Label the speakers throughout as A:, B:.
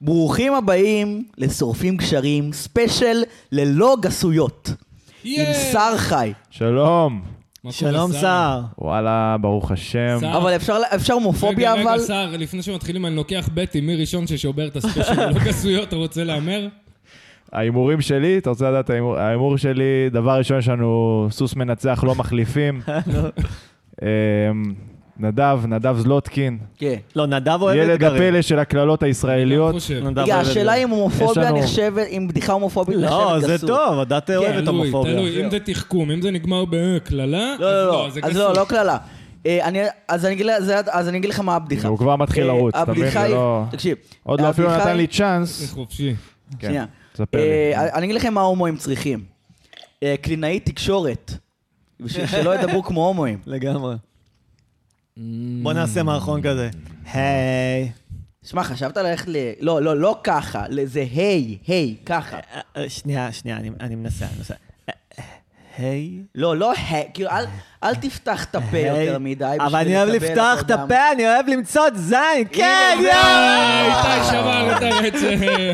A: ברוכים הבאים לשורפים קשרים, ספיישל ללא גסויות.
B: יאי!
A: עם שר חי.
C: שלום.
B: מה קורה,
D: שלום סער.
C: וואלה, ברוך השם.
B: שר.
A: אבל אפשר, אפשר הומופוביה
B: רגע,
A: אבל?
B: רגע, שר, לפני שמתחילים, אני לוקח בטי, מי ראשון ששובר את הספיישל ללא גסויות, אתה רוצה להמר?
C: ההימורים שלי, אתה רוצה לדעת, ההימור- ההימור שלי, דבר ראשון יש לנו סוס מנצח, לא מחליפים. אמ, נדב, נדב זלוטקין,
A: כן.
D: לא, נדב אוהב
C: ילד
D: אתגרים.
C: הפלא של הקללות הישראליות.
A: לא
B: אני חושב.
D: נדב
A: רגע,
D: אוהב
A: השאלה
D: אתגרים.
A: אם הומופוביה
C: לנו-
A: נחשבת, אם בדיחה הומופובית נחשבת
D: לא,
A: גסות.
D: זה טוב, הדת
A: כן. לא
D: אוהב את
B: תלוי,
D: הומופוביה.
B: תלוי, אם זה תחכום, אם זה נגמר בקללה,
A: לא, לא, לא,
B: זה
A: אז
B: גסות.
A: לא, לא קללה. אה, אני- אז אני אגיד לה- זה- אז אני אגיד לך מה הבדיחה.
C: הוא כבר מתחיל
A: אה,
C: לרוץ, אתה מבין?
A: הבדיחה
C: זה
A: היא-
C: לא...
A: תקשיב.
C: עוד לא אפילו
A: הבדיחה
C: נתן לי
A: היא-
B: זה
C: צ'אנס.
B: חופשי.
C: כן,
A: שנייה.
C: תספר
A: אה,
C: לי.
A: אני אגיד לכם מה הומואים צריכים. אה, קלינאי תקשורת. בשביל שלא ידברו כמו הומואים.
D: לגמרי. בוא נעשה מערכון כזה. היי.
A: שמע, חשבת ללכת ל... לא, לא, לא ככה, ל- זה היי, היי, ככה.
D: אה, אה, שנייה, שנייה, אני- אני מנסה, אני מנסה. אה, אה, היי.
A: לא, לא היי, כאילו, אל- אל תפתח את הפה
D: היי.
A: יותר מדי.
D: אבל
A: בשביל
D: אני אוהב
A: לקבל
D: לפתוח את
A: עוד דם.
D: הפה, אני אוהב למצוא את זין, כן,
A: הנה,
D: יואו!
B: אה, איתי שבר את הרצף.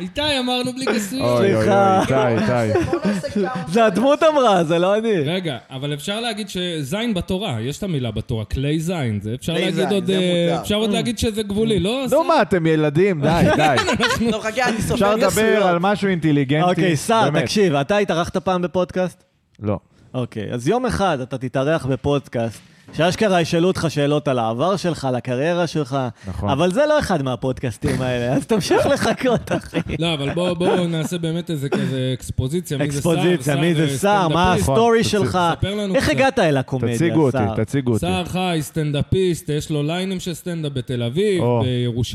B: איתי, אמרנו בלי
A: אה,
B: גסויות.
C: אוי אוי אוי,
D: סליחה.
C: איתי, איתי.
A: בוא נעשה כמה-
D: זה הדמות אמרה, זה לא אני.
B: רגע, אבל אפשר להגיד שזין בתורה, יש את המילה בתורה, כלי זין, זה אפשר
A: כלי
B: להגיד
A: זין,
B: עוד...
A: זה
B: אה,
A: מותר. Mm.
B: אפשר עוד להגיד שזה גבולי, לא?
C: נו מה, אתם ילדים, די, די.
A: טוב, לא, חכה, אני סופר
C: אפשר לדבר על משהו אינטליגנטי.
D: אוקיי, שר,
C: כן, באמת.
D: תקשיב, אתה התארחת פעם בפודקאסט?
C: לא.
D: אוקיי, אז יום אחד אתה תתארח בפודקאסט, שאשכרה ישאלו אותך שאלות על העבר שלך, על הקריירה שלך,
C: נכון.
D: אבל זה לא אחד מהפודקאסטים האלה, אז תמשיך לחכות, אחי.
B: לא, אבל בואו בוא נעשה באמת איזה כזה אקספוזיציה, מי זה שר. אה,
D: אקספוזיציה, מי זה שר, מה
B: סטנדאפיסט.
D: הסטורי
C: תציג-
D: שלך,
B: ספר לנו
D: איך
B: קצת.
D: הגעת אל הקומדיה, שר?
C: תציגו אותי, תציגו אותי.
B: שר חי, סטנדאפיסט, יש לו ליינים של סטנדאפ בתל אביב,
C: או.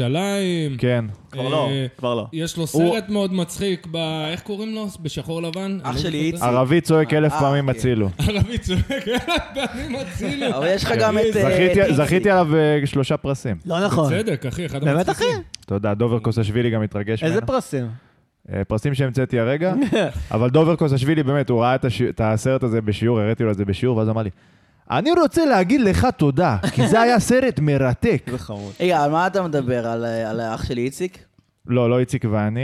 B: בירושלים.
C: כן.
D: כבר לא,
B: אה,
D: כבר לא.
B: יש לו סרט מאוד מצחיק, ב... איך קוראים לו? בשחור לבן?
A: אח
B: אני לא
A: שלי
B: זוכר.
A: איציק.
C: ערבי צועק אלף
A: אה,
C: פעמים
A: אוקיי.
C: הצילו.
B: ערבי צועק, פעמים הצילו.
A: אבל יש לך גם את... אה,
C: זכיתי-
A: טיפסי.
C: זכיתי עליו אה, שלושה פרסים.
D: לא נכון.
B: צדק, אחי, אחד
D: באמת, אחי?
B: המצחיקים.
C: תודה, דובר קוסאשווילי גם התרגש ממנו.
D: איזה פרסים?
C: אה, פרסים שהמצאתי הרגע, אבל דובר קוסאשווילי באמת, הוא ראה את השי- את הסרט הזה בשיעור, הראיתי לו את זה בשיעור, ואז הוא אמר לי, אני רוצה להגיד לך תודה, כי זה היה סרט מרתק.
D: זה חמוד.
A: רגע, על מה אתה מדבר? על, אה, על האח שלי איציק?
C: לא, לא איציק ואני,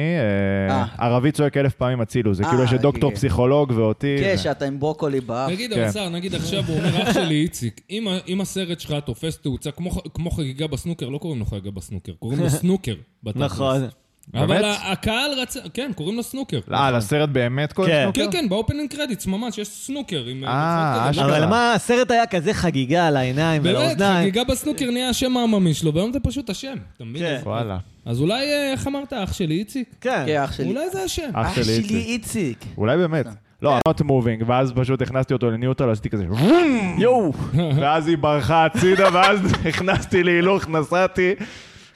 C: אה,
A: אה.
C: ערבי צועק אלף פעמים הצילו, זה
A: אה,
C: כאילו יש את דוקטור
A: כן.
C: פסיכולוג ואותי.
A: כן,
C: ו-
A: שאתה עם ברוקולי באף.
B: נגיד,
C: כן.
B: אבל שר, נגיד עכשיו הוא אומר, אח שלי איציק, אם ה- אם הסרט שלך תופס תאוצה, כמו ח- כמו חגיגה בסנוקר, לא קוראים לו חגיגה בסנוקר, קוראים לו סנוקר. בתכלס.
D: נכון.
B: אבל
C: באמת?
B: ה- הקהל רצה, כן, קוראים לו סנוקר.
C: אה, לסרט באמת קוראים
D: כן.
B: כן,
C: סנוקר?
B: כן, באופנינג קרדיטס, ממש, יש סנוקר עם...
C: אה,
B: מצלצל.
C: אשכרה.
D: אבל מה, הסרט היה כזה חגיגה על העיניים
B: באמת,
D: ולאוזניים.
B: חגיגה בסנוקר נהיה השם העממי שלו, והיום זה פשוט השם, אתה מבין?
D: כן.
C: וואלה.
B: אז אולי, אה, איך אמרת, אח שלי איציק?
A: כן,
D: כן.
A: אח שלי. אה.
B: אולי זה השם.
C: אח שלי איציק.
A: איציק.
C: אולי באמת. לא, not moving, ואז פשוט הכנסתי אותו לניוטרל, עשיתי כזה,
A: אה.
C: "וום!"
D: יואו.
C: ואז היא ברחה הצידה, ואז הכנסתי להילוך, נסעתי.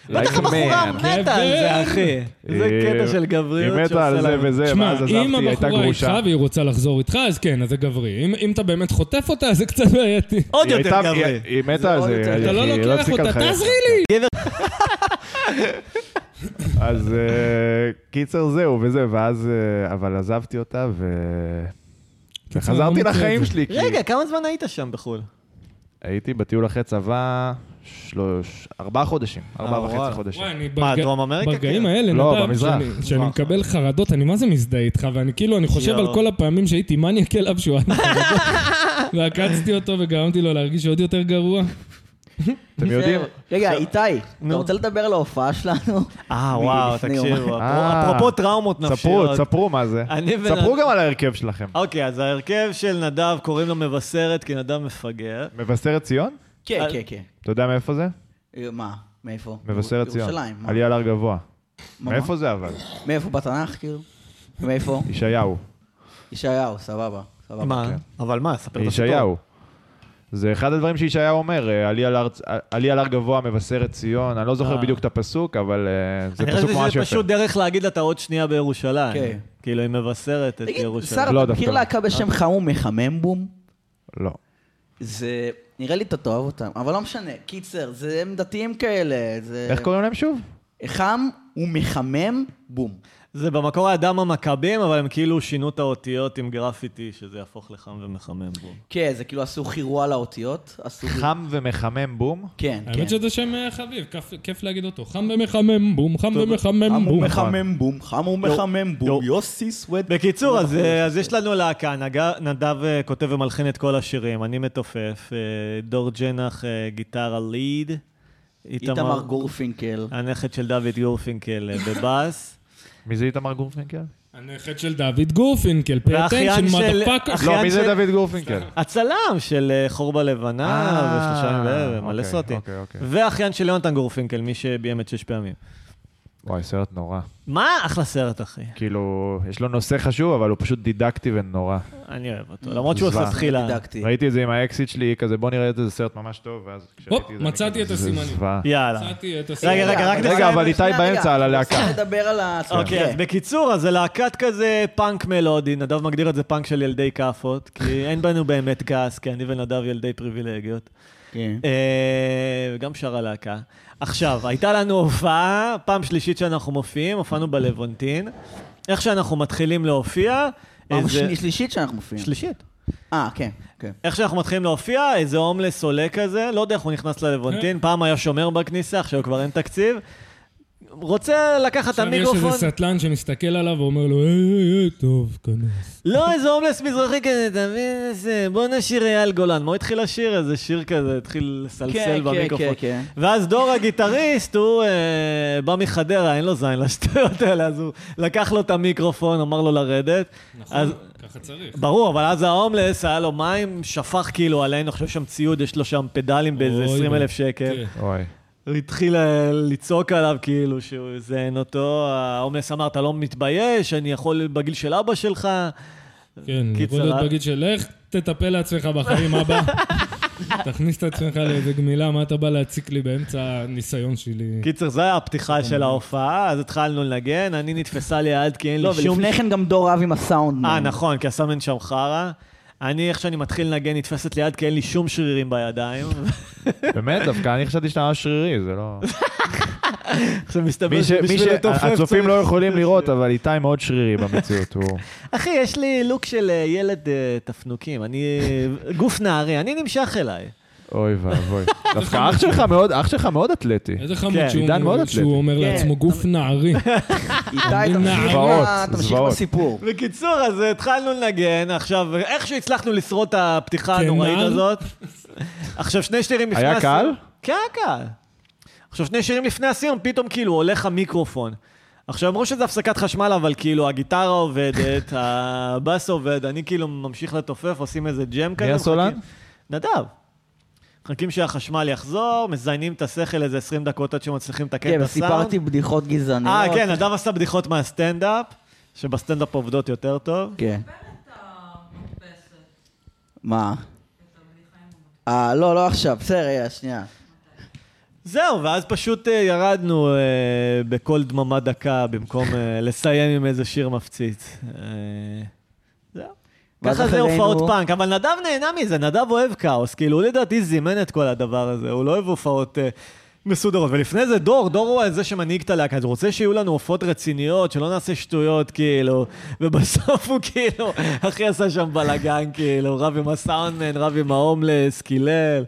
D: בטח הבחורה מתה על זה, אחי. זה קטע של גבריות
C: היא מתה
D: שעושה
C: על זה
D: לנו-
C: וזה,
B: תשמע,
C: ואז עזבתי,
B: אם
C: היא הייתה
B: הבחורה איתך
C: גרושה.
B: והיא רוצה לחזור איתך, אז כן, אז זה גברי. אם- אם אתה באמת חוטף אותה, אז זה קצת בעייתי.
D: עוד
C: היא
D: יותר
C: הייתה-
D: גברי.
C: היא- היא מתה על
A: עוד יותר.
C: זה,
B: אתה לא
C: היא
B: לוקח
C: הפסיקה
B: אותה,
C: לחייך.
B: תעזרי לי!
C: אז אה, קיצר זהו וזה, ואז, אה, אבל עזבתי אותה ו...
B: אני
C: וחזרתי
B: לא מכיר
C: לחיים
B: את זה.
C: שלי, כי
D: רגע, כמה זמן היית שם בחו"ל?
C: הייתי בטיול אחרי צבא שלוש, ארבעה חודשים,
D: אה,
C: ארבעה
D: וואלה.
C: וחצי חודשים.
B: וואי, אני
D: מה,
B: ברגע-
D: דרום אמריקה?
B: ברגעים
D: כן.
B: האלה,
C: לא,
B: נדב,
C: במזרח.
B: שאני- שאני מקבל חרדות, אני מה זה מזדהה איתך, ואני כאילו, אני חושב על
D: יואו.
B: כל הפעמים שהייתי מניאק אליו שהוא היה עם חרדות, ועקצתי אותו וגרמתי לו להרגיש עוד יותר גרוע.
D: כן.
C: אתם יודעים?
A: רגע, איתי, אתה
D: נו.
A: רוצה לדבר על ההופעה שלנו?
D: אה, וואו,
A: מלפני
D: תקשיבו,
C: אה.
D: אפרופו טראומות
C: ספרו,
D: נפשיות.
C: ספרו מה זה.
D: אני ונ-
C: ספרו גם על ההרכב שלכם.
D: אוקיי, אז ההרכב של נדב, קוראים לו מבשרת, כי נדב מפגר.
C: מבשרת ציון?
A: כן,
D: על-
A: כן, כן.
C: אתה יודע מאיפה זה?
A: אה, מה? מאיפה?
C: מבשרת ציון.
A: ירושלים. מה?
C: עלייה להר גבוה.
A: מה,
C: מאיפה זה אבל?
A: מאיפה בתנ"ך, כאילו? מאיפה?
C: ישעיהו.
A: ישעיהו, סבבה. סבבה.
D: מה? אבל מה, ספר את הסיפור.
C: כן. ישעיהו. זה אחד הדברים שישעיהו אומר, אה, עלי על הר- עלי על הר גבוע מבשרת ציון. אני לא זוכר
D: אה.
C: בדיוק את הפסוק, אבל אה, זה
D: אני חשבתי
C: פסוק ממש
D: שזה
C: יפה.
D: פשוט דרך להגיד לה, אתה עוד שנייה בירושלים.
A: כן.
D: כאילו, היא מבשרת את
A: תגיד,
D: ירושלים.
A: שר,
C: לא,
A: אתה מכיר
C: דווקא.
A: להקה בשם חמום מחממבום?
C: לא.
A: זה... נראה לי אתה
D: אה.
A: תאהב אותם, אבל לא משנה. קיצר, זה הם דתיים כאלה. זה...
C: איך קוראים להם שוב?
A: חם הוא מחמם, בום.
D: זה במקור היה דם המכבים, אבל הם כאילו שינו את האותיות עם גרפיטי, שזה יהפוך לחם ומחמם בו.
A: כן, זה כאילו עשו חירוע לאותיות. עשו...
C: חם ומחמם בום.
A: כן, כן.
B: האמת שזה שם אה, חביב, כיף- כיף להגיד אותו. חם ומחמם בום, חם ומחמם
A: חם
B: בום.
A: ומחמם בום, חם ומחמם
D: יו.
A: בום, יוסי סווד.
D: בקיצור,
C: לא,
D: אז, אה, אז יש לנו להקה, נג- נדב אה, כותב ומלחין את כל השירים, אני מתופף, אה, דור ג'נח אה, גיטרה ליד,
A: איתמר גורפינקל.
D: הנכד של דוד גורפינקל אה, בבאס,
C: מי זה איתמר גורפינקל?
B: הנכד של דוד גורפינקל, פרטנשן,
D: והאחיין של-
B: מדפאקה.
D: אחיין
C: לא, מי זה
D: של-
C: דוד גורפינקל?
D: הצלם של אה, חור בלבנה
C: אה,
D: ושלושה ימים בערב, מלא
C: אוקיי,
D: סרטים,
C: אוקיי, אוקיי.
D: ואחיין של יונתן גורפינקל, מי שביים את שש פעמים.
C: וואי, סרט נורא.
D: מה אחלה סרט, אחי.
C: כאילו, יש לו נושא חשוב, אבל הוא פשוט דידקטי ונורא.
D: אני אוהב אותו, למרות שהוא
C: זוועה.
D: עושה תחילה.
A: דידקטי.
C: ראיתי את זה עם האקסיט שלי, כזה בוא נראה את זה, זה סרט ממש טוב, ואז כשראיתי את זה... אני
B: מצאתי
C: כזה,
B: את
C: זה
B: הסימנים.
C: זוועה.
D: יאללה.
B: מצאתי את הסרט.
D: לא. רגע, רגע, רק
C: רגע,
D: נסיים.
C: אבל איתי
A: שנייה,
C: באמצע
A: רגע,
C: על הלהקה.
A: אנחנו רוצים לדבר על ה...
D: אוקיי, אז
A: כן.
D: בקיצור, אז זה להקת כזה פאנק מלודי, נדב מגדיר את זה פאנק של ילדי כאפות, כי אין בנו באמת כעס, כי אני ונדב ילדי פריבילגיות.
A: כן.
D: אה, וגם שאר הלהקה. עכשיו, הייתה לנו הופעה, פעם שלישית שאנחנו מופיעים, הופענו בלוונטין. איך שאנחנו מתחילים להופיע,
A: פעם
D: איזה...
A: שני- שלישית שאנחנו מופיעים.
D: שלישית.
A: אה, כן, כן.
D: איך שאנחנו מתחילים להופיע, איזה הומלס עולה כזה, לא יודע איך הוא נכנס
A: אה?
D: ללוונטין, פעם היה שומר בכניסה, עכשיו כבר אין תקציב. רוצה לקחת את
B: עכשיו יש איזה
D: המיקרופון.
B: סטלן שמסתכל עליו ואומר לו, "היי, היי, היי, טוב, כנס.
D: לא, איזה הומלס מזרחי כזה, אתה מבין איזה... בוא נשיר אייל גולן. מה הוא התחיל לשיר? איזה שיר כזה, התחיל לסלסל
A: כן,
D: במיקרופון.
A: כן, כן.
D: ואז דור הגיטריסט, הוא אה, בא מחדרה, אין לו זין לשטויות האלה, אז הוא לקח לו את המיקרופון, אמר לו לרדת.
B: נכון,
D: אז-
B: ככה צריך.
D: ברור, אבל אז ההומלס, היה לו מים, שפך כאילו עלינו, עכשיו שם ציוד, יש לו שם פדלים באיזה
B: אוי,
D: 20 אלף
B: כן.
D: שקל.
C: אוי.
D: הוא התחיל אה, לצעוק עליו כאילו שהוא זיין אותו, ההומלס אמר, אתה לא מתבייש, אני יכול בגיל של אבא שלך.
B: כן,
D: קיצר,
B: יכול להיות
D: אה?
B: בגיד של לך תטפל לעצמך בחיים, אבא. תכניס את עצמך לאיזה גמילה, מה אתה בא להציק לי באמצע הניסיון שלי?
D: קיצר, זו הייתה הפתיחה של ההופעה, אז התחלנו לנגן, אני נתפסה ליד כי אין
A: לא,
D: לי שום...
A: ולפני כן גם דור רב עם
C: כן-
A: הסאונד.
D: אה, נכון, כי הסמן שם חרא. אני, איך שאני מתחיל לנגן, נתפסת ליד כי אין לי שום שרירים בידיים.
C: באמת, דווקא אני חשבתי שאתה ממש שרירי, זה לא...
D: עכשיו מסתבר
C: מי ש- מי
D: שבשביל
C: ש-
D: לתופף
C: הצופים
D: צריך-
C: לא יכולים לראות, אבל איתי מאוד שרירי במציאות, הוא...
D: אחי, יש לי לוק של אה, ילד אה, תפנוקים. אני אה, גוף נערי, אני נמשך אליי.
C: אוי ואבוי. דווקא אח שלך מאוד, אח שלך מאוד אתלטי.
B: איזה
D: כן,
B: חמוד שהוא
C: עידן מאוד
B: אומר- שהוא
C: אתלטי.
B: אומר
A: כן,
B: לעצמו, גוף נערי.
A: איתי, תמשיך
C: זוועות,
A: ב- תמשיך
C: זוועות.
A: בסיפור.
D: בקיצור, אז אה, התחלנו לנגן, עכשיו, איכשהו הצלחנו לשרוד את הפתיחה
B: כנער?
D: הנוראית הזאת. עכשיו, שני שירים לפני...
C: היה
D: הסיום-
C: קהל?
D: כן, היה קהל. עכשיו, שני שירים לפני הסיום, פתאום כאילו הולך המיקרופון. עכשיו, אמרו שזה הפסקת חשמל, אבל כאילו הגיטרה עובדת, הבאס עובד, אני כאילו ממשיך לתופף, עושים איזה ג'ם כזה.
C: הסולן?
D: מחכים- נדב. מחכים שהחשמל יחזור, מזיינים את השכל איזה 20 דקות עד שמצליחים לתקן
A: כן,
D: את הסאונד.
A: וסיפרתי בדיחות גזעניות.
D: אה, כן, נדב עשה בדיחות מהסטנדאפ, שבסטנדאפ עובדות יותר טוב.
A: כן. מה? אה, לא, לא עכשיו, בסדר, רגע, שנייה.
D: זהו, ואז פשוט אה, ירדנו אה, בקול דממה דקה, במקום אה, לסיים עם איזה שיר מפציץ. אה, זהו.
A: ואז
D: ככה זה
A: אחרינו-
D: הופעות פאנק, אבל נדב נהנה מזה, נדב אוהב כאוס, כאילו הוא לדעתי זימן את כל הדבר הזה, הוא לא אוהב הופעות אה, מסודרות. ולפני זה דור, דור הוא זה שמנהיג את הלהקה, אז הוא רוצה שיהיו לנו הופעות רציניות, שלא נעשה שטויות, כאילו, ובסוף הוא כאילו, אחי עשה שם בלאגן, כאילו, רב עם הסאונדמן, רב עם ההומלס, קילל.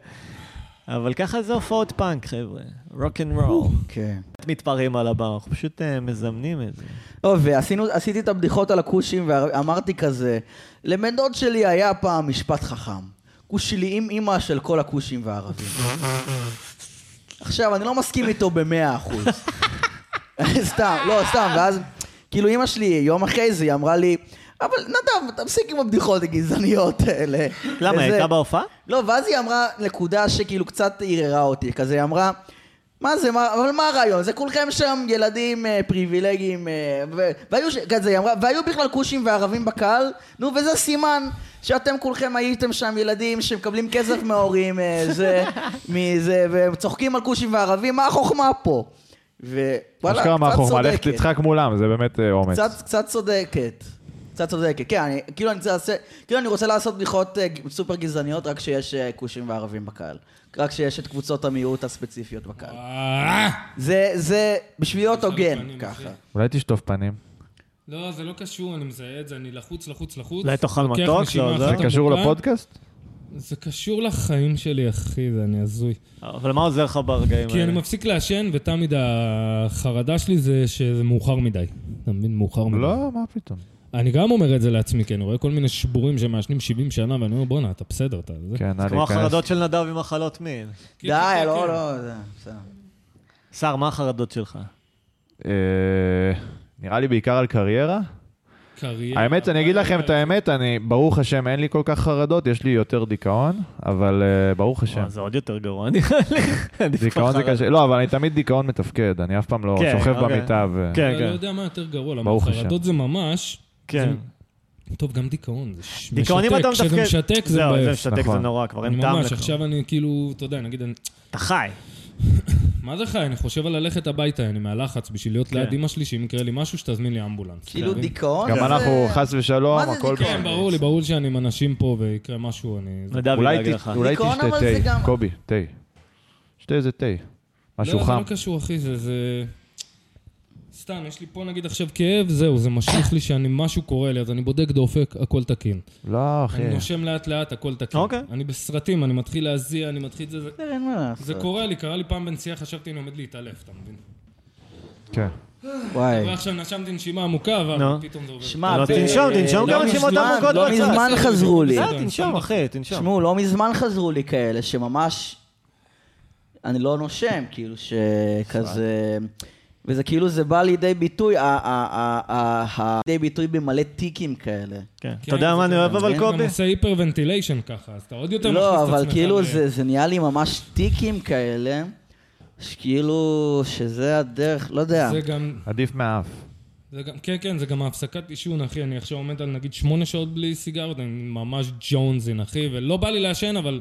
D: אבל ככה זה הופעות פאנק, חבר'ה. רוק אנד רול.
A: כן.
D: מתפרעים על הבמה, אנחנו פשוט אה, מזמנים את זה.
A: לא, ועשינו- עשיתי את הבדיחות על הכושים ואמרתי כזה, לבן דוד שלי היה פעם משפט חכם. כושיליים אימא של כל הכושים והערבים. עכשיו, אני לא מסכים איתו במאה אחוז. סתם, לא, סתם, ואז, כאילו אימא שלי, יום אחרי זה, היא אמרה לי, אבל נדב, תפסיק עם הבדיחות הגזעניות האלה.
D: למה, היא
A: וזה-
D: הייתה בהופעה?
A: לא, ואז היא אמרה נקודה שכאילו קצת ערערה אותי, כזה היא אמרה, מה זה, מה, אבל מה הרעיון? זה כולכם שם ילדים אה, פריבילגיים, אה, ו- והיו, ש- כזה היא אמרה, והיו בכלל כושים וערבים בקהל, נו וזה סימן שאתם כולכם הייתם שם ילדים שמקבלים כסף מההורים, אה, זה, מזה, והם צוחקים על כושים וערבים, מה החוכמה פה? ווואלה,
C: אשכרה
A: קצת
C: מהחוכמה, לך
A: צודקת,
C: תצחק מולם, זה באמת אה, אומץ.
A: קצת, קצת צודקת. קצת צודקת. כן, אני, כאילו, אני רוצה לעשות, כאילו אני רוצה לעשות בדיחות אה, ג- סופר גזעניות, רק שיש אה, כושים וערבים בקהל. רק שיש את קבוצות המיעוט הספציפיות בקהל.
B: אה,
A: זה, זה בשביל להיות
B: שלוש
A: הוגן,
B: פנים,
A: ככה.
B: אחי.
C: אולי תשטוף פנים.
B: לא, זה לא קשור, אני מזהה את זה, אני לחוץ, לחוץ, לחוץ.
D: אולי תאכל
B: לוקח
D: מתוק?
B: נשימה
D: לא, זה-
B: אחת
C: זה
B: עמוקה.
C: קשור לפודקאסט?
B: זה קשור לחיים שלי, אחי, זה אני הזוי.
D: אבל מה עוזר לך ברגעים
B: כי
D: האלה?
B: אני
C: אוקיי.
B: מפסיק לעשן, ותמיד החרדה שלי זה שזה מאוחר מדי. אתה מבין? מאוחר מדי.
C: לא, מה פתאום.
B: אני גם אומר את זה לעצמי, כי אני רואה כל מיני שבורים שמעשנים 70 שנה, ואני אומר, בואנה, אתה בסדר, אתה... זה."
C: כן, נא
D: כמו
C: להיכנס.
D: החרדות של נדב עם מחלות מין.
B: כן,
A: די,
B: כן,
A: לא,
B: כן.
A: לא, זה- בסדר.
D: שר, מה החרדות שלך?
C: אה, נראה לי בעיקר על קריירה.
B: קריירה.
C: האמת, אני אגיד לכם את האמת, אני, ברוך השם, אין לי כל כך חרדות, יש לי יותר דיכאון, אבל אה, ברוך השם.
D: וואו, זה עוד יותר גרוע נראה לי. עדיף כבר
C: דיכאון זה
D: חרדה.
C: קשה, לא, אבל אני תמיד דיכאון מתפקד, אני אף פעם לא
D: כן,
C: שוכב
D: אוקיי.
C: במיטה ו...
D: כן,
B: אני לא
D: כן.
B: יודע מה יותר גרוע, למה
C: ברוך
B: חרדות זה ממש...
D: כן.
B: טוב, גם דיכאון, זה ש-
D: דיכאון אם אתה
B: משתק,
D: מתפקד...
B: כשזה משתק זה
D: זהו, זה
B: מבאס.
D: משתק זה
C: נכון.
D: נורא, כבר
B: אני
D: אין טעם
B: ממש,
D: לך.
B: עכשיו אני כאילו, אתה יודע, נגיד, אני-
D: אתה חי.
B: מה זה חי? אני חושב על ללכת הביתה, אני מהלחץ, בשביל להיות
D: כן.
B: ליד אימא שלי, שאם יקרה לי משהו, שתזמין לי אמבולנס.
A: כאילו
B: אתה מבין?
A: דיכאון
C: גם
A: זה-
C: אנחנו, חס ושלום,
A: מה זה
C: הכל...
A: דיכאון?
B: כן, ברור לי, ברור לי שאני עם אנשים פה ויקרה משהו, אני... זה-
D: נדב
C: אולי
D: ידאג
C: ת-
D: לך.
C: אולי
A: דיכאון,
C: תשתה
A: אבל זה
C: תה,
A: גם-
C: קובי, תה. שתה איזה תה, משהו
B: לא, זה
C: חם.
B: לא קשור, אחי, זה... זה... סתם, יש לי פה נגיד עכשיו כאב, זהו, זה משליך לי שאני, משהו קורה לי, אז אני בודק דופק, הכל תקין.
C: לא, אחי.
B: אני נושם לאט לאט, הכל תקין.
D: כן. אוקיי.
B: אני בסרטים, אני מתחיל להזיע, אני מתחיל זה... זה-
A: בסדר, אין מה לעשות.
B: זה קורה לי, קרה לי פעם בנסיעה, חשבתי אני עומד להתעלף, אתה מבין?
C: כן.
A: וואי.
B: ועכשיו נשמתי נשימה עמוקה,
D: נו.
B: אבל פתאום זה עובד.
A: אה. שמע,
D: לא,
A: ב-
D: תנשום,
C: אה,
D: תנשום
A: לא
D: כמה
A: מזמן-
D: נשימות עמוקות
A: לא
D: בצד.
A: מזמן חזרו לי.
D: בסדר, תנשום, אחי, תנשום.
A: תשמעו, לא מזמן חזרו לי כאלה שממש... אני לא נושם, כאילו שכזה... וזה כאילו, זה בא לידי ביטוי, ה- ה- ה- ה- ה- לידי ביטוי במלא טיקים כאלה.
D: כן.
B: כן,
D: אתה יודע
B: זה
D: מה אני אוהב
B: גם-
D: אבל,
A: כן,
B: אתה גם
D: קובי?
B: עושה היפרוונטיליישן ככה, אז אתה עוד יותר מכניס את
A: לא,
B: עצמך.
A: אבל כאילו,
B: ל-
A: זה זה נהיה לי ממש טיקים כאלה, שכאילו, שזה הדרך, לא יודע.
B: זה גם...
C: עדיף מהאף.
B: זה גם, כן, כן, זה גם ההפסקת עישון, אחי. אני עכשיו עומד על נגיד שמונה שעות בלי סיגרות, אני ממש ג'ונזין, אחי, ולא בא לי לעשן, אבל... לא-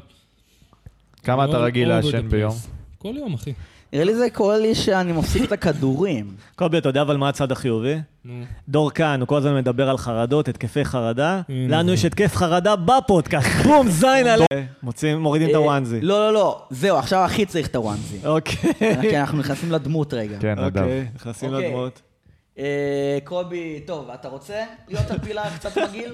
C: כמה
B: all-
C: אתה רגיל
B: all over
C: לעשן
B: the
C: ביום?
B: place. כל יום, אחי.
A: נראה לי זה קורה לי שאני מפסיק את הכדורים.
D: קובי, אתה יודע אבל מה הצד החיובי?
B: נו.
D: דור כאן, הוא כל הזמן מדבר על חרדות, התקפי חרדה.
B: הנה
D: לנו
B: זה.
D: יש התקף חרדה בפודקאסט. בום, זין עליהם. מוציאים, אוקיי, מורידים את
A: אה,
D: הוואנזי.
A: לא, לא, לא. זהו, עכשיו הכי צריך את הוואנזי. כי
D: אוקיי.
A: אנחנו נכנסים לדמות רגע.
C: כן, נדב.
D: אוקיי, נכנסים
A: כן, אוקיי.
D: לדמות.
A: אה, קובי, טוב, אתה רוצה להיות על פילה קצת מגעיל?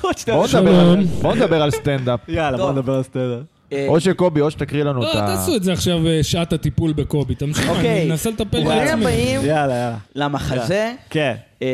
D: עוד שתי
C: בואו
D: אנשים.
C: נדבר
B: שלום.
C: על- בואו נדבר על סטנדאפ.
D: יאללה, בוא
A: טוב.
D: נדבר על סטנדאפ.
A: אה,
C: או שקובי, או שתקריא לנו
B: לא,
C: את ה...
B: תעשו את זה עכשיו אה, שעת הטיפול בקובי. תמשיך, אני
A: אוקיי.
B: מנסה לטפל
A: ברוכים
B: בעצמי.
A: הבאים
D: יאללה, יאללה.
A: למחזה.
D: כן.
A: אה,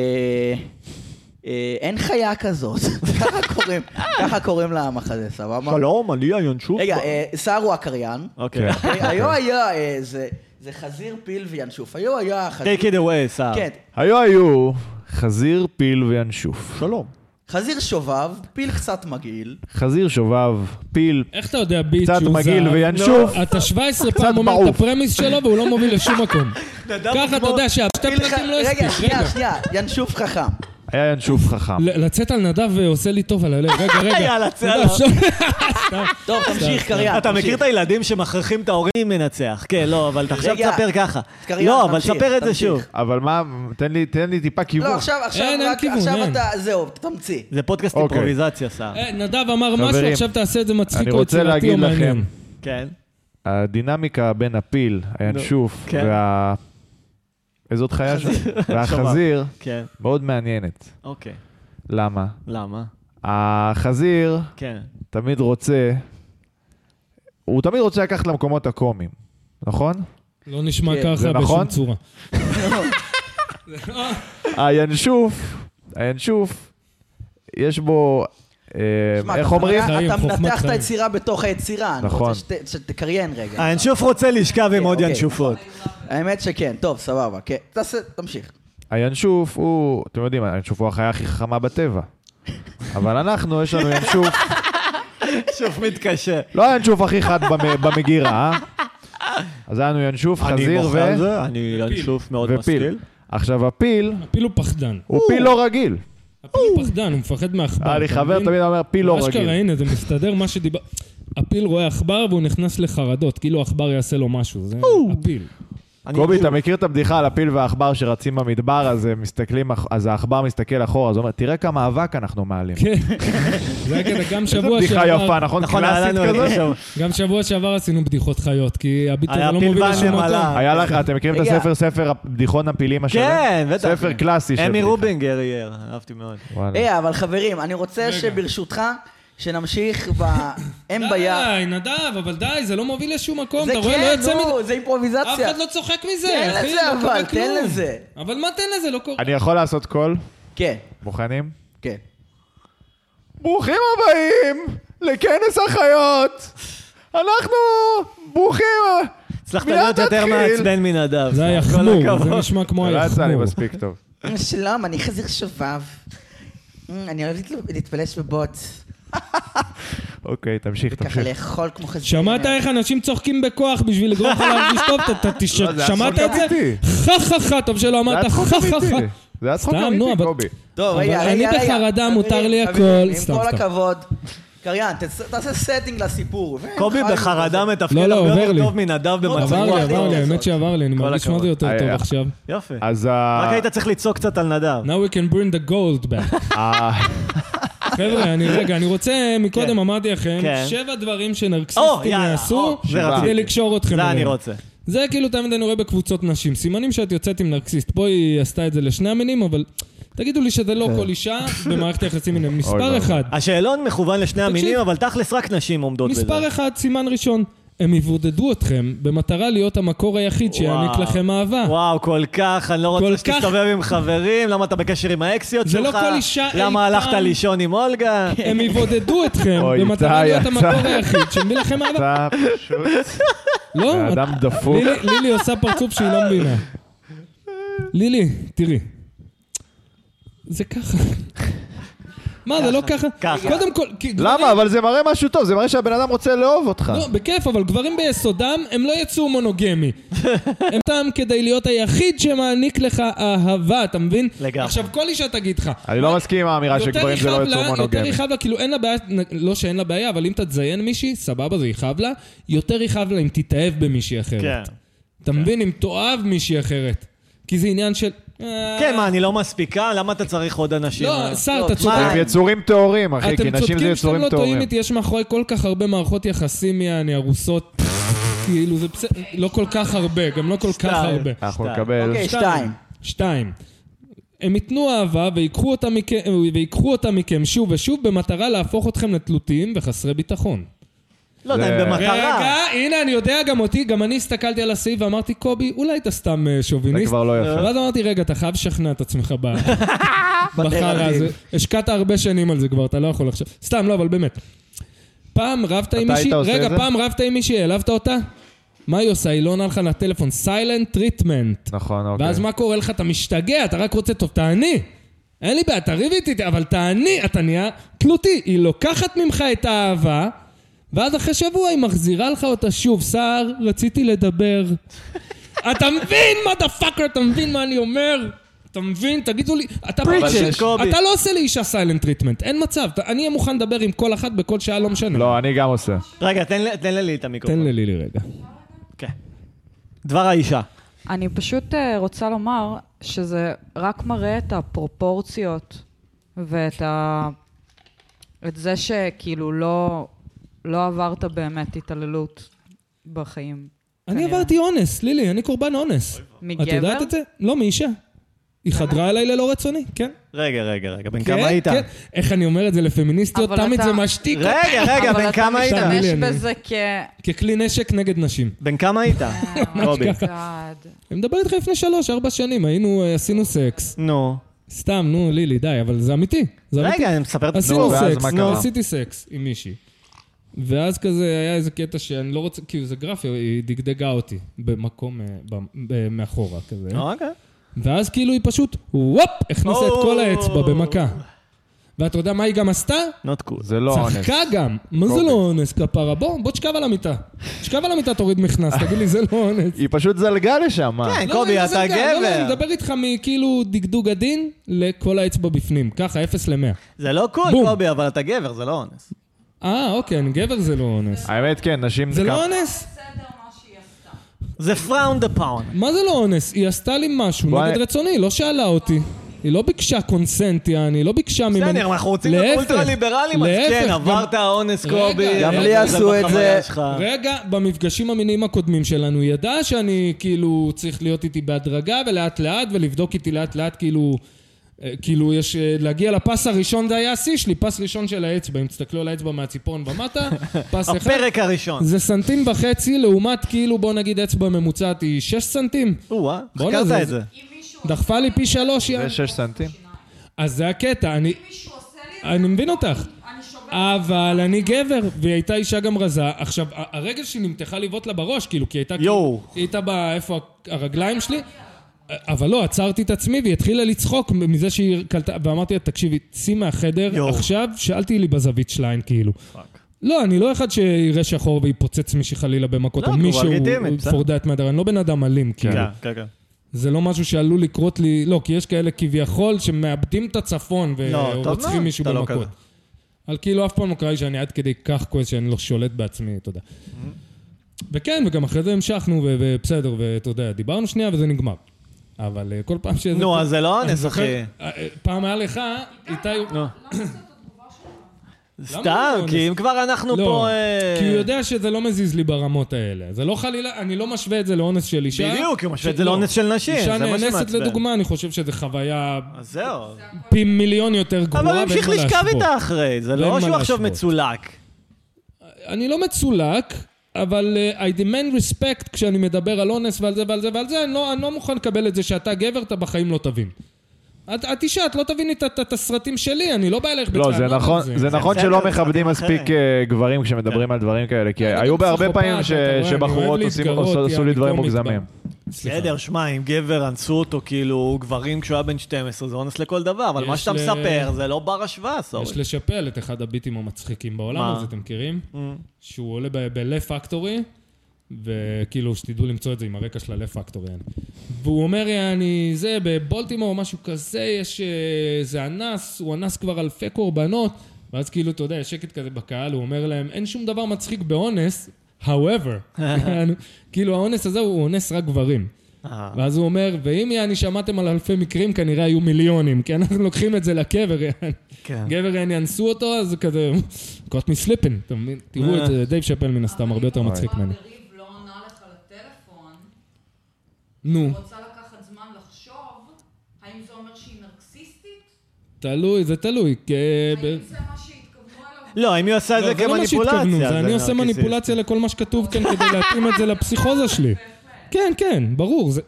A: אה, אין חיה כזאת. ככה קוראים, ככה קוראים למחזה, סבבה?
D: שלום, אני הינשוף.
A: רגע, אה, סער הוא הקריין.
D: אוקיי.
C: כן.
A: אוקיי, היו היה, אה, זה- זה חזיר פיל וינשוף. היו היה חזיר.
D: take it away, סער.
A: כן,
C: היו היו חזיר, פיל וינשוף. שלום.
A: חזיר שובב, פיל קצת מגעיל.
C: חזיר שובב, פיל,
B: איך אתה יודע ביט
C: קצת
B: שהוא
C: מגעיל
B: זהב?
C: וינשוף.
B: לא, אתה 17
C: קצת
B: פעם אומר את
C: בעוף.
B: הפרמיס שלו והוא לא מוביל לשום מקום.
A: לא,
B: ככה אתה יודע שהשתי
A: פיל ח-
B: פרקים לא
A: רגע,
B: הספיק.
A: שנייה,
B: רגע,
A: שנייה, ינשוף חכם.
C: היה ינשוף חכם.
B: ל- לצאת על נדב אה, עושה לי טוב על הלב. רגע, רגע.
D: יאללה, צא
B: לא,
D: עליו.
B: עכשיו-
A: טוב, תמשיך, קריין.
D: אתה מכיר
A: תמשיך.
D: את הילדים שמכריחים את ההורים מי מנצח. כן, לא, אבל אתה עכשיו
A: רגע.
D: תספר ככה.
A: קריין,
D: לא, אבל
A: תמשיך,
D: ספר את זה
A: תמשיך.
D: שוב.
C: אבל מה, תן לי- תן לי טיפה
A: לא,
C: כיוון.
A: עכשיו, עכשיו,
B: אין, אין
A: רק,
B: כיוון,
A: עכשיו
B: אין.
A: אתה, זהו, תמציא.
D: זה פודקאסט
C: אוקיי.
D: אימפרוביזציה, סער.
B: אה, נדב אמר משהו,
C: חברים,
B: עכשיו תעשה את זה מצחיק
C: אני
B: או
C: רוצה
B: יצירתי או
C: להגיד לכם,
B: מעניין.
D: כן.
C: הדינמיקה בין הפיל, הינשוף,
B: לא,
D: כן.
C: וה... איזו עוד חיה שם? והחזיר,
D: כן,
C: מאוד מעניינת.
D: אוקיי.
C: למה?
D: למה?
C: החזיר
D: כן.
C: תמיד רוצה, הוא תמיד רוצה לקחת למקומות הקומיים, נכון?
B: לא נשמע
A: כן.
B: ככה
C: זה
B: בשום
C: נכון?
B: צורה.
C: הינשוף, הינשוף, יש בו, אה,
A: שמע,
C: איך
A: אתה-
C: אומרים?
A: אתה-
B: חיים,
A: אתה
B: חוכמת
A: מנתח את
B: חיים. אה.
A: היצירה בתוך היצירה. אני
C: נכון.
A: רוצה שת- שתקריין רגע.
D: הינשוף אה, רוצה לשכב עם עוד
A: אוקיי.
D: ינשופות.
A: האמת שכן, טוב, סבבה. כן. תעשה, תמשיך.
C: הינשוף הוא, אתם יודעים, הינשוף הוא החיה הכי חכמה בטבע. אבל אנחנו, יש לנו ינשוף,
D: שוב מתקשה.
C: לא הינשוף הכי חד במ- במגירה, אה? אז היה לנו ינשוף, חזיר
D: אני
C: ו...
D: מוחה על זה, אני ינשוף מאוד
C: ופיל.
D: משכיל.
C: עכשיו, הפיל
B: הפיל הוא פחדן.
C: הוא פיל לא רגיל.
B: הפיל הוא פחדן, הוא מפחד מעכבר.
C: היה לי
B: אתה
C: חבר
B: מבין?
C: תמיד אומר, פיל לא
B: אשכרה,
C: רגיל.
B: הנה, זה מסתדר מה שדיבר... הפיל רואה עכבר והוא נכנס לחרדות, כאילו עכבר יעשה לו משהו. זה הפיל.
D: אני-
C: קובי, אתה מכיר את הבדיחה על הפיל והעכבר שרצים במדבר, אז הם מסתכלים, אח- אז העכבר מסתכל אחורה, אז הוא אומר, תראה כמה אבק אנחנו מעלים.
B: כן. זה היה כזה גם שבוע
C: בדיחה
B: שעבר,
C: יפה, נכון?
D: נכון, היה
C: קלאסית
D: לנו
C: כזאת?
D: עכשיו.
B: גם שבוע שעבר עשינו בדיחות חיות, כי הביטול
D: היה
B: לא
D: פיל
B: מוביל לשום
D: והנמלה.
B: מקום.
C: היה לך, אתם מכירים את
A: רגע.
C: הספר, ספר בדיחון הפילים השלם?
D: כן, בטח.
C: ספר קלאסי של
D: אמי אה,
C: בדיחה.
D: רובינגר אייר, אהבתי מאוד.
B: אה.
C: וואלה.
A: היי, אה, אבל חברים, אני רוצה שברשותך, שנמשיך ב... אם
B: אה,
A: בים.
B: די, נדב, אבל די, זה לא מוביל לשום מקום,
A: זה
B: אתה רואה? לא
A: כן,
B: יוצא
A: נו,
B: מזה.
A: זה
B: אף
A: אימפרוביזציה.
B: אחד לא צוחק
A: תן
B: מזה, אחי,
A: לזה
B: לא
A: אבל,
B: קורה
A: תן
B: כלום.
A: לזה.
B: אבל מה תן לזה, לא קורה.
C: אני יכול לעשות קול?
A: כן,
C: מוכנים?
A: כן.
C: ברוכים הבאים לכנס החיות! אנחנו ברוכים...
D: הצלחת
C: מיד
D: להיות יותר
C: נתחיל.
D: מעצבן מנדב.
B: זה היה
D: כל
B: חמור,
D: הכבוד.
B: זה נשמע כמו
C: לא
B: היה
C: יצא לי
B: חמור.
C: מספיק טוב.
A: שלום, אני חזיר שובב. אמ, אני אוהב להתל- להתפלש בבוט.
C: אוקיי, תמשיך,
A: ככה
C: תמשיך.
A: לאכול כמו חזיר.
B: שמעת איך אנשים צוחקים בכוח בשביל לגרום לך להרגיש טוב? אתה- אתה תש-
C: לא, זה היה
B: שמעת
C: צחוק
B: את זה?
C: אמיתי.
B: חה חה חה, טוב שלא
C: זה
B: אמרת
C: היה
B: חה
C: צחוק
B: חה חה.
C: אמיתי. זה היה צחוק
B: סתם, נו,
C: אמיתי,
B: אבל-
C: קובי.
A: טוב,
B: אבל
A: רגע, רגע,
B: אני
A: רגע.
B: בחרדה,
A: חברים,
B: מותר לי
A: חברים,
B: הכל.
A: עם
B: סתם,
A: כל
B: סתם.
A: הכבוד. קריין, תס- תעשה סטינג לסיפור. ו-
D: קובי
A: חיים,
D: בחרדה
A: זה-
D: מתפקד
B: לא, לא,
D: הרבה
B: עובר
D: יותר
B: לי. לא,
D: טוב מנדב
B: עבר
D: במצב
B: לי,
D: רוח.
B: עבר לי,
A: לעשות.
B: האמת שעבר לי, אני
D: כל
B: מרגיש מה זה
D: הכבוד.
B: יותר
C: היה-
B: טוב עכשיו.
D: יפה.
C: אז ה-
D: רק היית צריך לצעוק קצת על נדב.
B: Now we can bring the gold back.
C: ה-
B: חבר'ה, אני רגע, אני רוצה,
D: כן.
B: מקודם אמרתי לכם,
D: כן.
B: שבע דברים
D: או,
B: שנרקסיסטים
D: יאללה,
B: יעשו,
D: או, זה
B: כדי
D: רציתי.
B: לקשור אתכם
D: זה אני
B: אליהם.
D: רוצה.
B: זה כאילו תמיד אני רואה בקבוצות נשים, סימנים שאת יוצאת עם נרקסיסט. פה היא עשתה את זה לשני המינים, אבל תגידו לי שזה לא
D: כן.
B: כל אישה במערכת היחסים הנה. מספר
D: לא.
C: ואבוי.
B: אחד,
D: השאלון מכוון לשני המינים, אבל תכלס רק נשים עומדות בזה.
B: מספר אחד, סימן ראשון. הם יבודדו אתכם במטרה להיות המקור היחיד שיעניק
D: וואו.
B: לכם אהבה.
D: וואו, כל כך, אני לא
B: כל
D: רוצה
B: כך.
D: שתסתובב עם חברים, למה אתה בקשר עם האקסיות
B: זה
D: שלך?
B: לא כל אישה אי
D: למה
B: פעם. כן.
D: הלכת לישון עם אולגה?
B: הם יבודדו אתכם
C: אוי,
B: במטרה
C: איתי,
B: להיות
C: אתה-
B: המקור היחיד שמביא לכם אהבה.
C: אתה פשוט
B: לא,
D: אה,
C: אדם דפוק.
B: לילי- לילי עושה פרצוף שהיא לא מבינה. לילי, תראי. זה ככה. מה, זה לא ככה?
D: ככה.
B: קודם כל... כי
C: למה?
B: גברים-
C: אבל זה מראה משהו טוב, זה מראה שהבן אדם רוצה לאהוב אותך.
B: לא, בכיף, אבל גברים ביסודם הם לא יצאו מונוגמי. הם טעם כדי להיות היחיד שמעניק לך אהבה, אתה מבין?
D: לגמרי.
B: עכשיו, כל אישה תגיד לך,
C: אני לא מסכים עם האמירה
B: יותר
C: שגברים זה לא
B: יכאב לה-
C: יצור
B: יותר
C: מונוגמי.
B: יכאב לה, כאילו אין לה בעיה, לא שאין לה בעיה, אבל אם תתזיין מישהי, סבבה, זה יכאב לה. יותר יכאב לה אם תתאהב במישהי אחרת.
D: כן.
B: אתה מבין? אם תאהב מישהי אחרת. כי זה עניין של... אה,
D: כן, מה, אני לא מספיקה? למה אתה צריך עוד אנשים?
B: לא, שר, אתה
A: לא,
B: צודק.
A: מה?
C: הם יצורים טהורים, אחי, כי
B: אתם
C: נשים זה
B: צודקים שאתם
C: יצורים
B: לא טועים
C: טהורים.
B: איתי, יש מאחורי כל כך הרבה מערכות יחסים, יעני, הרוסות. כאילו, זה בסדר, לא כל כך הרבה, גם לא כל כך
D: שתיים.
B: הרבה.
C: אנחנו
D: שתיים.
C: נקבל...
A: אוקיי, שתיים.
B: שתיים. הם ייתנו אהבה ויקחו אותה, מכם, ויקחו אותה מכם שוב ושוב במטרה להפוך אתכם לתלותיים וחסרי ביטחון.
D: לא יודע,
C: זה-
D: הם
B: רגע,
D: במטרה.
B: הנה, אני יודע גם אותי, גם אני הסתכלתי על הסעיף ואמרתי, קובי, אולי אתה סתם אה,
C: זה
B: שוביניסט.
C: כבר לא יפה.
B: ואז אמרתי, רגע, אתה חייב לשכנע את עצמך ב- בחרא הזה. השקעת הרבה שנים על זה כבר, אתה לא יכול עכשיו. סתם, לא, אבל באמת. פעם רבת עם
C: אתה
B: מישהי,
C: היית עושה
B: רגע,
C: את זה?
B: פעם רבת עם מישהי, העלבת אותה? מה היא עושה? היא לא עונה לך לטלפון, סיילנט טריטמנט.
C: נכון, אוקיי.
B: ואז מה קורה לך? אתה משתגע, אתה רק רוצה, טוב, תעני. אין לי בעיה, תריב איתי, אבל תעני, אתה נהיה תלותי. היא לוקחת ממך את האהבה, ואז אחרי שבוע היא מחזירה לך אותה שוב. סער, רציתי לדבר. אתה מבין, מה פאקר, אתה מבין מה אני אומר? אתה מבין? תגידו לי, אתה
D: Preach it, קובי.
B: אתה לא עושה לאישה סיילנט טריטמנט, אין מצב. אתה- אני אהיה מוכן לדבר עם כל אחת בכל שעה, לא משנה.
C: לא, אני גם עושה.
D: רגע, תן לי- תן לי את המיקרופון.
B: תן ללילי רגע.
D: כן. דבר האישה.
E: אני פשוט אה, רוצה לומר שזה רק מראה את הפרופורציות ואת ה... את זה שכאילו לא, לא עברת באמת התעללות בחיים.
B: אני
E: כנראה.
B: עברתי אונס, לילי, אני קורבן אונס.
E: מגבר?
B: את יודעת את זה? לא, מאישה. היא חדרה אליי ללא רצוני, כן.
D: רגע, רגע, רגע, בן
B: כן,
D: כמה היית?
B: כן. איך אני אומר את זה לפמיניסטיות,
E: אבל
B: תמיד
E: אתה-
B: זה משתיק אותי.
D: רגע, רגע, בן כמה היית?
E: אבל אתה
B: תאמין לי, אני-
E: משתמש בזה כ...
B: ככלי נשק נגד נשים.
D: בן כמה היית? קובי.
E: God.
B: אני מדבר איתך לפני שלוש, ארבע שנים, היינו, אה, עשינו סקס.
D: נו.
B: סתם, נו, לילי, די, אבל זה אמיתי. זה אמיתי.
D: רגע, אני מספר את
B: עשינו
C: נו, ואז
B: לא סקס,
C: מה
B: נו,
C: קרה?
B: עשיתי סקס עם מישהי. ואז כזה היה איזה קטע שאני לא רוצה, כאילו זה גרפי, היא דגדגה אותי במקום, אה, ב- ב- מאחורה כזה.
C: אה,
D: אוקיי.
B: ואז כאילו היא פשוט, וופ, הכניסה את כל האצבע במכה. ואתה יודע מה היא גם עשתה?
D: Not cool.
C: זה לא אונס.
B: צחקה גם. מה זה לא אונס, כפרה? בוא, בוא תשכב על המיטה. תשכב על המיטה, תוריד מכנס, תגיד לי, זה לא אונס.
C: היא פשוט זלגה לשם, מה?
D: כן,
B: לא,
D: קובי,
B: לא,
D: אתה
B: זה גם, לא, לא, אני
D: גבר.
B: מדבר איתך מכאילו דגדוג עדין לכל האצבע בפנים. ככה, 0 ל-100.
D: זה לא קול,
B: בום.
D: קובי, אבל אתה גבר, זה לא אונס.
B: אה, אוקיי, אני גבר זה לא אונס.
C: האמת, כן, נשים...
B: זה
C: כמה-
B: לא אונס?
D: זה frowned upon.
B: מה זה לא אונס? היא עשתה לי משהו
C: בוא,
B: נגד
C: אני-
B: רצוני, היא לא שאלה אותי. היא לא ביקשה קונסנט, יעני, היא לא ביקשה ממני...
D: בסדר, אנחנו רוצים להיות
B: להפך.
D: אולטרה ליברלים, אז
B: להפך,
D: כן,
B: גם-
D: עברת אונס
B: רגע,
D: קובי.
B: גם
D: אתה
A: לי
D: מזלזל
A: עשו את
D: בחוויה
A: זה.
D: שלך.
B: רגע, במפגשים המיניים הקודמים שלנו, היא ידעה שאני כאילו צריך להיות איתי בהדרגה ולאט לאט ולבדוק איתי לאט לאט כאילו... אה, כאילו יש, אה, להגיע לפס הראשון זה היה השיא שלי, פס ראשון של האצבע, אם תסתכלו על האצבע מהציפורן ומטה, פס אחד.
D: הפרק הראשון.
B: זה סנטים וחצי לעומת כאילו בוא נגיד אצבע ממוצעת היא 6 סנטים.
D: או-אה,
B: בואנה,
D: חקרת
B: זה-
D: את זה.
B: דחפה לי פי שלוש, יא.
C: זה 6 סנטים?
B: אז זה הקטע, אני...
E: מישהו עושה לי את
B: אני מבין אותך.
E: אני שוברת.
B: אבל אני גבר, והיא הייתה אישה גם רזה. עכשיו, ה- הרגל שהיא נמתחה לבעוט לה בראש, כאילו, כי היא הייתה...
D: יואו.
B: כאילו- היא הייתה ב... איפה הרגליים שלי? אבל לא, עצרתי את עצמי והיא התחילה לצחוק מזה שהיא קלטה, ואמרתי לה, תקשיבי, צאי מהחדר
D: יואו.
B: עכשיו, שאל תהיי לי בזווית שליין, כאילו. לא, אני לא אחד שיראה שחור ויפוצץ מישהי חלילה במכות,
D: לא,
B: או
D: כבר
B: מישהו
D: לגיטימי, בסדר.
B: for that matter, אני לא בן אדם אלים, כאילו.
D: כן, כן, כן.
B: זה לא משהו שעלול לקרות לי, לא, כי יש כאלה כביכול שמאבדים את הצפון
D: לא, טוב מאוד,
B: ורוצחים מישהו
D: אתה לא
B: במכות.
D: כזה.
B: אבל כאילו אף פעם לא קרה לי שאני עד כדי כך כועס שאני לא שולט בעצמי, תודה.
D: Mm-hmm.
B: וכן, וגם אחרי זה המשכנו, ו- ובסדר, ואתה יודע, דיברנו שנייה וזה נגמר. אבל אה, כל פעם שזה...
D: נו, אז זה לא
B: אני
D: אונס,
B: זוכר-
D: אחי.
B: אה, אה, פעם היה לך, איתי...
D: נו.
B: למה
D: סתם,
B: זה לא
D: כי
B: אונס?
D: אם כבר אנחנו
B: לא,
D: פה... אה,
B: כי הוא יודע שזה לא מזיז לי ברמות האלה. זה לא חלילה, אני לא משווה את זה לאונס של אישה.
D: בדיוק, הוא משווה את
B: ש-
D: זה
B: לא.
D: לאונס של נשים,
B: אישה
D: זה מה
B: נאנסת
D: שמעצבן. אה,
B: לדוגמה, אני חושב שזו חוויה
D: אז זהו.
B: פי מיליון יותר גרועה.
D: אבל הוא
B: ואין
D: המשיך
B: מה
D: לשכב
B: להשוות.
D: איתה אחרי, זה
B: ואין
D: לא
B: מה
D: שהוא עכשיו
B: להשוות.
D: מצולק.
B: אני לא מצולק, אבל אה, I demand respect כשאני מדבר על אונס ועל זה ועל זה ועל זה, אני לא, אני לא מוכן לקבל את זה שאתה גבר, אתה בחיים לא תבין. את, את אישה, את לא תביני את- את את הסרטים שלי, אני לא בא אלייך
C: לא, זה
B: בטענות על
C: נכון, זה נכון
D: בסדר,
C: שלא
D: זה
C: מכבדים
D: אחרת.
C: מספיק אה, גברים
B: כן.
C: כשמדברים על דברים כאלה, כי
B: אני
C: היו
B: גם
C: בהרבה
B: פסיכופת,
C: פעמים ש-
B: אתה רואה, אני
C: שבחורות
B: אוהב
C: עושים-
B: להתגרות,
C: עשו-
B: יא,
C: עשו לי
B: אני
C: דברים
B: קומית
C: מוגזמים.
B: גם. סליחה.
D: בסדר, שמע, אם גבר אנסו אותו, כאילו, גברים כשהוא היה בן 12, זה אונס לכל דבר, אבל מה
B: יש
D: שאתה
B: ל-
D: מספר זה לא בר השוואה, סורי.
B: יש לשפל את אחד הביטים המצחיקים בעולם
D: מה? Mm.
B: הזה, אתם מכירים? שהוא עולה ב-Left פקטורי, וכאילו, שתדעו למצוא את זה עם הרקע של ה-Left פקטורי. והוא אומר, אני זה, בבולטימור, משהו כזה, יש איזה אנס, הוא אנס כבר אלפי קורבנות, ואז כאילו, אתה יודע, יש שקט כזה בקהל, הוא אומר להם, אין שום דבר מצחיק באונס, however. כאילו, האונס הזה הוא אונס רק גברים.
D: אה,
B: ואז הוא אומר, ואם יעני שמעתם על אלפי מקרים, כנראה היו מיליונים, כי אנחנו לוקחים את זה לקבר, יעני.
D: כן.
B: גבר יעני אנסו אותו, אז זה כזה, got me slipping, אתה מבין? תראו את זה, דייב שאפל מן הסתם הרבה יותר מצחיק ממני.
E: בריב לא עונה לך לטלפון,
B: נו,
E: רוצה לקחת זמן לחשוב, האם זה אומר שהיא נרקסיסטית?
B: תלוי, זה תלוי. כי-
E: האם זה מה שהתכוונו אליו?
D: לא, אם היא עושה את
B: לא,
D: זה אוקיי,
B: זה לא מה
D: כמניפולציה,
B: שהתכוונו, זה אני עושה
D: נרקיסיסט.
B: מניפולציה לכל מה שכתוב כאן כדי להתאים את זה לפסיכוזה שלי. כן, כן, ברור. זה-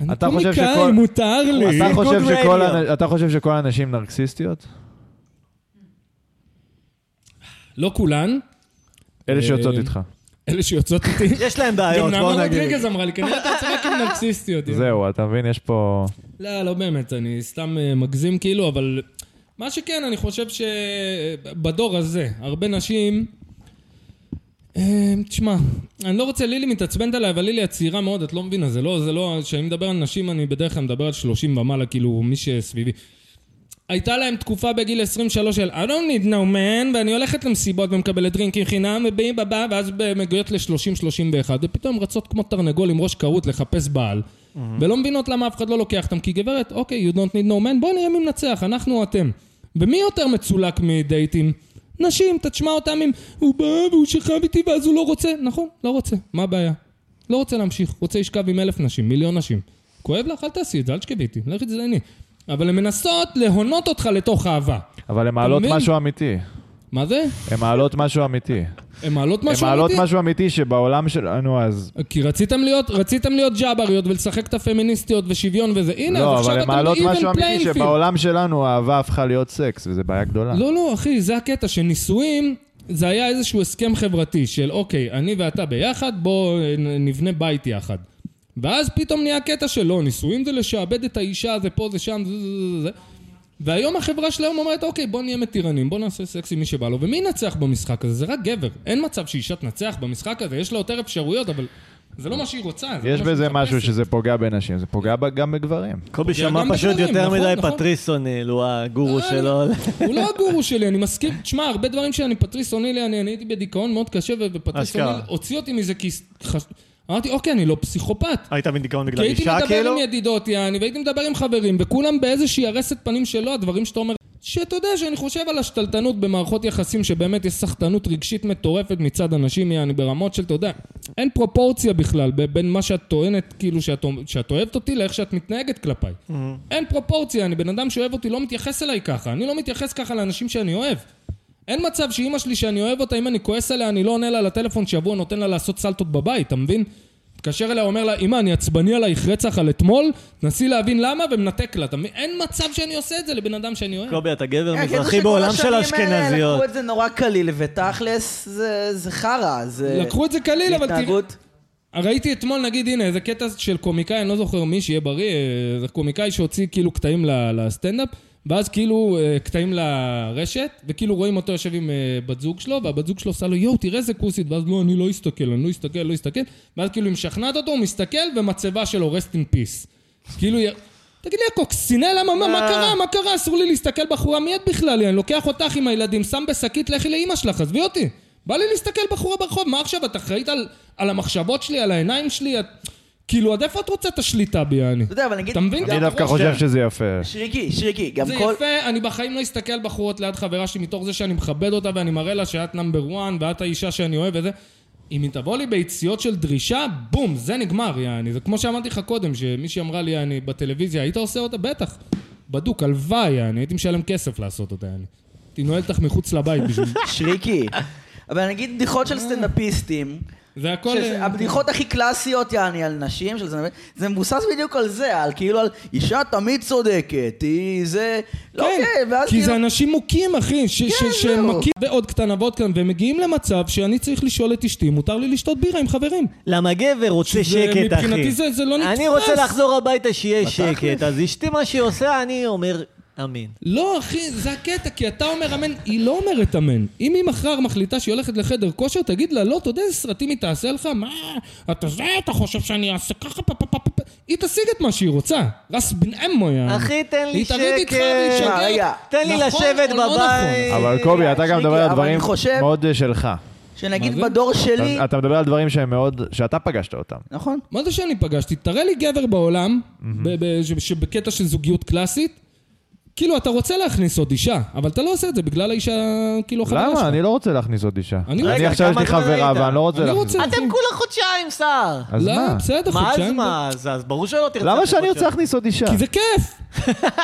B: אני
C: אתה חושב
B: קומיקאי,
C: שכל-
B: מותר לי.
C: אתה חושב
D: Good
C: שכל
D: radio.
C: הנ- אתה חושב שכל הנשים נרקסיסטיות?
B: לא כולן,
C: אלה שיוצאות
B: אה,
C: איתך.
B: אלה שיוצאות איתי.
D: יש להם
B: גם
D: בעיות, בואו
B: נעמה
D: נגיד.
B: רודריגז אמרה לי, כנראה אתה יוצא רק עם נרקסיסטיות. יא.
C: זהו, אתה מבין, יש פה...
B: לא, לא באמת, אני סתם אה, מגזים כאילו, אבל מה שכן, אני חושב שבדור הזה, הרבה נשים... אה, תשמע, אני לא רוצה, לילי מתעצבנת עליי, אבל לילי את צעירה מאוד, את לא מבינה, זה לא, זה לא, כשאני מדבר על נשים, אני בדרך כלל מדבר על 30 ומעלה, כאילו, מי שסביבי. הייתה להם תקופה בגיל 23 של I don't need no man, ואני הולכת למסיבות ומקבלת דרינקים חינם, ובאים בבא, ואז מגיעות ל-30-31, ופתאום רצות כמו תרנגול עם ראש כרות לחפש בעל, ולא מבינות למה אף אחד לא לוקח אותם, כי גברת, אוקיי, you don't need no man, בואו נראה מי מנצח, אנחנו או אתם. ומי יותר מצולק מדייטים? נשים, אתה תשמע אותם עם הוא בא והוא שכב איתי ואז הוא לא רוצה. נכון, לא רוצה, מה הבעיה? לא רוצה להמשיך, רוצה לשכב עם אלף נשים, מיליון נשים. כואב לך, אל תעשי את זה, אל תשכבי איתי, לכי תזדייני. אבל הן מנסות להונות אותך לתוך אהבה.
C: אבל הן מעלות
B: מבין?
C: משהו אמיתי.
B: מה זה?
C: הן מעלות משהו אמיתי.
B: הן מעלות
C: הן
B: משהו
C: מעלות
B: אמיתי?
C: משהו אמיתי שבעולם שלנו אז...
B: כי רציתם להיות, רציתם להיות ג'אבריות ולשחק את הפמיניסטיות ושוויון וזה. הנה,
C: לא,
B: אז עכשיו
C: אבל הן
B: אתם
C: מעלות
B: ב-even
C: משהו אמיתי
B: playing field.
C: שבעולם שלנו האהבה הפכה להיות סקס, וזו בעיה גדולה.
B: לא, לא, אחי, זה הקטע, שנישואים, זה היה איזשהו הסכם חברתי של אוקיי, אני ואתה ביחד, בוא אה, נ- נבנה בית יחד. ואז פתאום נהיה קטע של לא, נישואים זה לשעבד את האישה, זה פה, זה שם, זה זה זה זה. והיום החברה של היום אומרת, אוקיי, בוא נהיה מתירנים, בוא נעשה סקס עם מי שבא לו, ומי ינצח במשחק הזה? זה רק גבר. אין מצב שאישה תנצח במשחק הזה, יש לה יותר אפשרויות, אבל זה לא מה שהיא רוצה. זה לא
C: יש
B: מה שהיא
C: בזה משהו
B: מחפשת.
C: שזה פוגע בנשים, זה פוגע ב- גם בגברים.
D: קובי
B: פוגע
D: שמע
B: גם
D: פשוט
B: בגברים,
D: יותר
B: נכון,
D: מדי
B: נכון.
D: פטריסוניל, הוא הגורו
B: אה,
D: שלו.
B: הוא לא הגורו שלי, אני מסכים. תשמע, הרבה דברים שאני פטריס אונילי, אני אני הייתי בדיכאון מאוד קשה, ו- ופטריס
D: אשכרה.
B: אוניל הוציא אותי מזה כי... ס- חש- אמרתי, אוקיי, אני לא פסיכופת.
D: היית מדיכאון בגלל
B: כי הייתי
D: אישה,
B: מדבר
D: כאילו?
B: עם ידידות, יעני, והייתי מדבר עם חברים, וכולם באיזושהי ארסת פנים שלו, הדברים שאתה אומר... שאתה יודע שאני חושב על השתלטנות במערכות יחסים, שבאמת יש סחטנות רגשית מטורפת מצד אנשים, יעני, ברמות של, אתה יודע, אין פרופורציה בכלל ב- בין מה שאת טוענת, כאילו, שאת, שאת אוהבת אותי, לאיך שאת מתנהגת כלפיי.
D: Mm-hmm.
B: אין פרופורציה, אני בן אדם שאוהב אותי, לא מתייחס אליי ככה. אני לא מתייחס ככה לאנשים שאני אוהב. אין מצב שאימא שלי שאני אוהב אותה, אם אני כועס עליה, אני לא עונה לה לטלפון שבוע, נותן לה לעשות סלטות בבית, אתה מבין? מתקשר אליה, אומר לה, אמא, אני עצבני עלייך רצח על אתמול, נסי להבין למה, ומנתק לה, אתה מבין? אין מצב שאני עושה את זה לבן אדם שאני אוהב.
D: קובי, אתה גבר
A: כן, כאילו
D: מזרחי
A: שכל
D: בעולם של
A: השנים האלה
D: האשכנזיות.
A: לקחו את זה נורא קליל, ותכלס זה זה חרא, זה...
B: לקחו את זה קליל, אבל תראה...
A: אה, התנהגות.
B: ראיתי אתמול, נגיד, הנה, איזה קטע של קומיקאי, אני לא זוכר מי, שיהיה בריא, אה, זה קומיקאי שהוציא כאילו קטעים ל- לסטנדאפ, ואז כאילו אה, קטעים לרשת, וכאילו רואים אותו יושב עם אה, בת זוג שלו, והבת זוג שלו עושה לו, יואו, תראה איזה כוסית, ואז לא, אני לא אסתכל, אני לא אסתכל, לא אסתכל, ואז כאילו היא משכנעת אותו, הוא מסתכל, ומצבה שלו, rest in peace. כאילו, י- תגיד לי, הקוקסינל, למה, מה, מה קרה, מה קרה, אסור לי להסתכל בחורה מיד בכלל, אני לוקח אותך עם הילדים, שם בשקית, לכי לאימא שלך, עזבי אותי. בא לי להסתכל בחורה ברחוב, מה עכשיו, את אחראית על, על המחשבות שלי, על העיניים שלי, את... כאילו, עד איפה את רוצה את השליטה בי, אני?
A: אתה יודע, אבל נגיד...
B: אתה מבין?
C: אני דווקא חושב שזה יפה.
B: אה,
A: שריקי, שריקי, גם
B: זה
A: כל...
B: יפה, אני בחיים לא אסתכל בחורות ליד חברה שלי מתוך זה שאני מכבד אותה ואני מראה לה שאת נאמבר 1 ואת האישה שאני אוהב וזה. אם היא תבוא לי ביציאות של דרישה, בום, זה נגמר, יעני. זה כמו שאמרתי לך קודם, שמישהי אמרה לי, יעני, בטלוויזיה, היית עושה אותה? בטח. בדוק, הלוואי, יעני, הייתי משלם כסף לעשות אותה, יעני. הייתי נועל אותך מחוץ לבית בשביל...
A: שריקי. אבל נגיד בדיחות
B: אה.
A: של סטנדאפיסטים,
B: זה הכל...
A: שזה-
B: אה,
A: הבדיחות הכי קלאסיות, יעני, על נשים, של סטנדאפיסט, זה מבוסס בדיוק על זה, על כאילו, על אישה תמיד צודקת, היא זה... לא,
B: כן,
A: ואז
B: כי זה
A: כאילו-
B: אנשים מוכים, אחי, ש- ש-
A: כן,
B: שהם
A: זהו.
B: מכים ועוד קטנה ועוד קטנה, והם מגיעים למצב שאני צריך לשאול את אשתי, מותר לי לשתות בירה עם חברים.
D: למה גבר
B: שזה-
D: רוצה שקט, אחי.
B: מבחינתי זה- זה לא
D: אני
B: נתפס.
D: רוצה לחזור הביתה שיהיה שקט, אז אשתי מה שהיא עושה, אני אומר, אמין.
B: לא, אחי, זה הקטע, כי אתה אומר אמן, היא לא אומרת אמן. אם היא מחר מחליטה שהיא הולכת לחדר כושר, תגיד לה, לא, אתה יודע איזה סרטים היא תעשה לך? מה, אתה זה, אתה חושב שאני אעשה ככה, פה, פה, פה, פה, פה. היא תשיג את מה שהיא רוצה. רס בן אמו, יעני.
D: אחי, תן לי
B: היא תריב איתך והיא
D: שקט.
B: תשגע אותך.
A: רגע,
D: תן לי
B: נכון
D: לשבת
B: או לא נכון?
D: בבית.
C: אבל קובי, אתה גם
A: שריקי,
C: מדבר על
A: אבל
C: דברים
A: אני חושב-
C: מאוד אה, שלך.
A: שנגיד
B: מה זה?
A: בדור שלי...
C: אתה- אתה מדבר על דברים שהם מאוד... שאתה פגשת אותם.
A: נכון.
B: מה זה שאני פגשתי? תראה לי גבר בעולם, ב- ב- ש- שבקטע של זוגיות קלאסית, כאילו, אתה רוצה להכניס עוד אישה, אבל אתה לא עושה את זה בגלל האישה, כאילו, החברה שלך.
C: למה? אני לא רוצה להכניס עוד אישה.
B: אני רוצה-
C: אני עכשיו יש
D: כמה
C: לי
D: זמן
C: חברה,
D: היית?
C: ואני לא רוצה
B: אני
C: להכניס...
B: רוצה, אחי.
D: אתם כולה חודשיים, שר.
C: אז
B: לא,
C: מה?
B: בסדר,
D: מה אז
B: חודשיים.
D: מה? אז- אז ברור שלא תרצה...
C: אה, למה
D: אחרי
C: שאני
D: חודשיים.
C: רוצה להכניס עוד אישה?
B: כי זה כיף!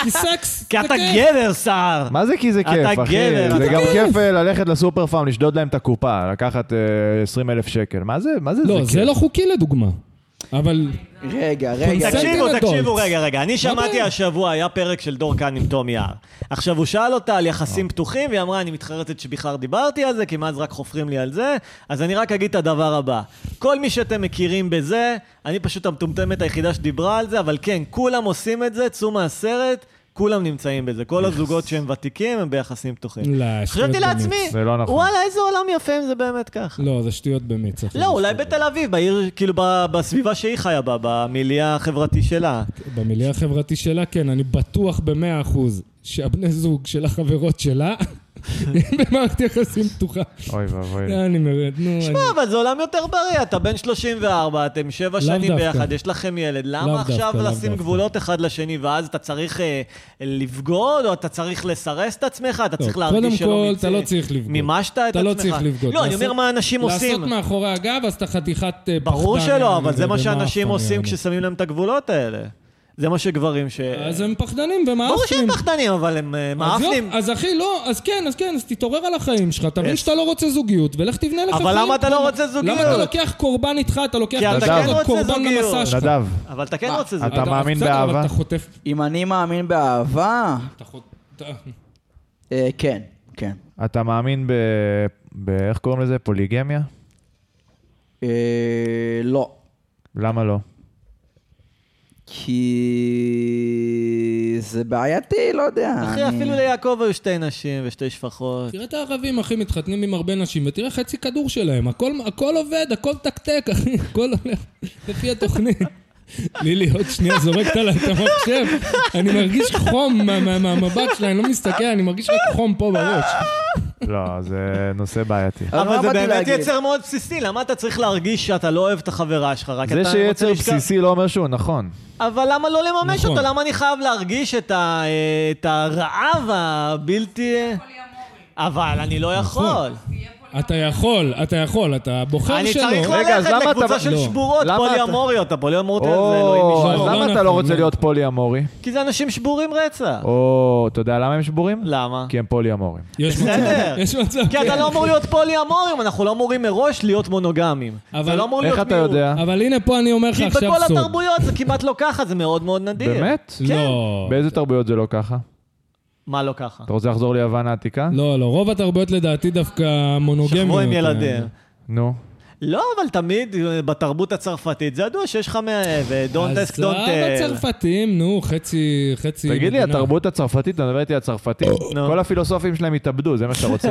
B: כי סקס זה
D: אה. כי
B: כיף!
D: אתה גבר, שר.
C: מה זה כי זה
D: אתה
C: כיף, אחי?
D: גבר,
C: זה
D: אתה
C: גם
B: כיף.
C: כיף אה, ללכת לסופר פארם, לשדוד להם את הקופה, לקחת 20 אלף שקל. מה זה, מה זה זה
B: לא, זה
C: כיף?
B: לא חוקי לדוגמה. אבל...
A: רגע, רגע.
B: קונספט.
D: תקשיבו,
B: Second
D: תקשיבו,
B: adults.
D: רגע, רגע. אני שמעתי
B: הבעיה?
D: השבוע, היה פרק של דור כאן עם תום יער. עכשיו, הוא שאל אותה על יחסים
C: אה.
D: פתוחים, והיא אמרה, אני מתחרטת שבכלל דיברתי על זה, כי מאז רק חופרים לי על זה, אז אני רק אגיד את הדבר הבא. כל מי שאתם מכירים בזה, אני פשוט המטומטמת היחידה שדיברה על זה, אבל כן, כולם עושים את זה, צאו מהסרט. כולם נמצאים בזה, כל הזוגות שהם ותיקים הם ביחסים פתוחים.
B: לא,
D: כן. חשבתי
B: שטויות באמת.
D: לעצמי,
C: זה לא נכון.
D: וואלה, איזה עולם יפה אם זה באמת ככה.
B: לא, זה שטויות במיץ. אחי.
D: לא, אולי בתל אביב, בעיר, כאילו, ב- בסביבה שהיא חיה בה, במיליה החברתי שלה.
B: במיליה החברתי שלה, כן, אני בטוח במאה אחוז שהבני זוג של החברות שלה הם במערכת יחסים פתוחה.
D: כן.
B: לא,
C: אוי ואבוי.
B: אני מרד, נו, אני...
D: תשמע, אה, אבל זה עולם יותר בריא, אתה בן 34, אתם שבע
B: לאו
D: שנים
B: דווקא.
D: ביחד, יש לכם ילד,
B: לאו
D: למה עכשיו
B: דווקא, לאו
D: לשים
B: דווקא.
D: גבולות אחד לשני, ואז אתה צריך אה, לבגוד, או אתה צריך לסרס את עצמך, אתה
B: טוב,
D: צריך להרגיש שלא
B: קודם כל,
D: מיצית.
B: אתה לא צריך לבגוד.
D: מימשת את עצמך.
B: אתה לא צריך לבגוד.
D: לא, אני
B: לעשות-
D: אומר מה אנשים עושים.
B: לעשות מאחורי הגב, אז אתה חתיכת אה, פחדן.
D: ברור שלא, אבל זה מה
B: ומאפן,
D: שאנשים
B: יעני.
D: עושים כששמים להם את הגבולות האלה. זה מה שגברים ש...
B: אז הם פחדנים ומאפנים.
D: ברור שהם פחדנים, אבל הם אה,
B: אז יופ,
D: מאפנים.
B: אז אחי, לא, אז כן, אז כן, אז תתעורר על החיים שלך, תבין
D: יש.
B: שאתה לא רוצה זוגיות, ולך תבנה לך
D: אבל
B: חיים.
D: למה אתה לא
B: כמו-
D: רוצה זוגיות?
B: למה אתה לוקח קורבן איתך, אתה לוקח
D: כי אתה
C: כן
B: עוד
D: רוצה
B: קורבן
D: זוגיות.
B: למסע שלך.
C: נדב,
D: אבל אתה כן
A: מה,
D: רוצה זה.
C: אתה מאמין
B: בסדר, אבל
C: באהבה?
B: אתה חוטף...
A: אם אני מאמין באהבה...
B: אתה חוט- אתה-
A: אה, כן, כן.
C: אתה מאמין ב... ב- איך קוראים לזה? פוליגמיה?
A: אה, לא.
C: למה לא?
A: כי זה בעייתי, לא יודע.
D: אחי,
A: אני-
D: אפילו ליעקב היו שתי נשים ושתי שפחות.
B: תראה את הערבים, אחי, מתחתנים עם הרבה נשים, ותראה חצי כדור שלהם, הכל הכל עובד, הכל תקתק, אחי, הכל הולך לפי התוכנית. לילי, עוד שנייה זורקת עליי את המחשב, אני מרגיש חום מה- מה- מהמבט שלה, אני לא מסתכל, אני מרגיש רק חום פה בראש.
C: לא, זה נושא בעייתי.
A: אבל מה
D: אבל זה
A: באתי
D: באמת
A: להגיד?
D: יצר מאוד בסיסי, למה אתה צריך להרגיש שאתה לא אוהב את החברה שלך? רק
C: זה
D: אתה
C: שיצר
D: רוצה לשכב?
C: בסיסי לא אומר שהוא נכון.
D: אבל למה לא לממש
B: נכון.
D: אותו? למה אני חייב להרגיש את ה- אה, את הרעב הבלתי... אבל אני לא
C: נכון.
D: יכול.
B: אתה יכול, אתה יכול, אתה בוחר
D: אני
B: שלא.
D: צריך
C: רגע, אז
D: ללכת
C: למה אתה-
D: לקבוצה של
B: לא.
D: שבורות
C: למה אתה-
D: פוליאמוריות. הפוליאמוריות האלה זה אלוהים
C: או,
D: ישמור.
C: אז
B: לא
C: למה אתה
B: נכון,
C: לא רוצה
B: לא.
C: להיות פוליאמורי?
D: כי זה אנשים שבורים רצח.
C: או, אתה יודע למה הם שבורים?
D: למה?
C: כי הם פוליאמורים.
B: יש מצב,
D: בסדר.
B: יש מצב. כן.
D: כי אתה לא אמור להיות פוליאמורים, אנחנו לא אמורים מראש להיות מונוגמים.
B: אבל-
D: זה לא אמור להיות
C: איך אתה יודע?
B: אבל הנה פה אני אומר לך
D: כי
B: עכשיו
D: בכל
B: סוד.
D: התרבויות זה כמעט לא ככה, זה מאוד מאוד נדיר.
C: באמת?
B: לא,
D: כן.
C: באיזה תרבויות זה לא ככה?
D: מה לא ככה?
C: אתה רוצה לחזור ליוון העתיקה?
B: לא, לא, רוב התרבויות לדעתי דווקא מונוגמיות.
D: שכבו עם
B: אה,
D: ילדיהם.
C: נו.
D: לא, אבל תמיד אה, בתרבות הצרפתית זה ידוע שיש לך אה, מאה ודונט
B: אז
D: אסק דונט...
B: הצרפתים, נו, חצי,
D: לא.
B: חצי...
C: תגיד לי,
B: מדינה.
C: התרבות הצרפתית, אתה מדבר איתי על צרפתים?
D: נו.
C: כל הפילוסופים שלהם התאבדו, זה מה שאתה רוצה?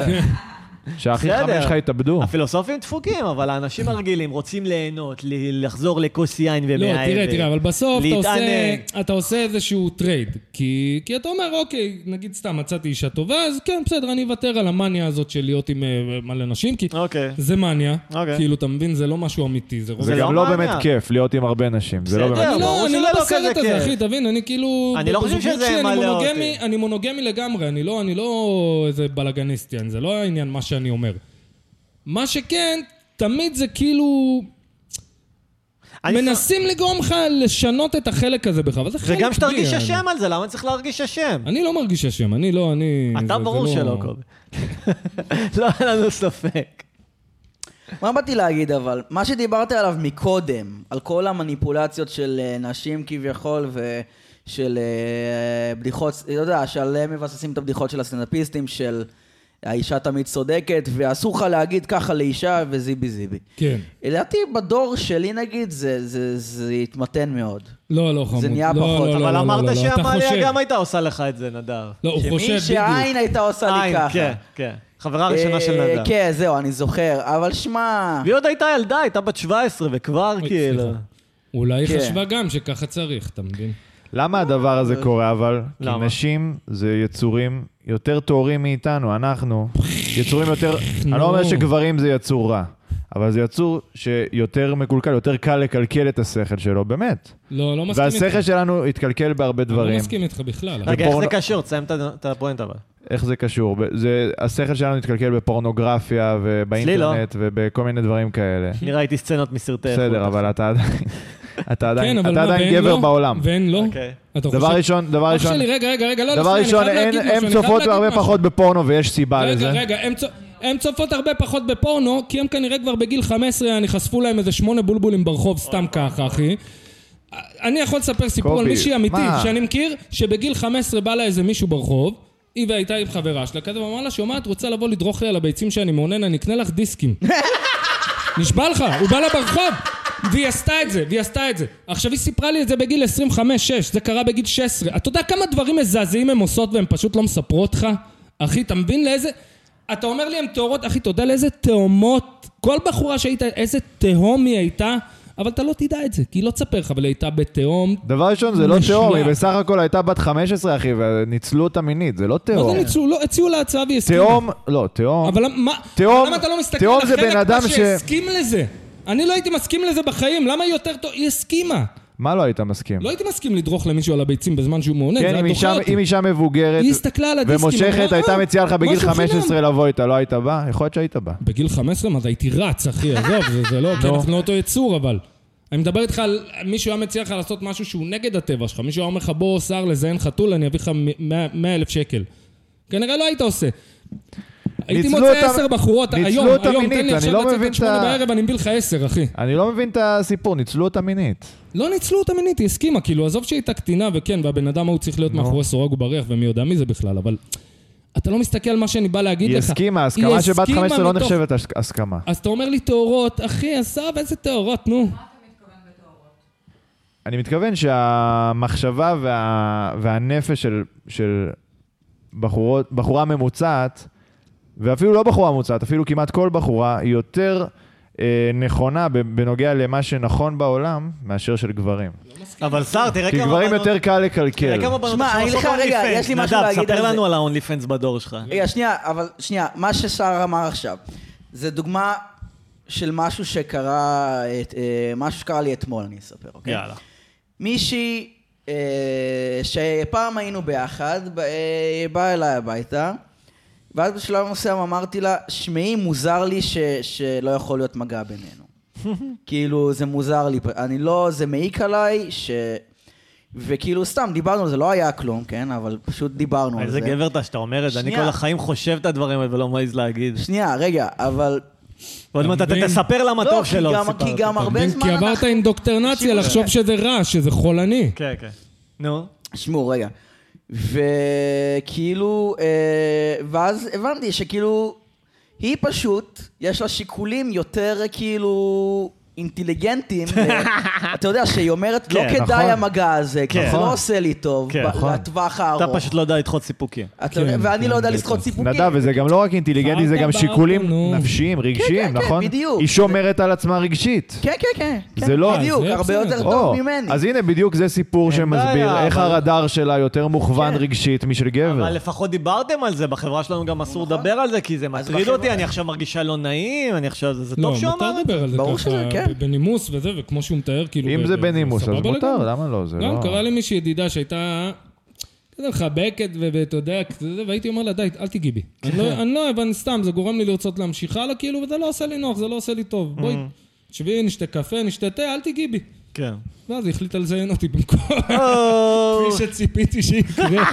C: שהאחים
D: בסדר.
C: חמש שלך התאבדו?
D: הפילוסופים דפוקים, אבל האנשים הרגילים רוצים ליהנות, ל- לחזור לכוס יין ומאה
B: לא, תראה,
D: אבן.
B: תראה, אבל בסוף אתה עושה,
D: להתענג.
B: אתה עושה איזשהו טרייד. כי, כי אתה אומר, אוקיי, נגיד סתם מצאתי אישה טובה, אז כן, בסדר, אני אוותר על המאניה הזאת של להיות עם אה, מלא נשים, כי
D: אוקיי.
B: זה מאניה.
D: אוקיי.
B: כאילו, אתה מבין, זה לא משהו אמיתי, זה רוב...
C: זה
D: זה
C: גם
D: לא
C: לא באמת
D: מעניין.
C: כיף להיות עם הרבה נשים. זה לא
D: בסדר.
C: באמת...
B: אני
D: ברור
B: לא, אני
D: שזה
B: לא
D: לא
B: בסרט
D: כזה
B: הזה,
D: כיף.
B: אחי, תבין, אני כאילו...
D: אני לא חושב
B: בזוגיות
D: שזה
B: שלי אני
D: מלא אותי.
B: מונוגמי- אני מונוגמי לגמרי, אני לא, אני לא איזה בלאגניסטיאן, זה לא העניין מה שאני אומר. מה שכן, תמיד זה כאילו...
D: אני-
B: מנסים לגרום לך לשנות את החלק הזה בך, אבל זה חלק
D: וגם שתרגיש
B: בלי,
D: אשם על זה, למה צריך להרגיש אשם?
B: אני לא מרגיש אשם, אני לא, אני... זה-
D: אתה
B: זה
D: ברור
B: לא-
D: שלא, קובי. לא היה לנו ספק.
A: מה באתי להגיד אבל? מה שדיברת עליו מקודם, על כל המניפולציות של אה, נשים כביכול ושל אה, בדיחות, אתה יודע, שעליהם מבססים את הבדיחות של הסטנדאפיסטים, של האישה תמיד צודקת, ואסור לך להגיד ככה לאישה וזיבי זיבי.
B: כן.
A: לדעתי בדור שלי נגיד זה, זה, זה התמתן מאוד.
B: לא, לא, חמוד.
A: נהיה
B: לא,
A: פחות.
B: לא, לא,
D: אבל
B: לא, לא,
D: אמרת
B: לא, אתה חושב.
D: שהמליה גם הייתה עושה לך את זה, נדב.
B: לא, הוא חושב
A: שמי
B: בדיוק.
A: שהעין הייתה עושה לי
D: עין,
A: ככה.
D: כן, כן. חברה ראשונה של
A: אה,
D: נדב.
A: כן, זהו, אני זוכר. אבל שמע...
D: והיא עוד הייתה ילדה, הייתה בת 17, וכבר
B: אוי,
D: כאילו...
B: סליחה. אולי היא
A: כן.
B: חשבה גם שככה צריך, אתה מבין?
C: למה הדבר
B: אה,
C: הזה קורה אבל? כי
D: למה?
C: נשים זה יצורים יותר טהורים מאיתנו, אנחנו. יצורים יותר... אני לא אומר
B: נו.
C: שגברים זה יצור רע, אבל זה יצור שיותר מקולקל, יותר קל לקלקל את השכל שלו, באמת.
B: לא, לא מסכים איתך.
C: והשכל שלנו התקלקל בהרבה
B: אני לא
C: דברים.
B: מסכים איתך בכלל. אחי.
D: רגע, איך זה
C: בפורנו-
D: קשור? תסיים את ה- את הפואנט אבל.
C: איך זה קשור? ב- זה, השכל שלנו התקלקל בפורנוגרפיה
B: לא.
C: ובאינטרנט ובכל מיני דברים כאלה.
D: אני ראיתי סצנות מסרטי איכות.
C: בסדר, אבל אתה עדיין, אתה עדיין,
B: כן, אבל
C: אתה
B: מה,
C: עדיין
B: ואין
C: גבר
B: לא?
C: בעולם.
B: ואין לא?
D: אוקיי.
B: אתה
C: דבר
B: חושב-
C: ראשון, דבר
B: אח
C: ראשון,
B: שלי, רגע, רגע, רגע, לא, לא,
C: דבר
B: שנייה,
C: ראשון,
B: אני חייב
C: אין-
B: להגיד משהו,
C: הן
B: אני חייב
C: צופות
B: להגיד
C: הרבה
B: משהו.
C: פחות בפורנו ויש סיבה
B: רגע,
C: לזה.
B: רגע, הן צופ- הן צופות הרבה פחות בפורנו, כי הם כנראה כבר בגיל 15, אני חשפו להם איזה שמונה בולבולים ברחוב, סתם ככה, אחי. אני יכול לספר סיפור
C: קובי,
B: על מישהי אמיתי,
C: מה?
B: שאני מכיר, שבגיל 15 בא לה איזה מישהו ברחוב, היא והייתה עם חברה שלה, כזה, ואמר לה, שומעת, רוצה לבוא לדרוך לי על הביצים שאני מעונן, אני אקנה לך דיסקים. נשבע לך, הוא בא לה ברחוב! והיא עשתה את זה, והיא עשתה את זה. עכשיו, היא סיפרה לי את זה בגיל 25-6, זה קרה בגיל 16. אתה יודע כמה דברים מזעזעים הן עושות והן פשוט לא מספרות לך? אחי, אתה מבין לאיזה... אתה אומר לי הן טהורות, אחי, אתה יודע לאיזה תהומות... כל בחורה שהיית, איזה תהום היא הייתה, אבל אתה לא תדע את זה, כי היא לא תספר לך, אבל היא הייתה בתהום.
C: דבר ראשון, זה לא
B: נשלח.
C: תהום, היא בסך הכל הייתה בת 15, אחי, וניצלו אותה מינית, זה לא
B: מה
C: תהום.
B: זה ניצלו? לא, הציעו לה הצעה והיא הסכימה.
C: תהום, לא, תהום.
B: אבל למה,
C: תהום-
B: למה אתה לא מסתכל
C: תהום
B: על
C: זה בן
B: החלק
C: אדם
B: מה
C: ש-
B: שהסכים לזה? אני לא הייתי מסכים לזה בחיים, למה היא יותר טוב? היא הסכימה.
C: מה לא היית מסכים?
B: לא הייתי מסכים לדרוך למישהו על הביצים בזמן שהוא מעונן, זה
C: כן, אם
B: היה
C: אישה-
B: דוחה אותי.
C: אם אישה מבוגרת
B: היא הסתכלה על הדיסקים,
C: ומושכת,
B: אמרה,
C: הייתה
B: "אה,
C: מציעה לך בגיל
B: משהו חינם."
C: 15 לבוא איתה, לא היית בא? יכול להיות שהיית בא.
B: בגיל 15, מה זה, הייתי רץ, אחי, עזוב, זה- זה לא, כי אנחנו לא אותו יצור, אבל. אני מדבר איתך על מישהו היה מציע לך לעשות משהו שהוא נגד הטבע שלך, מישהו היה אומר לך, בוא, שר, לזיין חתול, אני אביא לך 100 אלף שקל. כנראה לא היית עושה. הייתי
C: ניצלו
B: מוצא
C: אותם-
B: עשר בחורות,
C: ניצלו
B: היום,
C: אותם
B: היום,
C: מינית,
B: תן לי
C: אני
B: עכשיו
C: לא
B: לצאת
C: מבין
B: עד
C: את
B: שמונה
C: ה-
B: בערב, אני אביא לך עשר, אחי.
C: אני לא מבין את הסיפור, ניצלו אותה מינית.
B: לא ניצלו אותה מינית, היא הסכימה, כאילו, עזוב שהיא הייתה קטינה, וכן, והבן אדם ההוא צריך להיות מאחורי סורג ובריח, ומי יודע מי זה בכלל, אבל אתה לא מסתכל על מה שאני בא להגיד
C: היא
B: לך.
C: הסכימה,
B: היא
C: הסכמה שבת
B: הסכימה
C: 15 לא
B: מתוך-
C: נחשבת הס- הסכמה.
B: אז אתה אומר לי טהורות, אחי, עזוב, איזה טהורות, נו.
C: אני מתכוון שהמחשבה וה... והנפש של, של בחורות, בחורה ממוצעת, ואפילו לא בחורה ממוצעת, אפילו כמעט כל בחורה, היא יותר אה, נכונה ב- בנוגע למה שנכון בעולם מאשר של גברים.
D: אבל שר, תראה
C: כי
D: כמה...
C: גברים
D: בנות-
C: יותר קל לקלקל.
D: תראה כמה בנות
A: שמע,
D: עכשיו
A: אני
D: עושות
A: לך- רגע,
D: OnlyFans.
A: יש לי משהו להגיד
D: נדב,
A: על
D: ספר
A: זה.
D: לנו על ה-only fans בדור שלך.
A: רגע, שנייה, אבל שנייה, מה ששר אמר עכשיו, זה דוגמה של משהו שקרה, את- אה, משהו שקרה לי אתמול, אני אספר, אוקיי?
D: יאללה.
A: מישהי אה, שפעם היינו ביחד, ב- אה, באה אליי הביתה, ואז בשלב מסוים אמרתי לה, שמעי, מוזר לי ש, שלא יכול להיות מגע בינינו. כאילו, זה מוזר לי, אני לא, זה מעיק עליי, ש... וכאילו, סתם, דיברנו על זה, לא היה כלום, כן? אבל פשוט דיברנו על זה.
D: איזה גבר אתה שאתה אומר את זה, אני
A: שנייה.
D: כל החיים חושב את הדברים האלה ולא מעז להגיד.
A: שנייה, רגע, אבל...
D: ועוד מעט אתה
B: אתה מבין?
D: תספר למה
A: לא,
D: טוב
A: כי
D: שלא
A: גם-
D: סיפרת.
A: כי גם הרבה
B: אתה מבין?
A: זמן
B: כי עברת
A: אנחנו-
B: אינדוקטרנציה
A: תקשיבו, כן.
B: לחשוב שזה רע, שזה חולני.
D: כן, כן. נו.
A: שמעו, רגע. וכאילו, אה, ואז הבנתי שכאילו, היא פשוט, יש לה שיקולים יותר כאילו אינטליגנטים. אה, אתה יודע, שהיא אומרת, לא
D: כן,
A: כדאי
C: נכון.
A: המגע הזה, כי
D: כן.
A: זה
D: נכון.
A: לא עושה לי טוב
D: כן,
A: ב-
D: נכון.
A: לטווח
D: אתה
A: הארוך.
D: פשוט לא יודע לדחות סיפוקים.
A: אתה יודע,
B: כן,
A: ואני
B: כן,
A: לא יודע
B: בטח.
A: לסחוט סיפוקים.
C: נדב, וזה גם לא רק אינטליגנטי, זה
B: ברטה,
C: גם
B: ברטה,
C: שיקולים
B: נו.
C: נפשיים,
A: כן,
C: רגשיים, נכון?
A: בדיוק.
C: היא שומרת על עצמה רגשית.
A: כן, כן, כן.
C: זה
A: כן,
C: לא-
A: בדיוק,
B: זה
A: הרבה
B: בסדר.
A: יותר
C: או,
A: טוב ממני.
C: אז הנה בדיוק זה סיפור
D: אין
C: שמסביר
D: בעיה,
C: איך
D: אבל-
C: הרדאר שלה יותר מוכוון
A: כן.
C: רגשית משל גבר.
D: אבל לפחות דיברתם על זה, בחברה שלנו גם אסור לדבר על זה, כי זה מטריד
A: נכון. בחברה-
D: אותי, אני עכשיו מרגישה לא נעים, אני עכשיו... זה- זה
B: לא,
D: טוב שהוא
B: מותר
D: אמר את זה.
B: לדבר על זה
A: ברור
B: ככה,
A: שזה, כן.
B: ב- בנימוס וזה, וכמו שהוא מתאר, כאילו...
C: אם
B: ב-
C: זה
B: ב-
C: בנימוס, אז
B: סבבה
C: מותר,
B: לגמרי.
C: למה לא? זה
B: גם
C: לא...
B: קרה לי מישהי ידידה שהייתה כזה מחבקת ו- ואתה יודע, כזה זה, והייתי אומר לה, די, אל תיגעי בי. אני
C: כן.
B: לא- אני לא, אבל סתם, זה גורם לי לרצות להמשיך הלאה, כאילו, וזה לא עושה לי נוח, זה לא עושה לי טוב. בואי,
C: Mm.
B: תשבי, נשתה קפה, נשתה תה, אל תיגעי בי.
D: כן.
B: ואז היא החליטה לזיין אותי במקום,
C: לא.
D: או,
B: כפי שציפיתי שיקרה.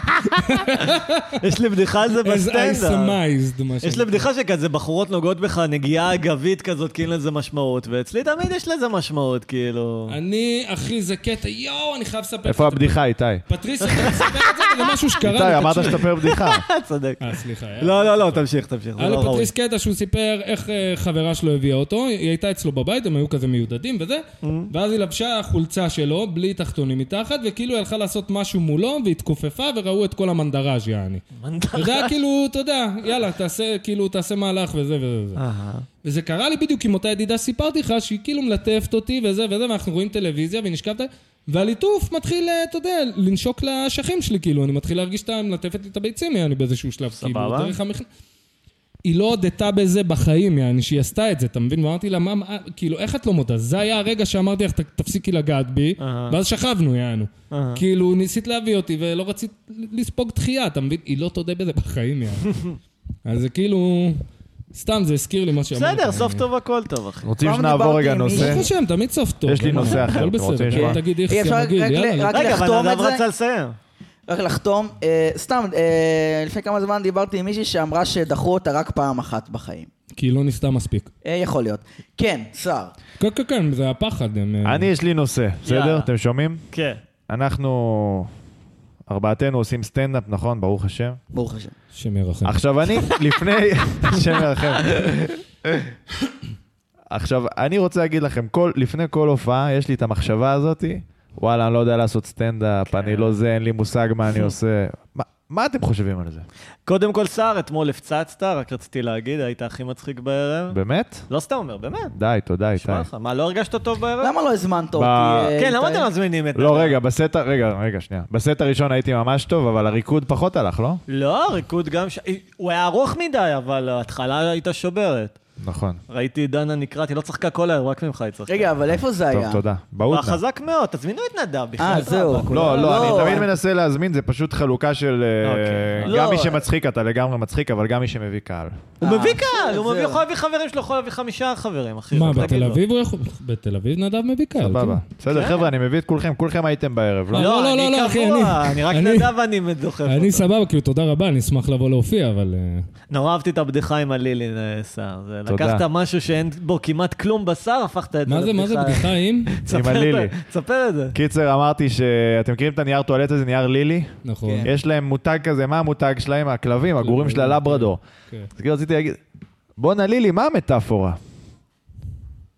D: יש לי בדיחה על זה
B: As I
D: בסטנדאפ.
B: surmised, מה
D: יש לי בדיחה שכזה, בחורות נוגעות בך נגיעה אגבית כזאת, כי אין לזה משמעות, ואצלי תמיד יש לזה משמעות, כאילו...
B: אה, אני, אחי, זה קטע, יואו, אני חייב לספר.
C: איפה הבדיחה, איתי?
B: פטריסיה, אתה מספר את זה, זה משהו שקרה לי,
C: איתי, אמרת
B: תקשיב.
C: שתספר בדיחה.
D: צודק.
B: אה, סליחה. היה-
D: לא, לא, לא, תמשיך, תמשיך. זה
B: היה
D: לא ראוי.
B: לפטריס קטע שהוא סיפר איך אה, חברה שלו הביאה אותו, היא הייתה אצלו בבית, הם היו כזה מיודדים וזה,
D: Mm-hmm.
B: ואז היא לבשה חולצה שלו, בלי תחתונים מתחת, וכאילו היא הלכה לעשות משהו מולו, והיא התכופפה, וראו את כל המנדראז' יעני. אתה יודע, כאילו, אתה יודע, יאללה, תעשה, כאילו, תעשה מהלך וזה וזה וזה.
D: אהה.
B: וזה קרה לי בדיוק עם אותה ידידה שסיפרתי לך, שהיא כאילו מלטפת אותי וזה וזה, ואנחנו רואים טלוויזיה והיא נשכבת, והליטוף מתחיל, אה, אתה יודע, לנשוק לאשכים שלי, כאילו, אני מתחיל להרגיש שאתה מלטפת לי את הביצים, יעני, באיזשהו שלב, כאילו,
D: סבבה.
B: דרך המכ... היא לא הודתה בזה בחיים, יעני, שהיא עשתה את זה, אתה מבין? ואמרתי לה, מה, מה- כאילו, איך את לא מודה? זה היה הרגע שאמרתי לך, "ת- תפסיקי לגעת בי,
D: אהה.
B: ואז שכבנו, יענו.
D: אהה.
B: כאילו, ניסית להביא אותי ולא רצית לספוג דחייה, אתה מבין? היא לא תודה בזה בחיים, יעני. אז זה כאילו... סתם, זה הזכיר לי מה שאמרת.
D: בסדר,
B: אני-
D: סוף טוב הכל טוב, אחי.
C: רוצים
A: פעם
C: שנעבור
A: דיברתי
C: רגע
A: עם
C: נושא?
B: ברוך השם, תמיד סוף טוב.
C: יש לי
B: אין מה,
C: נושא אחר,
B: הכל
C: אתם רוצים
B: בסדר, כן,
C: לשמוע?
B: תגיד
A: אי
B: איכס,
A: אפשר
B: יאללה, גיל,
A: רק-
B: יאללה.
A: רק-
D: רגע, אבל
A: לחתום את
D: נדב
A: זה?
D: רצה לסיים.
A: רק לחתום, אה, סתם, אה, לפני כמה זמן דיברתי עם מישהי שאמרה שדחו אותה רק פעם אחת בחיים.
B: כי היא לא ניסתה מספיק.
A: אה, יכול להיות. כן, שר.
B: כן, כן, כן, זה הפחד. הם, אה,
C: אני, יש לי נושא, בסדר?
D: יאללה.
C: אתם שומעים?
D: כן.
C: אנחנו... ארבעתנו עושים סטנדאפ, נכון? ברוך השם.
A: ברוך השם.
B: השם ירחם.
C: עכשיו אני, לפני... השם ירחם. עכשיו, אני רוצה להגיד לכם, כל, לפני כל הופעה, יש לי את המחשבה הזאתי, וואלה, אני לא יודע לעשות סטנדאפ, אני לא זה, אין לי מושג מה אני עושה. מה- מה אתם חושבים על זה?
D: קודם כל, סער, אתמול הפצצת, רק רציתי להגיד, היית הכי מצחיק בערב.
C: באמת?
D: לא סתם אומר, באמת.
C: די, תודה, איתי.
D: נשמע לך. מה, לא הרגשת טוב בערב?
A: למה לא הזמנת אותי?
C: ב-
A: אה,
D: כן, למה
A: איתי?
D: אתם מזמינים את...
C: לא, רגע, בסט... ה- רגע, רגע, שנייה. בסט הראשון הייתי ממש טוב, אבל הריקוד פחות הלך, לא?
D: לא, ריקוד גם ש... הוא היה ארוך מדי, אבל ההתחלה הייתה שוברת.
C: נכון.
D: ראיתי דנה נקראת, היא לא צחקה כל הערב, רק ממך היא צחקה.
A: רגע, אבל איפה זה
C: טוב,
A: היה?
C: תודה.
D: הוא היה
C: בהודנה.
D: חזק מאוד, תזמינו את נדב בכלל.
A: אה, זהו.
C: לא, לא,
A: לא.
C: אני תמיד מנסה להזמין, זה פשוט חלוקה של... אה,
D: אוקיי.
C: גם
A: לא.
C: מי שמצחיק, אתה לגמרי מצחיק, אבל גם מי שמביא קהל.
D: הוא
A: אה,
D: מביא קהל, הוא
A: בסדר.
D: מביא, יכול להביא חברים שלו, יכול להביא חמישה חברים, אחי.
B: מה,
D: רק תגיד
B: בתל
D: לו.
B: אביב הוא יכול... בתל אביב נדב מביא קהל.
C: סבבה.
B: כן.
C: בסדר, חבר'ה, אני מביא את כולכם, כולכם הייתם בערב,
A: כן.
C: לא?
B: לא,
D: לא, לא, לא, אחי, אני... קבוע, אני רק
B: אני-
D: נדב אני מדוחף
B: אני
D: אותו.
B: סבבה, כאילו, תודה רבה, אני אשמח לבוא להופיע, אבל... אה,
D: נורא אהבתי את הבדיחה עם הלילי אה, סער. זה
C: תודה.
D: לקחת משהו שאין בו כמעט כלום בשר, הפכת את זה
B: מה זה, מה זה בדיחה עם?
D: תספר
C: עם
D: את-
C: הלילי.
D: תספר את זה.
C: קיצר, אמרתי שאתם מכירים את הנייר טואלט הזה, נייר לילי?
B: נכון.
A: כן.
C: יש להם מותג כזה, מה המותג שלהם? הכלבים, הגורים של הלברדור.
B: כן.
C: אז כאילו רציתי להגיד, בואנה לילי, מה המטאפורה?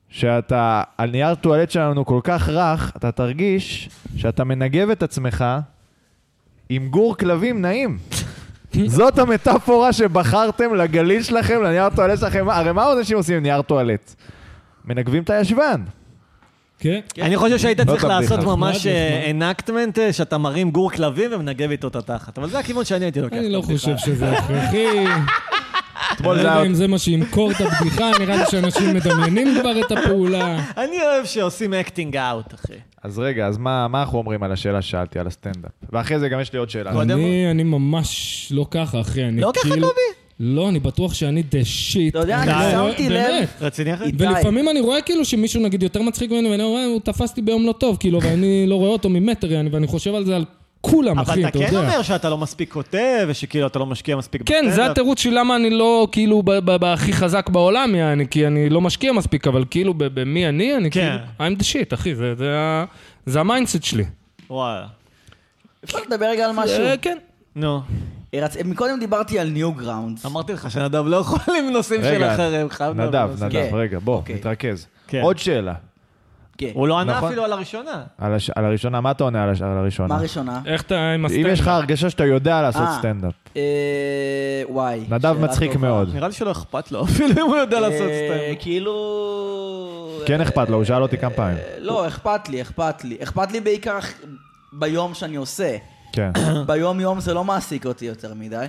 C: שאתה, על נייר טואלט שלנו כל כך רך, אתה תרגיש שאתה מנגב את עצמך עם גור כלבים נעים. זאת המטאפורה שבחרתם לגליל שלכם, לנייר טואלט שלכם. הרי מה עוד אנשים עושים עם נייר טואלט? מנגבים את הישבן.
B: כן?
D: אני חושב שהיית
C: לא
D: צריך
C: את הבדיחה.
D: לעשות ממש
B: נחמד,
D: אנקטמנט, שאתה מרים גור כלבים ומנגב איתו את התחת. אבל זה הכיוון שאני הייתי לוקח.
B: אני
D: את
B: לא
D: הבדיחה.
B: חושב שזה הכרחי. אני לא
C: אתמול זה
B: יודע
C: היה...
B: אם זה מה שימכור את הבדיחה, נראה לי שאנשים מדמיינים כבר את הפעולה.
D: אני אוהב שעושים אקטינג אאוט, אחי.
C: אז רגע, אז מה מה אנחנו אומרים על השאלה ששאלתי, על הסטנדאפ? ואחרי זה גם יש לי עוד שאלה.
D: קודם-
B: אני אני ממש לא ככה, אחי. אני
D: לא ככה,
B: כאילו-
D: קובי?
B: לא, אני בטוח שאני דה שיט.
A: אתה יודע, אני שמתי לב.
D: רציני אחי?
A: איתי.
B: לא- ולפעמים אני רואה כאילו שמישהו נגיד יותר מצחיק ממני, ואני אומר, הוא תפסתי ביום לא טוב, כאילו, ואני לא רואה אותו ממטר, יעני, ואני חושב על זה על כולם,
D: אבל
B: אחי,
D: אתה
B: אתה
D: כן
B: יודע.
D: אומר שאתה לא מספיק כותב, ושכאילו אתה לא משקיע מספיק
B: כן, זה התירוץ שלי למה אני לא כאילו ב- ב- הכי חזק בעולם, יעני, כי אני לא משקיע מספיק, אבל כאילו ב- במי אני, אני
D: כן.
B: כאילו, I'm the shit, אחי, זה- זה ה- זה המיינדסט שלי.
D: וואלה.
A: אפשר לדבר רגע על משהו.
B: אה, כן.
D: נו,
C: כן.
A: רצ- אה, מקודם דיברתי על ניו גראונדס.
D: אמרתי לך שנדב לא יכול עם נושאים של
C: רגע,
D: אחרים. חייב לדבר על
C: נדב,
D: נושאים.
C: נדב,
A: כן.
C: רגע, בוא,
A: אוקיי.
C: נתרכז.
D: כן.
C: עוד שאלה.
A: כן.
D: הוא לא ענה
C: נכון.
D: אפילו על הראשונה.
C: על הש- על הראשונה, מה אתה עונה על הש- על
A: מה
C: הראשונה?
A: הראשונה?
B: איך אתה עם
C: אם יש לך
B: הסטנדאפ?
C: הרגשה שאתה יודע לעשות
A: אה.
C: סטנדאפ.
A: אה, וואי.
C: נדב
A: שאלה
C: מצחיק
A: טובה.
C: מאוד.
D: נראה לי שלא אכפת לו אפילו אם הוא יודע
A: אה,
D: לעשות סטנדאפ.
A: כאילו...
C: כן אכפת לו, הוא שאל אותי כמה פעמים.
A: אה, לא, אכפת לי, אכפת לי. אכפת לי בעיקר אח- ביום שאני עושה.
C: כן.
A: ביום יום זה לא מעסיק אותי יותר מדי.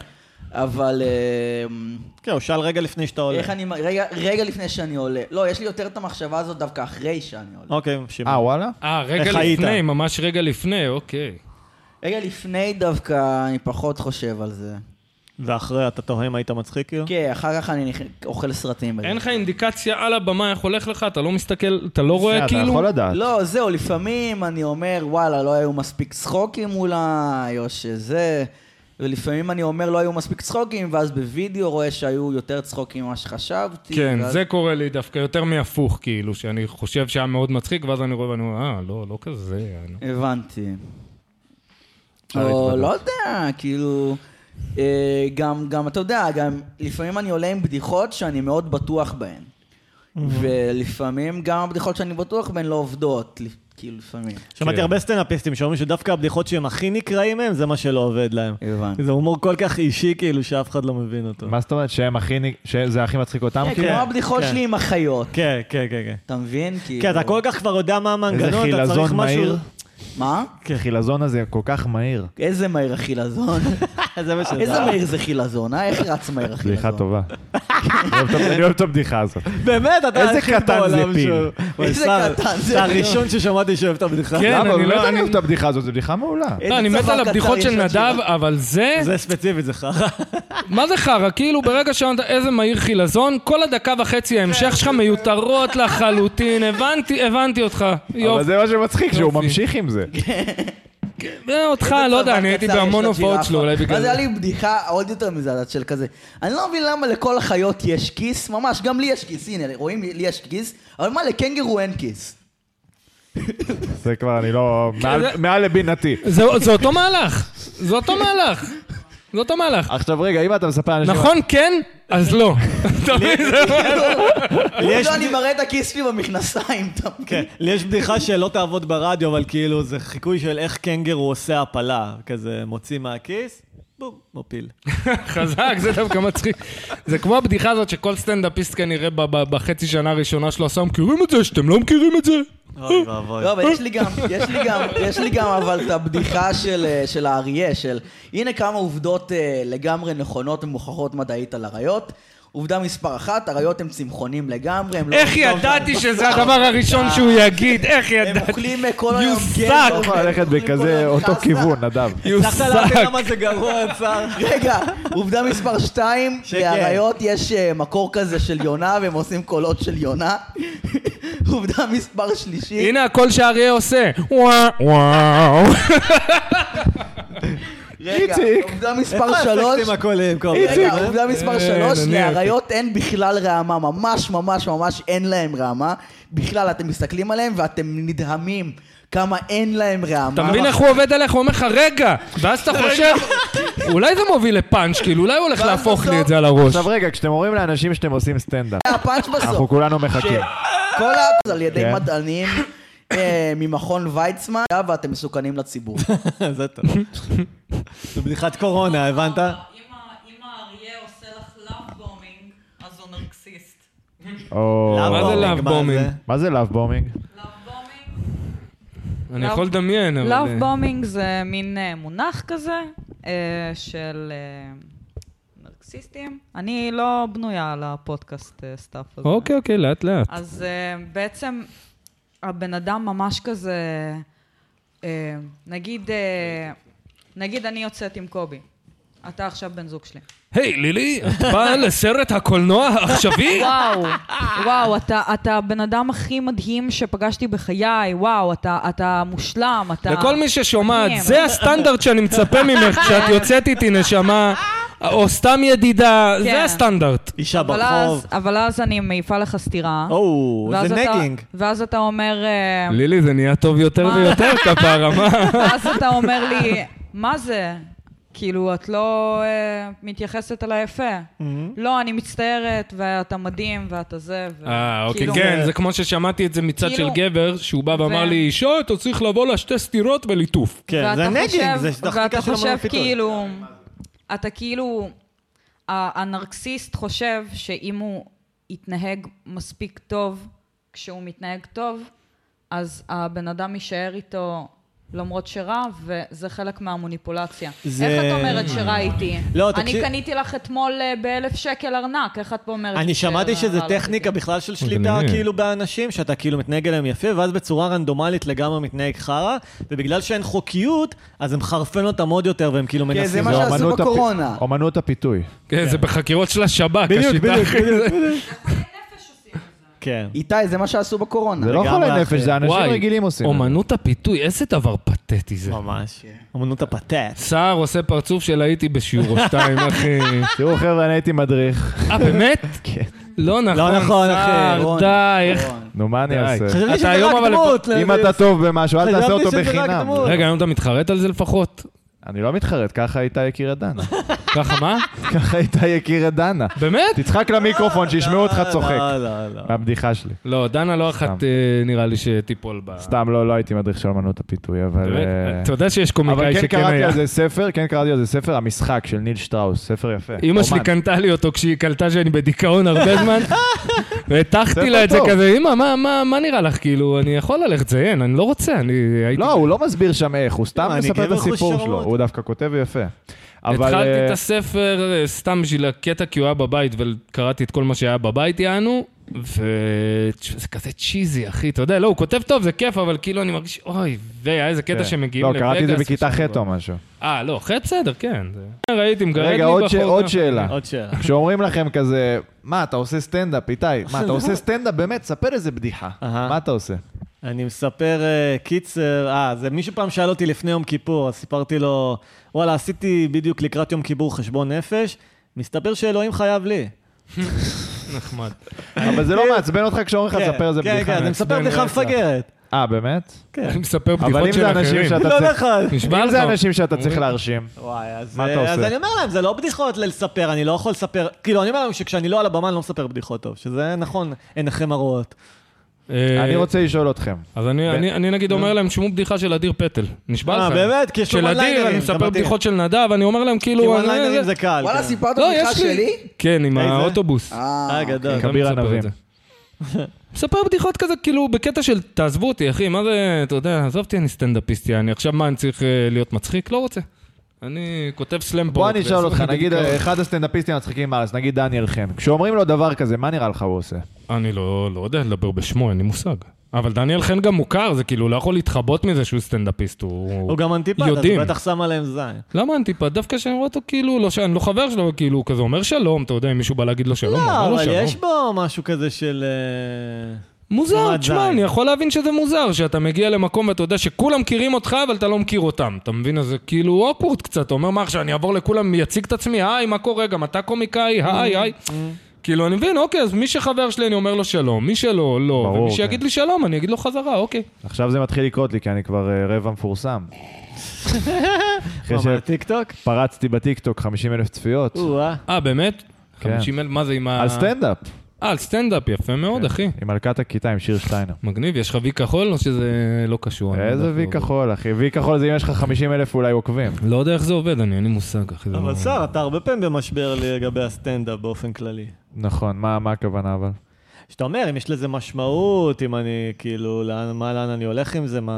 A: אבל אה,
D: כן, הוא שאל רגע לפני שאתה עולה.
A: איך אני... מ- רגע- רגע לפני שאני עולה. לא, יש לי יותר את המחשבה הזאת דווקא אחרי שאני עולה.
D: אוקיי, שמעון.
C: אה, וואלה?
B: אה, רגע
D: איך היית?
B: לפני, ממש רגע לפני, אוקיי.
A: רגע לפני דווקא אני פחות חושב על זה.
D: ואחרי, אתה תוהה אם היית מצחיק כאילו?
A: כן, אחר כך אני נכ- אוכל סרטים. בזה.
B: אין לך אינדיקציה על הבמה איך הולך לך, אתה לא מסתכל, אתה לא
C: אה,
B: רואה
C: אתה
B: כאילו...
C: יכול לדעת.
A: לא, זהו, לפעמים אני אומר, וואלה, לא היו מספיק צחוקים אולי, או שזה... ולפעמים אני אומר, לא היו מספיק צחוקים, ואז בווידאו רואה שהיו יותר צחוקים ממה שחשבתי.
B: כן,
A: ואז-
B: זה קורה לי דווקא יותר מהפוך, כאילו, שאני חושב שהיה מאוד מצחיק, ואז אני רואה ואני אומר, אה, לא, לא כזה. אני לא-"
A: הבנתי.
C: אפשר
A: או
C: להתוודות.
A: לא יודע, כאילו... אה, גם, גם, אתה יודע, גם לפעמים אני עולה עם בדיחות שאני מאוד בטוח בהן.
D: Mhm.
A: ולפעמים גם הבדיחות שאני בטוח בהן לא עובדות, לפ- כאילו לפעמים.
D: שמעתי
B: כן.
D: הרבה סטנאפיסטים שאומרים שדווקא הבדיחות שהם הכי נקרעים מהם, זה מה שלא עובד להם.
A: הבנתי.
D: זה הומור כל כך אישי כאילו שאף אחד לא מבין אותו.
C: מה זאת אומרת שהם הכי... נ- שזה הכי מצחיק אותם?
A: כן,
C: כאילו?
A: כמו הבדיחות
D: כן.
A: שלי עם החיות.
D: כן, כן, כן, כן.
A: אתה מבין? כאילו...
D: כי אתה כל כך כבר יודע מה
C: איזה
D: המנגנון, אתה צריך
C: חילזון מהיר.
D: משהו...
A: מה?
C: החילזון הזה כל כך מהיר.
A: איזה מהיר החילזון.
D: זה מה שזה.
A: איזה מהיר זה חילזון, אה? איך רץ מהיר החילזון?
C: בדיחה טובה. אני אוהב את- אני אוהב את הבדיחה הזאת.
D: באמת, אתה
C: איזה
D: היחיד
C: קטן
D: בעולם
C: זה פיל.
D: שהוא- וואי,
A: איזה
D: סתם,
A: קטן זה
D: אתה
A: פיל.
D: הראשון ששמעתי שאוהב את הבדיחה.
B: כן,
C: למה?
B: אני
C: באמת
B: לא-
C: אני
B: אני-
C: אוהב את הבדיחה הזאת, זו בדיחה מעולה.
A: איזה
B: לא, אני מת
A: צוואר
B: על
A: קצר
B: הבדיחות
A: יש
B: של
A: לך
B: נדב, אבל זה...
D: זה ספציפית, זה חרא.
B: מה זה חרא? כאילו, ברגע שאמרת איזה מהיר חילזון, כל הדקה וחצי ההמשך שלך מיותרות לחלוטין. הבנתי, הבנתי אותך.
C: אבל
B: יופי.
C: זה מה שמצחיק, שהוא
B: יופי.
C: ממשיך עם זה.
A: כן.
B: אה, אותך,
A: איזה
B: לא יודע,
A: צוואר
B: אני הייתי
A: קצר יש
B: בהמון
A: לג'ירפה.
B: הופעות שלו, אולי בגלל
A: אז
B: זה.
A: היה לי בדיחה עוד יותר מזעזעת של כזה. אני לא מבין למה לכל החיות יש כיס, ממש, גם לי יש כיס, הנה, רואים? לי יש כיס, אבל מה, לקנגרו אין כיס.
C: זה כבר, אני לא... מעל-
B: כן. זה-
C: מעל לבינתי.
B: זה זה אותו מהלך. זה אותו מהלך. זה אותו מהלך.
C: עכשיו רגע, אם אתה מספר לאנשים...
B: נכון, כן? אז לא. אתה מבין?
D: לי יש
A: לא, אני מראה את הכיס שלי במכנסיים, אתה
D: כן,
A: מבין?
D: לי יש בדיחה שלא תעבוד ברדיו, אבל כאילו זה חיקוי של איך קנגרו עושה הפלה. כזה מוציא מהכיס, בום, מפיל.
B: חזק, זה דווקא מצחיק. זה כמו הבדיחה הזאת שכל סטנדאפיסט כנראה ב- ב- בחצי שנה הראשונה שלו עשה, מכירים את זה? שאתם לא מכירים את זה?
D: אוי ואבוי.
A: לא, אבל יש לי גם, יש לי גם, יש לי גם אבל את הבדיחה של, אה, של האריה, של הנה כמה עובדות אה, לגמרי נכונות ומוכחות מדעית על אריות. עובדה מספר אחת, אריות הם צמחונים לגמרי, הם לא... אה,
B: איך
A: אוכלים
B: ידעתי
A: בשר.
B: שזה הדבר הראשון שהוא יגיד? איך
A: הם
B: ידעתי?
A: אוכלים אה, כל
B: You
A: היום
B: suck.
A: גזר,
C: אתה
D: כן.
C: יכול
A: הם
C: ללכת
A: אוכלים כל
C: בכזה
A: היום
C: אותו
A: חסה.
C: כיוון, נדב.
D: הצלחת להבין למה זה גרוע, צר.
A: רגע, עובדה מספר 2,
D: שכן.
A: לאריות יש אה, מקור כזה של יונה והם עושים קולות של יונה. עובדה מספר שלישית,
B: הנה הקול שאריה עושה. וואו, וואו.
A: רגע,
C: איציק.
A: עובדה
D: איפה
A: מספר
D: האפקטים
A: 3,
D: הקוליים, קובי?
A: רגע, עובדה מספר
B: אה,
A: שלוש,
B: נניח.
A: לאריות אין בכלל רעמה, ממש ממש ממש אין להם רעמה. בכלל, אתם מסתכלים עליהם ואתם נדהמים כמה אין להם רעמה.
B: אתה מבין איך הוא עובד עליך? הוא אומר לך, רגע! ואז אתה חושב, אולי זה מוביל לפאנץ', כאילו, אולי הוא הולך
A: ואז
B: להפוך לי
A: בסוף-
B: את זה על הראש.
C: עכשיו רגע, כשאתם אומרים לאנשים שאתם עושים סטנדאפ,
A: הפאנץ'
C: אנחנו
A: בסוף.
C: כולנו מחכים.
A: כל ה... על ידי
C: כן.
A: מדענים אה, ממכון ויצמן, אה, ואתם מסוכנים לציבור.
D: זה טוב. זו בדיחת קורונה, הבנת?
E: אם האריה עושה לך לאב בומינג, אז הוא נרקסיסט.
C: או...
D: לאב
B: מה זה
D: בומינג,
B: לאב בומינג?
D: זה?
C: מה זה לאב בומינג?
B: אני יכול לדמיין, אבל...
E: לאב
B: אה,
E: בומינג זה מין אה, מונח כזה אה, של אה, נרקסיסטים. אני לא בנויה על הפודקאסט אה, סטאפ הזה.
B: אוקיי, אוקיי, לאט לאט.
E: אז אה, בעצם הבן אדם ממש כזה, אה, נגיד, אה, נגיד אני יוצאת עם קובי. אתה עכשיו בן זוג שלי.
B: היי, לילי, את באה לסרט הקולנוע העכשווי?
E: וואו, וואו, אתה, אתה הבן אדם הכי מדהים שפגשתי בחיי, וואו, אתה, אתה מושלם, אתה...
B: לכל מי ששומעת,
E: מדהים.
B: זה הסטנדרט שאני מצפה ממך כשאת יוצאת איתי, נשמה, או סתם ידידה,
E: כן.
B: זה הסטנדרט.
D: אישה
E: אבל
D: ברחוב.
E: אז, אבל אז אני מעיפה לך סטירה.
D: או,
E: ואז
D: זה
E: אתה-
D: נגינג.
E: ואז אתה אומר... אה,
B: לילי, זה נהיה טוב יותר
E: מה?
B: ויותר כפרה, מה?
E: ואז אתה אומר לי, מה זה? כאילו, את לא אה, מתייחסת אליי יפה.
D: Mm-hmm.
E: לא, אני מצטערת, ואתה מדהים, ואתה זה. ו-
B: אה, אוקיי,
E: כאילו-
B: כן, זה כמו ששמעתי את זה מצד של
E: כאילו-
B: גבר, שהוא בא ואמר
E: ו-
B: לי, אישה, אתה צריך לבוא לה שתי סטירות וליטוף.
D: כן, זה
E: ואתה
D: נגינג,
E: חושב-
D: זה דחקה של
E: ואתה
D: המון
E: חושב
D: פיתוי.
E: כאילו, אתה כאילו, ה- הנרקסיסט חושב שאם הוא יתנהג מספיק טוב, כשהוא מתנהג טוב, אז הבן אדם יישאר איתו למרות שרע, וזה חלק מהמוניפולציה.
D: זה-
E: זה... איך את אומרת שרע איתי?
D: לא,
E: אני
D: תקשיב-
E: קניתי לך אתמול אה, באלף שקל ארנק, איך את פה אומרת
D: אני שמעתי
E: שרע-
D: שזה
E: רע
D: טכניקה
E: איתי?
D: בכלל של שליטה
B: מגניב.
D: כאילו באנשים, שאתה כאילו מתנהג אליהם יפה, ואז בצורה רנדומלית לגמרי מתנהג חרא, ובגלל שאין חוקיות, אז הם חרפן אותם עוד יותר, והם כאילו
A: כן, זה
D: מנסים...
A: מה
C: זה
A: שעשו
C: אומנות הפ-
A: בקורונה.
C: אומנות הפיתוי.
B: כן, זה בחקירות של השב"כ, לא, השיטה הכי...
D: כן.
A: איתי, זה מה שעשו בקורונה.
C: זה לא
D: לגמרי,
C: חולי
D: אחי.
C: נפש, זה אנשים
B: וואי,
C: רגילים עושים.
B: אומנות הפיתוי, איזה דבר פתטי זה.
D: ממש.
A: כן.
D: אמנות הפתט.
B: סער עושה פרצוף של הייתי בשיעור או שתיים, אחי.
C: תראו חבר'ה, אני הייתי מדריך.
B: אה, באמת?
C: כן.
B: לא נכון,
D: לא נכון, אחי.
B: סער,
A: רון,
B: די. איך-
A: רון.
C: נו, מה אני
B: די.
C: אעשה?
B: חשבתי
D: חשבתי
B: אתה
D: שזה
B: היום
D: רק
B: אבל-
D: דמות. לא
C: אם
D: לזה-
C: אתה טוב במשהו, אל
D: חשבתי
C: תעשה אותו
D: שזה רק
C: בחינם.
D: דמות.
B: רגע, היום אתה מתחרט על זה לפחות?
C: אני לא מתחרט, ככה איתי הכיר את דנה.
B: ככה מה?
C: ככה איתי הכיר את דנה.
B: באמת?
C: תצחק למיקרופון, שישמעו אותך צוחק.
D: לא, לא, לא.
C: מהבדיחה שלי.
B: לא, דנה לא אחת
C: סתם.
B: אה, נראה לי שתיפול ב...
C: סתם, לא, לא הייתי מדריך של אמנות הפיתוי, אבל...
B: באמת?
C: אה,
B: אתה יודע שיש
C: אבל
B: קומיקאי
C: כן
B: שכן
C: קראתי
B: היה.
C: על זה ספר, כן קראתי על זה ספר, המשחק של ניל שטראוס, ספר יפה.
B: אימא שלי
C: אומן.
B: קנתה לי אותו כשהיא קלטה שאני בדיכאון הרבה זמן, והטחתי לה את זה
C: לא טוב.
B: כזה, אימא, מה- מה- מה נראה לך? כאילו, אני יכול ללכת לציין, אני לא רוצה, אני הייתי...
C: לא, הוא לא מסביר שם איך, הוא סתם
D: מה, לא, אני
C: מספר את
D: גבר
C: הסיפור
D: חוש
C: שלו,
D: שרמוט.
C: הוא דווקא כותב יפה. אבל...
B: התחלתי את
C: אה,
B: הספר אה, סתם בשביל הקטע כי הוא היה בבית, וקראתי את כל מה שהיה בבית, יענו, וזה כזה צ'יזי, אחי, אתה יודע, לא, הוא כותב טוב, זה כיף, אבל כאילו אני מרגיש, אוי, והיה איזה
C: כן.
B: קטע שמגיעים
C: לא, קראתי את זה
B: לווגאס
C: בכיתה
B: ושם
C: ח' או
B: כבר.
C: משהו.
B: אה, לא, ח' בסדר, כן. זה- ראיתי, מגרד לי
C: רגע,
B: בחור. אה,
C: עוד ש- עוד שאלה.
D: עוד שאלה.
C: כשאומרים לכם כזה, מה, אתה עושה סטנדאפ, איתי? מה, אתה עושה סטנדאפ? באמת, ספר איזה בדיחה.
D: אהה.
C: מה אתה עושה?
D: אני מספר אה, קיצר, אה, זה מישהו פעם שאל אותי לפני יום כיפור, אז סיפרתי לו, וואלה, עשיתי בדיוק לקראת יום כיפור חשבון נפש, מסתבר שאלוהים חייב לי.
B: נחמד.
C: אבל זה לא מעצבן אותך כשאומרים לך,
D: כן,
C: ספר איזה
D: כן,
C: בדיחה.
D: כן, אני מספר
B: מעצבן
D: בדיחה
B: רצח.
D: מפגרת.
C: אה, באמת?
D: כן.
B: אני מספר
C: אבל
B: בדיחות
C: אם
B: של
C: זה אנשים
B: אחרים.
C: שאתה
D: לא
C: צריך...
D: נכון.
B: נשבע
C: אם
B: לך.
C: זה אנשים שאתה צריך להרשים.
D: וואי, אז, אה,
C: מה אתה
D: אז
C: עושה?
D: אני אומר להם, זה לא בדיחות לספר, אני לא יכול לספר, כאילו, אני אומר להם שכשאני לא על הבמה אני לא מספר בדיחות טוב, שזה נכון, עיניכם הרואות.
B: אה,
C: אני רוצה לשאול אתכם.
B: אז אני- אני אני נגיד אומר להם, שמעו בדיחה של אדיר פטל. נשבע לך.
D: אה, באמת? כי יש לו
B: של אדיר,
D: one-liners,
B: אני
D: זה
B: מספר
D: מדהים.
B: בדיחות של נדב, אני אומר להם
D: כי
B: כאילו... אני-
D: וואלה, זה קל.
A: וואלה,
D: כן.
A: סיפרת
B: לא,
A: בדיחה
B: יש לי.
A: שלי?
B: כן, עם
D: איזה?
B: האוטובוס.
A: אה,
D: אה, גדול.
B: גם
C: כביר
B: מספר את
C: ענבים.
B: זה. מספר בדיחות כזה, כאילו, בקטע של תעזבו אותי, אחי, מה זה, אתה יודע, עזוב אותי, אני סטנדאפיסט, אני עכשיו מה, אני צריך אה, להיות מצחיק? לא רוצה. אני כותב סלאם
C: בוא
B: פורט
C: אני אשאל
B: ועושה
C: אותך,
B: לכם
C: נגיד אה,
B: בדיכאון.
C: אחד הסטנדאפיסטים המצחיקים בארץ, נגיד דניאל חן. כשאומרים לו דבר כזה, מה נראה לך הוא עושה?
B: אני לא, לא יודע לדבר בשמו, אין לי מושג. אבל דניאל חן גם מוכר, זה כאילו, לא יכול להתחבות מזה שהוא סטנדאפיסט, הוא...
D: הוא גם אנטיפט, אז
B: יודעים.
D: הוא בטח שם עליהם זין.
B: למה אנטיפט? דווקא שאני רואה אותו כאילו, לא שאני לא חבר שלו, אבל כאילו, הוא כזה אומר שלום, אתה יודע, אם מישהו בא להגיד לו שלום, הוא
D: לא,
B: אומר לו
D: אבל
B: שלום.
D: יש בו משהו כזה של... אה,
B: מוזר,
D: כמעט
B: תשמע,
D: זין.
B: אני יכול להבין שזה מוזר, שאתה מגיע למקום ואתה יודע שכולם מכירים אותך, אבל אתה לא מכיר אותם. אתה מבין? אז זה כאילו אוקוורד קצת. אתה אומר, מה עכשיו, אני אעבור לכולם, אציג את עצמי, היי, מה קורה? גם אתה קומיקאי, היי, היי. כאילו, אני מבין, אוקיי, אז מי שחבר שלי, אני אומר לו שלום. מי שלא, לא.
C: ברור,
B: ומי
C: כן.
B: שיגיד לי שלום, אני אגיד לו חזרה, אוקיי.
C: עכשיו זה מתחיל לקרות לי, כי אני כבר אה, רבע מפורסם. אחרי
D: מה, טיקטוק?
C: שפרצתי בטיקטוק 50 אלף צפיות.
D: או-אה.
B: אה, באמת?
C: כן.
B: 50 אלף, מה זה עם ה...
C: על סטנדאפ. כן.
B: אה, על סטנדאפ, יפה מאוד, אחי.
C: עם מלכת הכיתה, עם שיר שטיינר.
B: מגניב, יש לך וי כחול או שזה לא קשור? אני לא יודע
C: איזה
B: איך
C: וי
B: זה עובד.
C: כחול, אחי. וי כחול זה אם יש לך 50 אלף אולי עוקבים.
B: לא יודע איך זה עובד, אני אין לי מושג, אחי. זה
D: אבל
B: לא-
D: שר, אתה הרבה פעמים במשבר לגבי הסטנדאפ באופן כללי.
C: נכון, מה מה הכוונה אבל?
D: שאתה אומר, אם יש לזה משמעות, אם אני, כאילו, לאן, מה, לאן אני הולך עם זה, מה...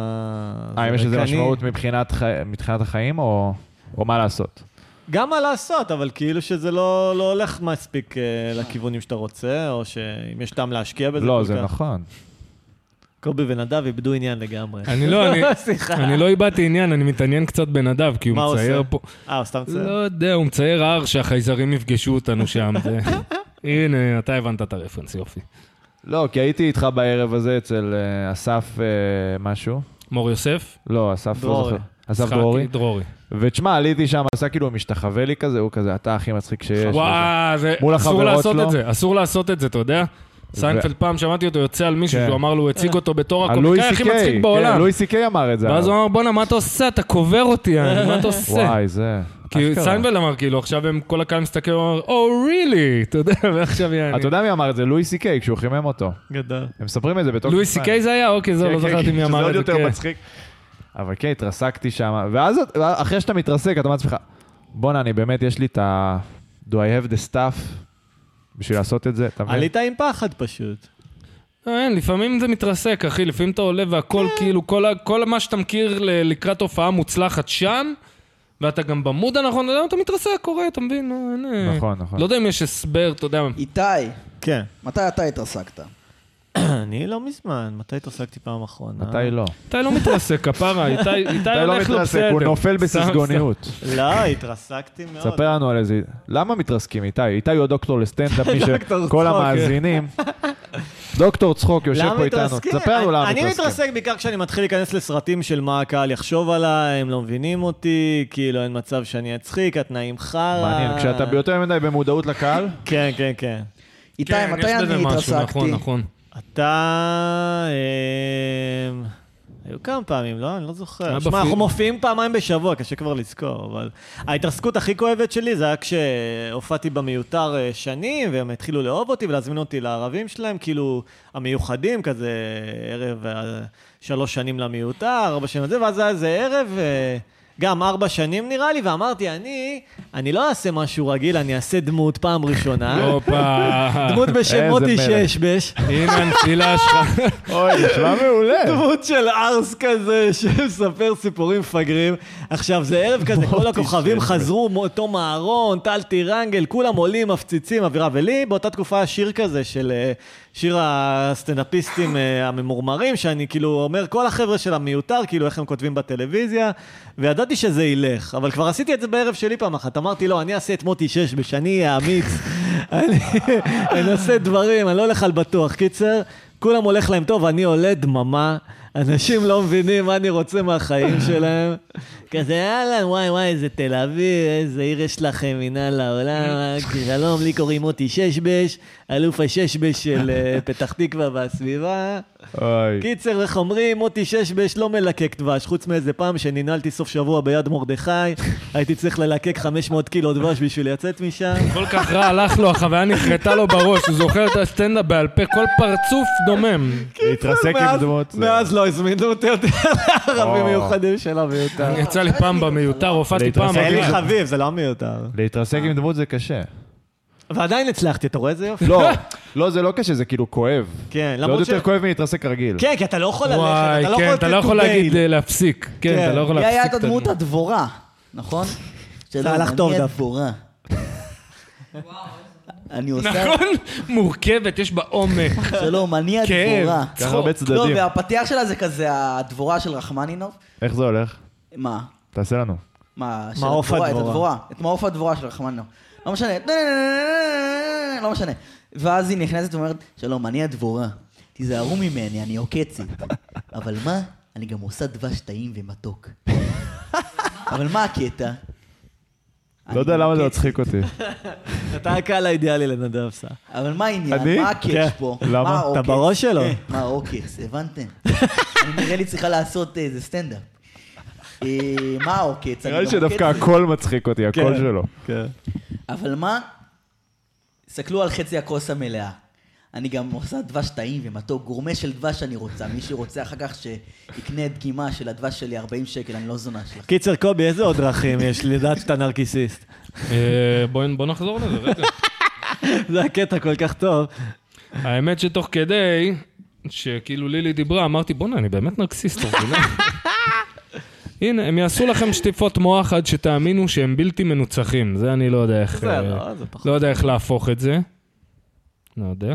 C: אה,
D: זה
C: אם יש לזה
D: ריקני.
C: משמעות מבחינת חי- מבחינת החיים, או או מה לעשות?
D: גם מה לעשות, אבל כאילו שזה לא, לא הולך מספיק אה, לכיוונים שאתה רוצה, או שאם יש טעם להשקיע בזה.
C: לא,
D: כל
C: זה
D: כך.
C: נכון.
D: קובי ונדב איבדו עניין לגמרי.
B: אני לא, אני-
D: סליחה.
B: אני לא איבדתי עניין, אני מתעניין קצת בנדב, כי
D: מה
B: הוא מצייר
D: עושה?
B: פה...
D: אה, הוא סתם
B: לא
D: צייר.
B: יודע, הוא מצייר הר שהחייזרים יפגשו אותנו שם. זה- הנה, אתה הבנת את הרפרנס, יופי.
C: לא, כי הייתי איתך בערב הזה אצל אה, אסף אה, משהו.
B: מור יוסף?
C: לא, אסף לא
D: דרורי.
C: זוכר. אסף
B: יצחק
C: דרורי.
B: דרורי.
C: ותשמע, עליתי שם, עשה כאילו משתחווה לי כזה, הוא כזה, אתה הכי מצחיק שיש.
B: וואו, זה...
C: מול
B: אסור
C: החברות לא?
B: לעשות
C: לו.
B: את זה, אסור לעשות את זה, אתה יודע? סיינפלד פעם שמעתי אותו יוצא על מישהו
C: כן.
B: שהוא אמר לו, הוא הציג אותו בתור
C: הלואי
B: הקומיקאי הכי
C: סי-קיי,
B: מצחיק
C: כן,
B: בעולם.
C: לואי סי קיי אמר את זה.
B: ואז הוא
C: עליו.
B: אמר, בואנה, מה אתה עושה? אתה קובר אותי, יעני, מה אתה עושה?
C: וואי, זה...
B: כי
C: אשכרה.
B: סיינפלד אמר, כאילו, עכשיו הם, כל הקהל מסתכל, הוא אמר, או, רילי, אתה יודע, ועכשיו יעני.
C: אתה יודע מי אמר את זה? לואי סי קיי, כשהוא חימם אותו.
D: גדל.
C: הם מספרים את זה בתור... כן,
B: לואי סי קיי זה היה? אוקיי, זה לא זכרתי מי אמר את זה.
C: שזה עוד
B: כן.
C: יותר מצחיק. אבל כן, התרסקתי שם, ואז את- אחרי שאתה מתרסק, אתה אומר לעצמך, בואנה, אני באמת, יש לי את ה... Do I have the stuff בשביל לעשות את זה? אתה מבין?
D: עלית עם פחד פשוט.
B: אה, אין, לפעמים זה מתרסק, אחי, לפעמים אתה עולה והכל,
C: כן.
B: כאילו, כל ה- כל מה שאתה מכיר ל- לקראת הופעה מוצלחת שם, ואתה גם במוד הנכון, אתה יודע, אתה מתרסק, קורה, אתה מבין? אה, אין, אה,
C: נכון, נכון.
B: לא יודע אם יש הסבר, אתה יודע.
A: איתי,
D: כן.
A: מתי אתה התרסקת?
D: אני לא מזמן, מתי התרסקתי פעם אחרונה?
C: מתי לא?
B: איתי לא מתרסק, כפרה, איתי איתי
C: אתה לא
B: הולך לו
C: מתרסק,
B: בסדר.
C: הוא נופל
B: סתם, סתם.
C: בססגוניות.
D: לא, התרסקתי מאוד.
C: ספר לנו על איזה... למה מתרסקים איתי? איתי הוא הדוקטור לסטנדאפ, מי
D: לא דוקטור צחוק,
C: שכל המאזינים. דוקטור צחוק יושב פה איתנו. ספר לנו למה
D: אני
C: מתרסקים.
D: מתרסק בעיקר כשאני מתחיל להיכנס לסרטים של מה הקהל יחשוב עליי, הם לא מבינים אותי, כאילו אין מצב שאני אצחיק, התנאים חרא.
C: מעניין, כשאתה ביותר מדי במודעות לקהל,
D: כן, כן, כן.
A: איתי,
B: כן, יש
A: מתי
B: בזה
A: אני
B: משהו,
A: התרסקתי?
B: נכון, נכון.
D: אתה... אמ, היו כמה פעמים, לא? אני לא זוכר.
B: היה
D: שמע,
B: בפי-
D: אנחנו מופיעים פעמיים בשבוע, קשה כבר לזכור, אבל... ההתרסקות הכי כואבת שלי זה היה כשהופעתי במיותר אה, שנים, והם התחילו לאהוב אותי ולהזמין אותי לערבים שלהם, כאילו, המיוחדים, כזה ערב אה, שלוש שנים למיותר, ארבע שנים לזה, ואז היה איזה ערב... אה, גם ארבע שנים נראה לי, ואמרתי, אני, אני לא אעשה משהו רגיל, אני אעשה דמות פעם
A: אה?
D: ראשונה.
B: הופה.
D: דמות בשם
C: לא, איזה
D: מוטי
C: מלך.
D: ששבש.
B: הנה הנפילה שלך.
C: אוי, נשמע מעולה.
D: דמות של ארס כזה שמספר סיפורים מפגרים. עכשיו, זה ערב כזה, כל הכוכבים חזרו, מ- תום אהרון, טל טירנגל, כולם עולים, מפציצים, אווירה. ולי באותה תקופה היה שיר כזה של אה, שיר הסטנדאפיסטים אה, הממורמרים, שאני כאילו אומר, כל החבר'ה של המיותר, כאילו איך הם כותבים בטלוויזיה, וידעתי שזה ילך. אבל כבר עשיתי את זה בערב שלי פעם אחת. אמרתי, לא, אני אעשה את מוטי שש בשני אהיה אמיץ. אני אני עושה דברים, אני לא הולך על בטוח. קיצר, כולם הולך להם טוב, אני עולה דממה, אנשים לא מבינים מה אני רוצה מהחיים שלהם. כזה, אהלן, וואי וואי, איזה תל אביב, איזה עיר יש לכם, מנהל העולם, אה, שלום, לי קוראים מוטי ששבש, אלוף הששבש של אה, פתח תקווה והסביבה.
C: אוי.
D: קיצר, איך אומרים, מוטי ששבש לא מלקק דבש, חוץ מאיזה פעם שננעלתי סוף שבוע ביד מרדכי, הייתי צריך ללקק 500 קילו דבש בשביל לצאת משם.
B: כל כך רע הלך לו, החוויה נחרטה לו בראש, הוא זוכר את הסטנדאפ בעל פה, כל פרצוף דומם.
C: להתרסק עם
D: מאז-
C: דמות. זה-
D: מאז לא הזמינו אותי יותר לערבים
C: או.
D: מיוחדים של המיותר.
B: אני יצא לי פעם במיותר, הופעתי פעם.
C: להתרסק
D: אלי
B: במיותר.
D: חביב, זה לא המיותר.
C: להתרסק עם דמות זה קשה.
D: ועדיין הצלחתי, אתה רואה איזה יופי?
C: לא, לא, זה לא קשה, זה כאילו כואב.
D: כן,
C: זה עוד
D: למרות ש...
C: יותר כואב מלהתרסק רגיל.
D: כן, כי אתה לא יכול ללכת,
B: וואי,
D: אתה לא יכול
B: כן, אתה לא
D: to
B: יכול
D: bail.
B: להגיד אה, להפסיק. כן, אתה לא יכול
A: לי היה
B: להפסיק
A: את
B: את
A: הדמות
B: הדמות.
A: הדבורה, נכון? שלום,
D: הלך טוב
A: אני
D: דווקא.
A: הדבורה. אני עושה...
B: נכון? מורכבת, יש בה עומק.
A: שלום, אני
B: כן.
A: הדבורה.
C: ככה הרבה
A: לא,
C: צדדים.
A: והפתיח שלה זה כזה הדבורה של רחמנינוב.
C: איך זה הולך?
A: מה?
C: תעשה לנו.
A: מה? של
D: מעוף
A: הדבורה, את
D: הדבורה.
A: הדבורה. את מעוף הדבורה של רחמנינוב. לא משנה. לא משנה. ואז היא נכנסת ואומרת, שלום, אני הדבורה. תיזהרו ממני, אני עוקצת. אבל מה? אני גם עושה דבש טעים ומתוק. אבל מה הקטע?
C: לא יודע
A: אני
C: למה זה
A: עוקצת.
C: מצחיק אותי.
B: אה.
D: אתה הקהל האידיאלי לנדב סע.
A: אבל מה
C: אני?
A: העניין? מה
D: כן.
A: הקאץ' פה?
C: למה?
A: מה
C: אתה
D: אתה
A: העוקץ? כן.
D: בראש שלו.
A: מה העוקץ? הבנתם? אני נראה לי צריכה לעשות איזה סטנדאפ. אה, מה העוקץ? אני
C: נראה לי
A: גם
C: שדווקא
A: עוקצת.
C: הכל מצחיק אותי, הקול
D: כן.
C: שלו.
D: כן.
A: אבל מה? סתכלו על חצי הכוס המלאה. אני גם עושה דבש טעים ומתוק, גורמה של דבש אני רוצה. מי שרוצה אחר כך שיקנה דגימה של הדבש שלי 40 שקל, אני לא זונה שלך.
D: קיצר, קובי, איזה עוד דרכים יש לדעת שאתה נרקיסיסט?
B: אה, בוא בוא נחזור לזה, רגע.
D: זה הקטע כל כך טוב.
B: האמת שתוך כדי, שכאילו לילי דיברה, אמרתי, בואנה, אני באמת נרקסיסט, אורגיני." הנה, הם יעשו לכם שטיפות מוח עד שתאמינו שהם בלתי מנוצחים. זה אני לא יודע איך...
D: זה
B: אה,
D: לא, זה פחות.
B: לא יודע איך להפוך את זה. לא יודע.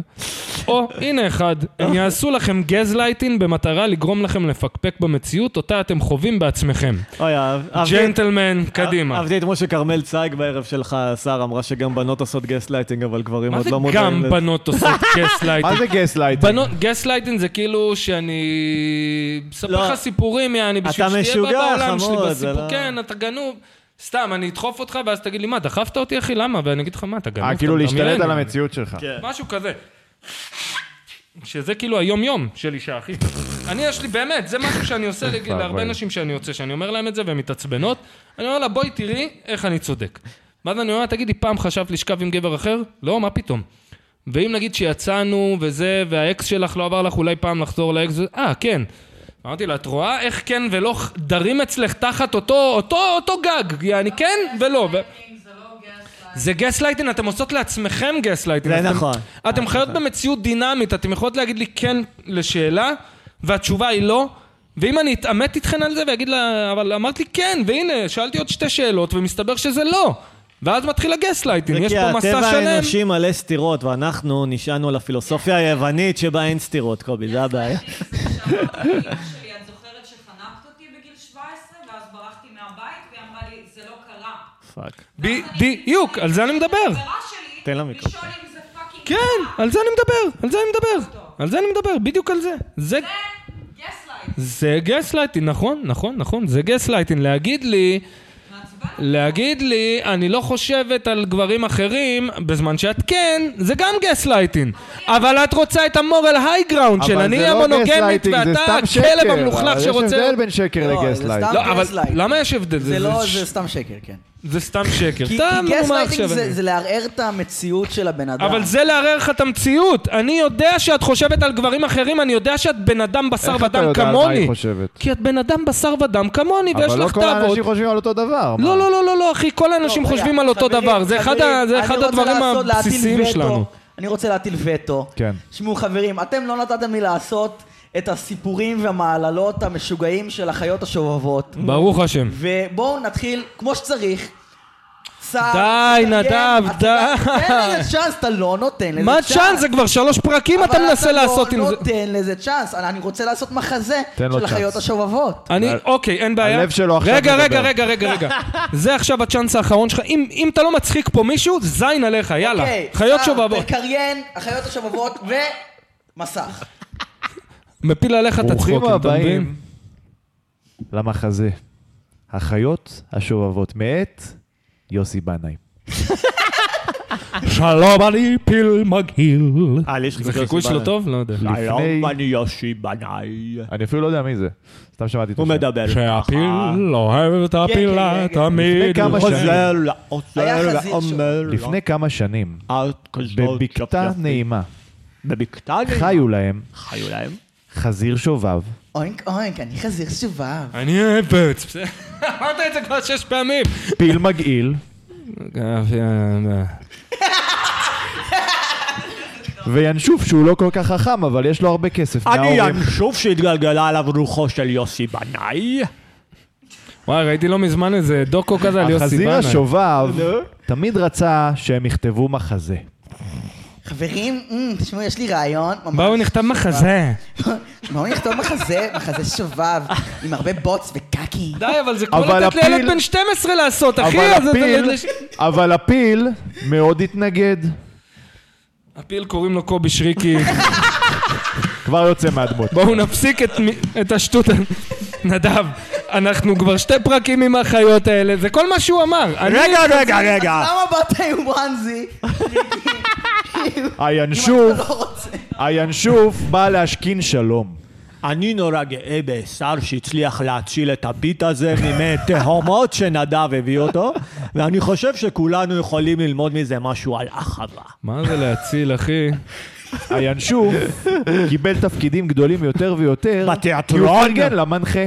B: או, הנה אחד, הם יעשו לכם גזלייטין במטרה לגרום לכם לפקפק במציאות אותה אתם חווים בעצמכם.
D: אוי, אהב- אהבתי- אה,
B: ג'נטלמן, קדימה.
D: אהבתי את כמו שכרמל צייג בערב שלך, השר, אמרה שגם בנות עושות גסט לייטינג, אבל גברים
B: מה
D: עוד
B: זה
D: לא מודעים
B: גם
D: לזה.
B: בנות עושות
C: מה
B: גסלייטינג?
C: זה גסלייטינג?
B: בנות, גסלייטינג זה כאילו שאני...
D: לא.
B: אספר לך סיפורים, יעני, בשביל
D: אתה
B: שתהיה
D: משוגע,
B: בעולם שלי
D: חמוד, זה
B: בסיפור.
D: לא-
B: כן, אתה גנוב. סתם, אני אדחוף אותך ואז תגיד לי, מה, דחפת אותי, אחי? למה? ואני אגיד לך, מה, אתה גנוב?
C: אה,
B: אתה
C: כאילו להשתלט
B: מדמיין."
C: על המציאות שלך.
D: כן.
B: משהו כזה. שזה כאילו היום-יום של אישה, אחי. אני, יש לי, באמת, זה משהו שאני עושה לג- להרבה
C: ואבוי.
B: נשים שאני יוצא, שאני אומר להם את זה והן מתעצבנות. אני אומר לה, בואי תראי איך אני צודק. ואז אני אומר לה, תגידי, פעם חשבת לשכב עם גבר אחר? לא, מה פתאום. ואם נגיד שיצאנו וזה, והאקס שלך לא עבר לך אולי פעם לחזור לאקס, אה, כן. אמרתי לה, את רואה איך כן ולא ח- דרים אצלך תחת אותו, אותו, אותו גג, יעני כן ולא. ו- זה גסלייטינג, אתם עושות לעצמכם גסלייטינג.
D: זה
B: אתם-
D: נכון.
B: אתם חיות במציאות דינמית, אתם יכולות להגיד לי כן לשאלה, והתשובה היא לא. ואם אני אתעמת איתכן על זה ואגיד לה, אבל אמרת לי כן, והנה, שאלתי עוד שתי שאלות, ומסתבר שזה לא. ואז מתחיל הגסלייטינג, יש פה
D: כי
B: מסע
D: הטבע
B: שלם.
D: האנושי מלא סתירות, ואנחנו נשענו על הפילוסופיה היוונית שבה אין סתירות, קובי, זה הבעיה.
E: שלי, את זוכרת שחנקת אותי בגיל 17, ואז ברחתי מהבית, והיא אמרה לי, זה לא קרה.
D: פאק.
B: בדיוק, על זה אני מדבר.
D: תן לה מיקרופון.
E: אם זה פאקינג
B: כן, על זה אני מדבר, על זה אני מדבר. על זה אני מדבר, בדיוק על זה. זה... זה גסלייטינג, נכון, נכון, נכון, זה גסלייטינג. להגיד לי, להגיד לי, אני לא חושבת על גברים אחרים, בזמן שאת כן, זה גם גסלייטינג. אבל את רוצה את המורל היי גראונד של
C: אבל
B: אני
C: זה לא
B: המונוגמית
C: גסלייטינג, זה
B: ואתה
C: סתם
B: הכלב
C: שקר,
B: המלוכלך
C: אבל יש
B: שרוצה...
C: הבדל בין שקר
A: לא, זה
C: לגסלייטינג.
A: סתם-
B: לא, אבל
A: גסלייטינג.
B: למה יש הבדל?
A: זה לא,
B: ש-
A: זה סתם שקר, כן.
B: זה סתם שקר.
A: כי
B: סתם,
A: כי
B: נו, מה
A: גסלייטינג
B: עכשיו
A: זה-
B: אני-
A: זה לערער את המציאות של הבן אדם.
B: אבל זה לערער לך את המציאות. אני יודע שאת חושבת על גברים אחרים, אני יודע שאת בן אדם בשר
C: איך אתה
B: ודם
C: יודע על מה היא
B: כמוני.
C: חושבת?
B: כי את בן אדם בשר ודם כמוני, ויש
C: אבל לא
B: לך
C: כל
B: תאוות.
C: האנשים חושבים על אותו דבר. מה?
B: לא, לא, לא, לא, לא, אחי, כל האנשים
A: לא, רגע,
B: חושבים על אותו
A: חברים,
B: דבר. זה אחד ה-
A: חברים,
B: זה
A: אני
B: אחד
A: רוצה
B: הדברים
A: לעשות- להטיל
B: הבסיסיים
A: וטו.
B: שלנו.
A: אני רוצה להטיל וטו.
C: כן.
A: שמעו חברים, אתם לא נתתם לי לעשות את הסיפורים והמעללות המשוגעים של החיות השובבות.
B: ברוך השם.
A: ובואו נתחיל כמו שצריך. שר,
B: די,
A: מתארגן,
B: נדב,
A: אתה לא-
B: די.
A: תן לזה צ'אנס, אתה לא נותן לזה
B: מה
A: צ'אנס.
B: צ'אנס? זה כבר שלוש פרקים אתה מנסה לעשות עם
A: אבל
B: זה.
A: אתה לא נותן לזה צ'אנס. אני רוצה לעשות מחזה
C: תן לו
A: של החיות
C: צ'אנס.
A: השובבות.
B: אני, אוקיי, אין בעיה.
C: הלב שלו עכשיו
B: רגע,
C: מדבר.
B: רגע, רגע, רגע, רגע. זה עכשיו הצ'אנס האחרון שלך. אם אם אתה לא מצחיק פה מישהו, זין עליך, יאללה.
A: אוקיי,
B: חיות
A: שר,
B: שובבות.
A: מקריין, החיות השובבות ומסך.
B: מפיל עליך את
C: ברוכים
B: הצחוקים, אתה מבין?
C: הבאים למחזה. החיות השובבות מאת יוסי בנאי.
B: שלום, אני פיל מגעיל.
D: אה, לי יש לי
B: זה חיקוי שלו טוב? לא יודע.
D: שלום, אני יושי בנאי.
C: אני אפילו לא יודע מי זה. סתם שמעתי את
D: הוא
C: השם.
D: מדבר.
B: שהפיל אוהב את הפילה
A: אה. כן, כן.
C: לפני
B: תמיד.
C: כמה
B: הוא חוזר.
C: שנים-
D: חוזר
A: היה
D: לעוצר
A: חזיר שם.
D: ואומר
C: לפני כמה שנים,
D: art כזאת
C: בבקתה
D: יפייפית.
C: נעימה,
D: בבקתה נעימה.
C: חיו להם
D: חיו להם.
C: חזיר שובב
A: אוינק אוינק, אני חזיר שובב.
B: אני אהבץ. בסדר. אמרת את זה כבר שש פעמים.
C: פיל מגעיל
B: אה,
C: וינשוף שהוא לא כל כך חכם, אבל יש לו הרבה כסף.
D: אני
C: מההורים.
D: ינשוף שהתגלגלה עליו רוחו של יוסי בנאי.
B: וואי, ראיתי לא מזמן איזה דוקו כזה על יוסי
C: החזיר
B: בנאי.
C: השובב תמיד רצה שהם יכתבו מחזה.
A: חברים, אמ, תשמעו, יש לי רעיון. ממש.
B: בואו נכתב מחזה.
A: בואו נכתוב מחזה, מחזה שובב, עם הרבה בוץ וקקי.
B: די, אבל זה כמו
C: אבל
B: לתת לילד
C: הפיל-
B: בן 12 לעשות, אחי.
C: אבל
B: אז-
C: הפיל, אבל הפיל מאוד התנגד.
B: הפיל קוראים לו קובי שריקי.
C: כבר יוצא מהדמות.
B: בואו נפסיק את מי- את השטות. נדב, אנחנו כבר שתי פרקים עם החיות האלה, זה כל מה שהוא אמר. אני-
D: רגע, רגע,
B: אה.
D: רגע.
A: למה באת עם וואנזי?
C: הינשוף,
A: לא רוצה.
C: הינשוף בא להשכין שלום.
D: אני נורא גאה בשר שהצליח להציל את הפיט הזה מתהומות שנדב הביא אותו, ואני חושב שכולנו יכולים ללמוד מזה משהו על החווה.
B: מה זה להציל, אחי?
C: הינשוף קיבל תפקידים גדולים יותר ויותר.
D: בתיאטרון.
C: כי הוא התארגן למנחה.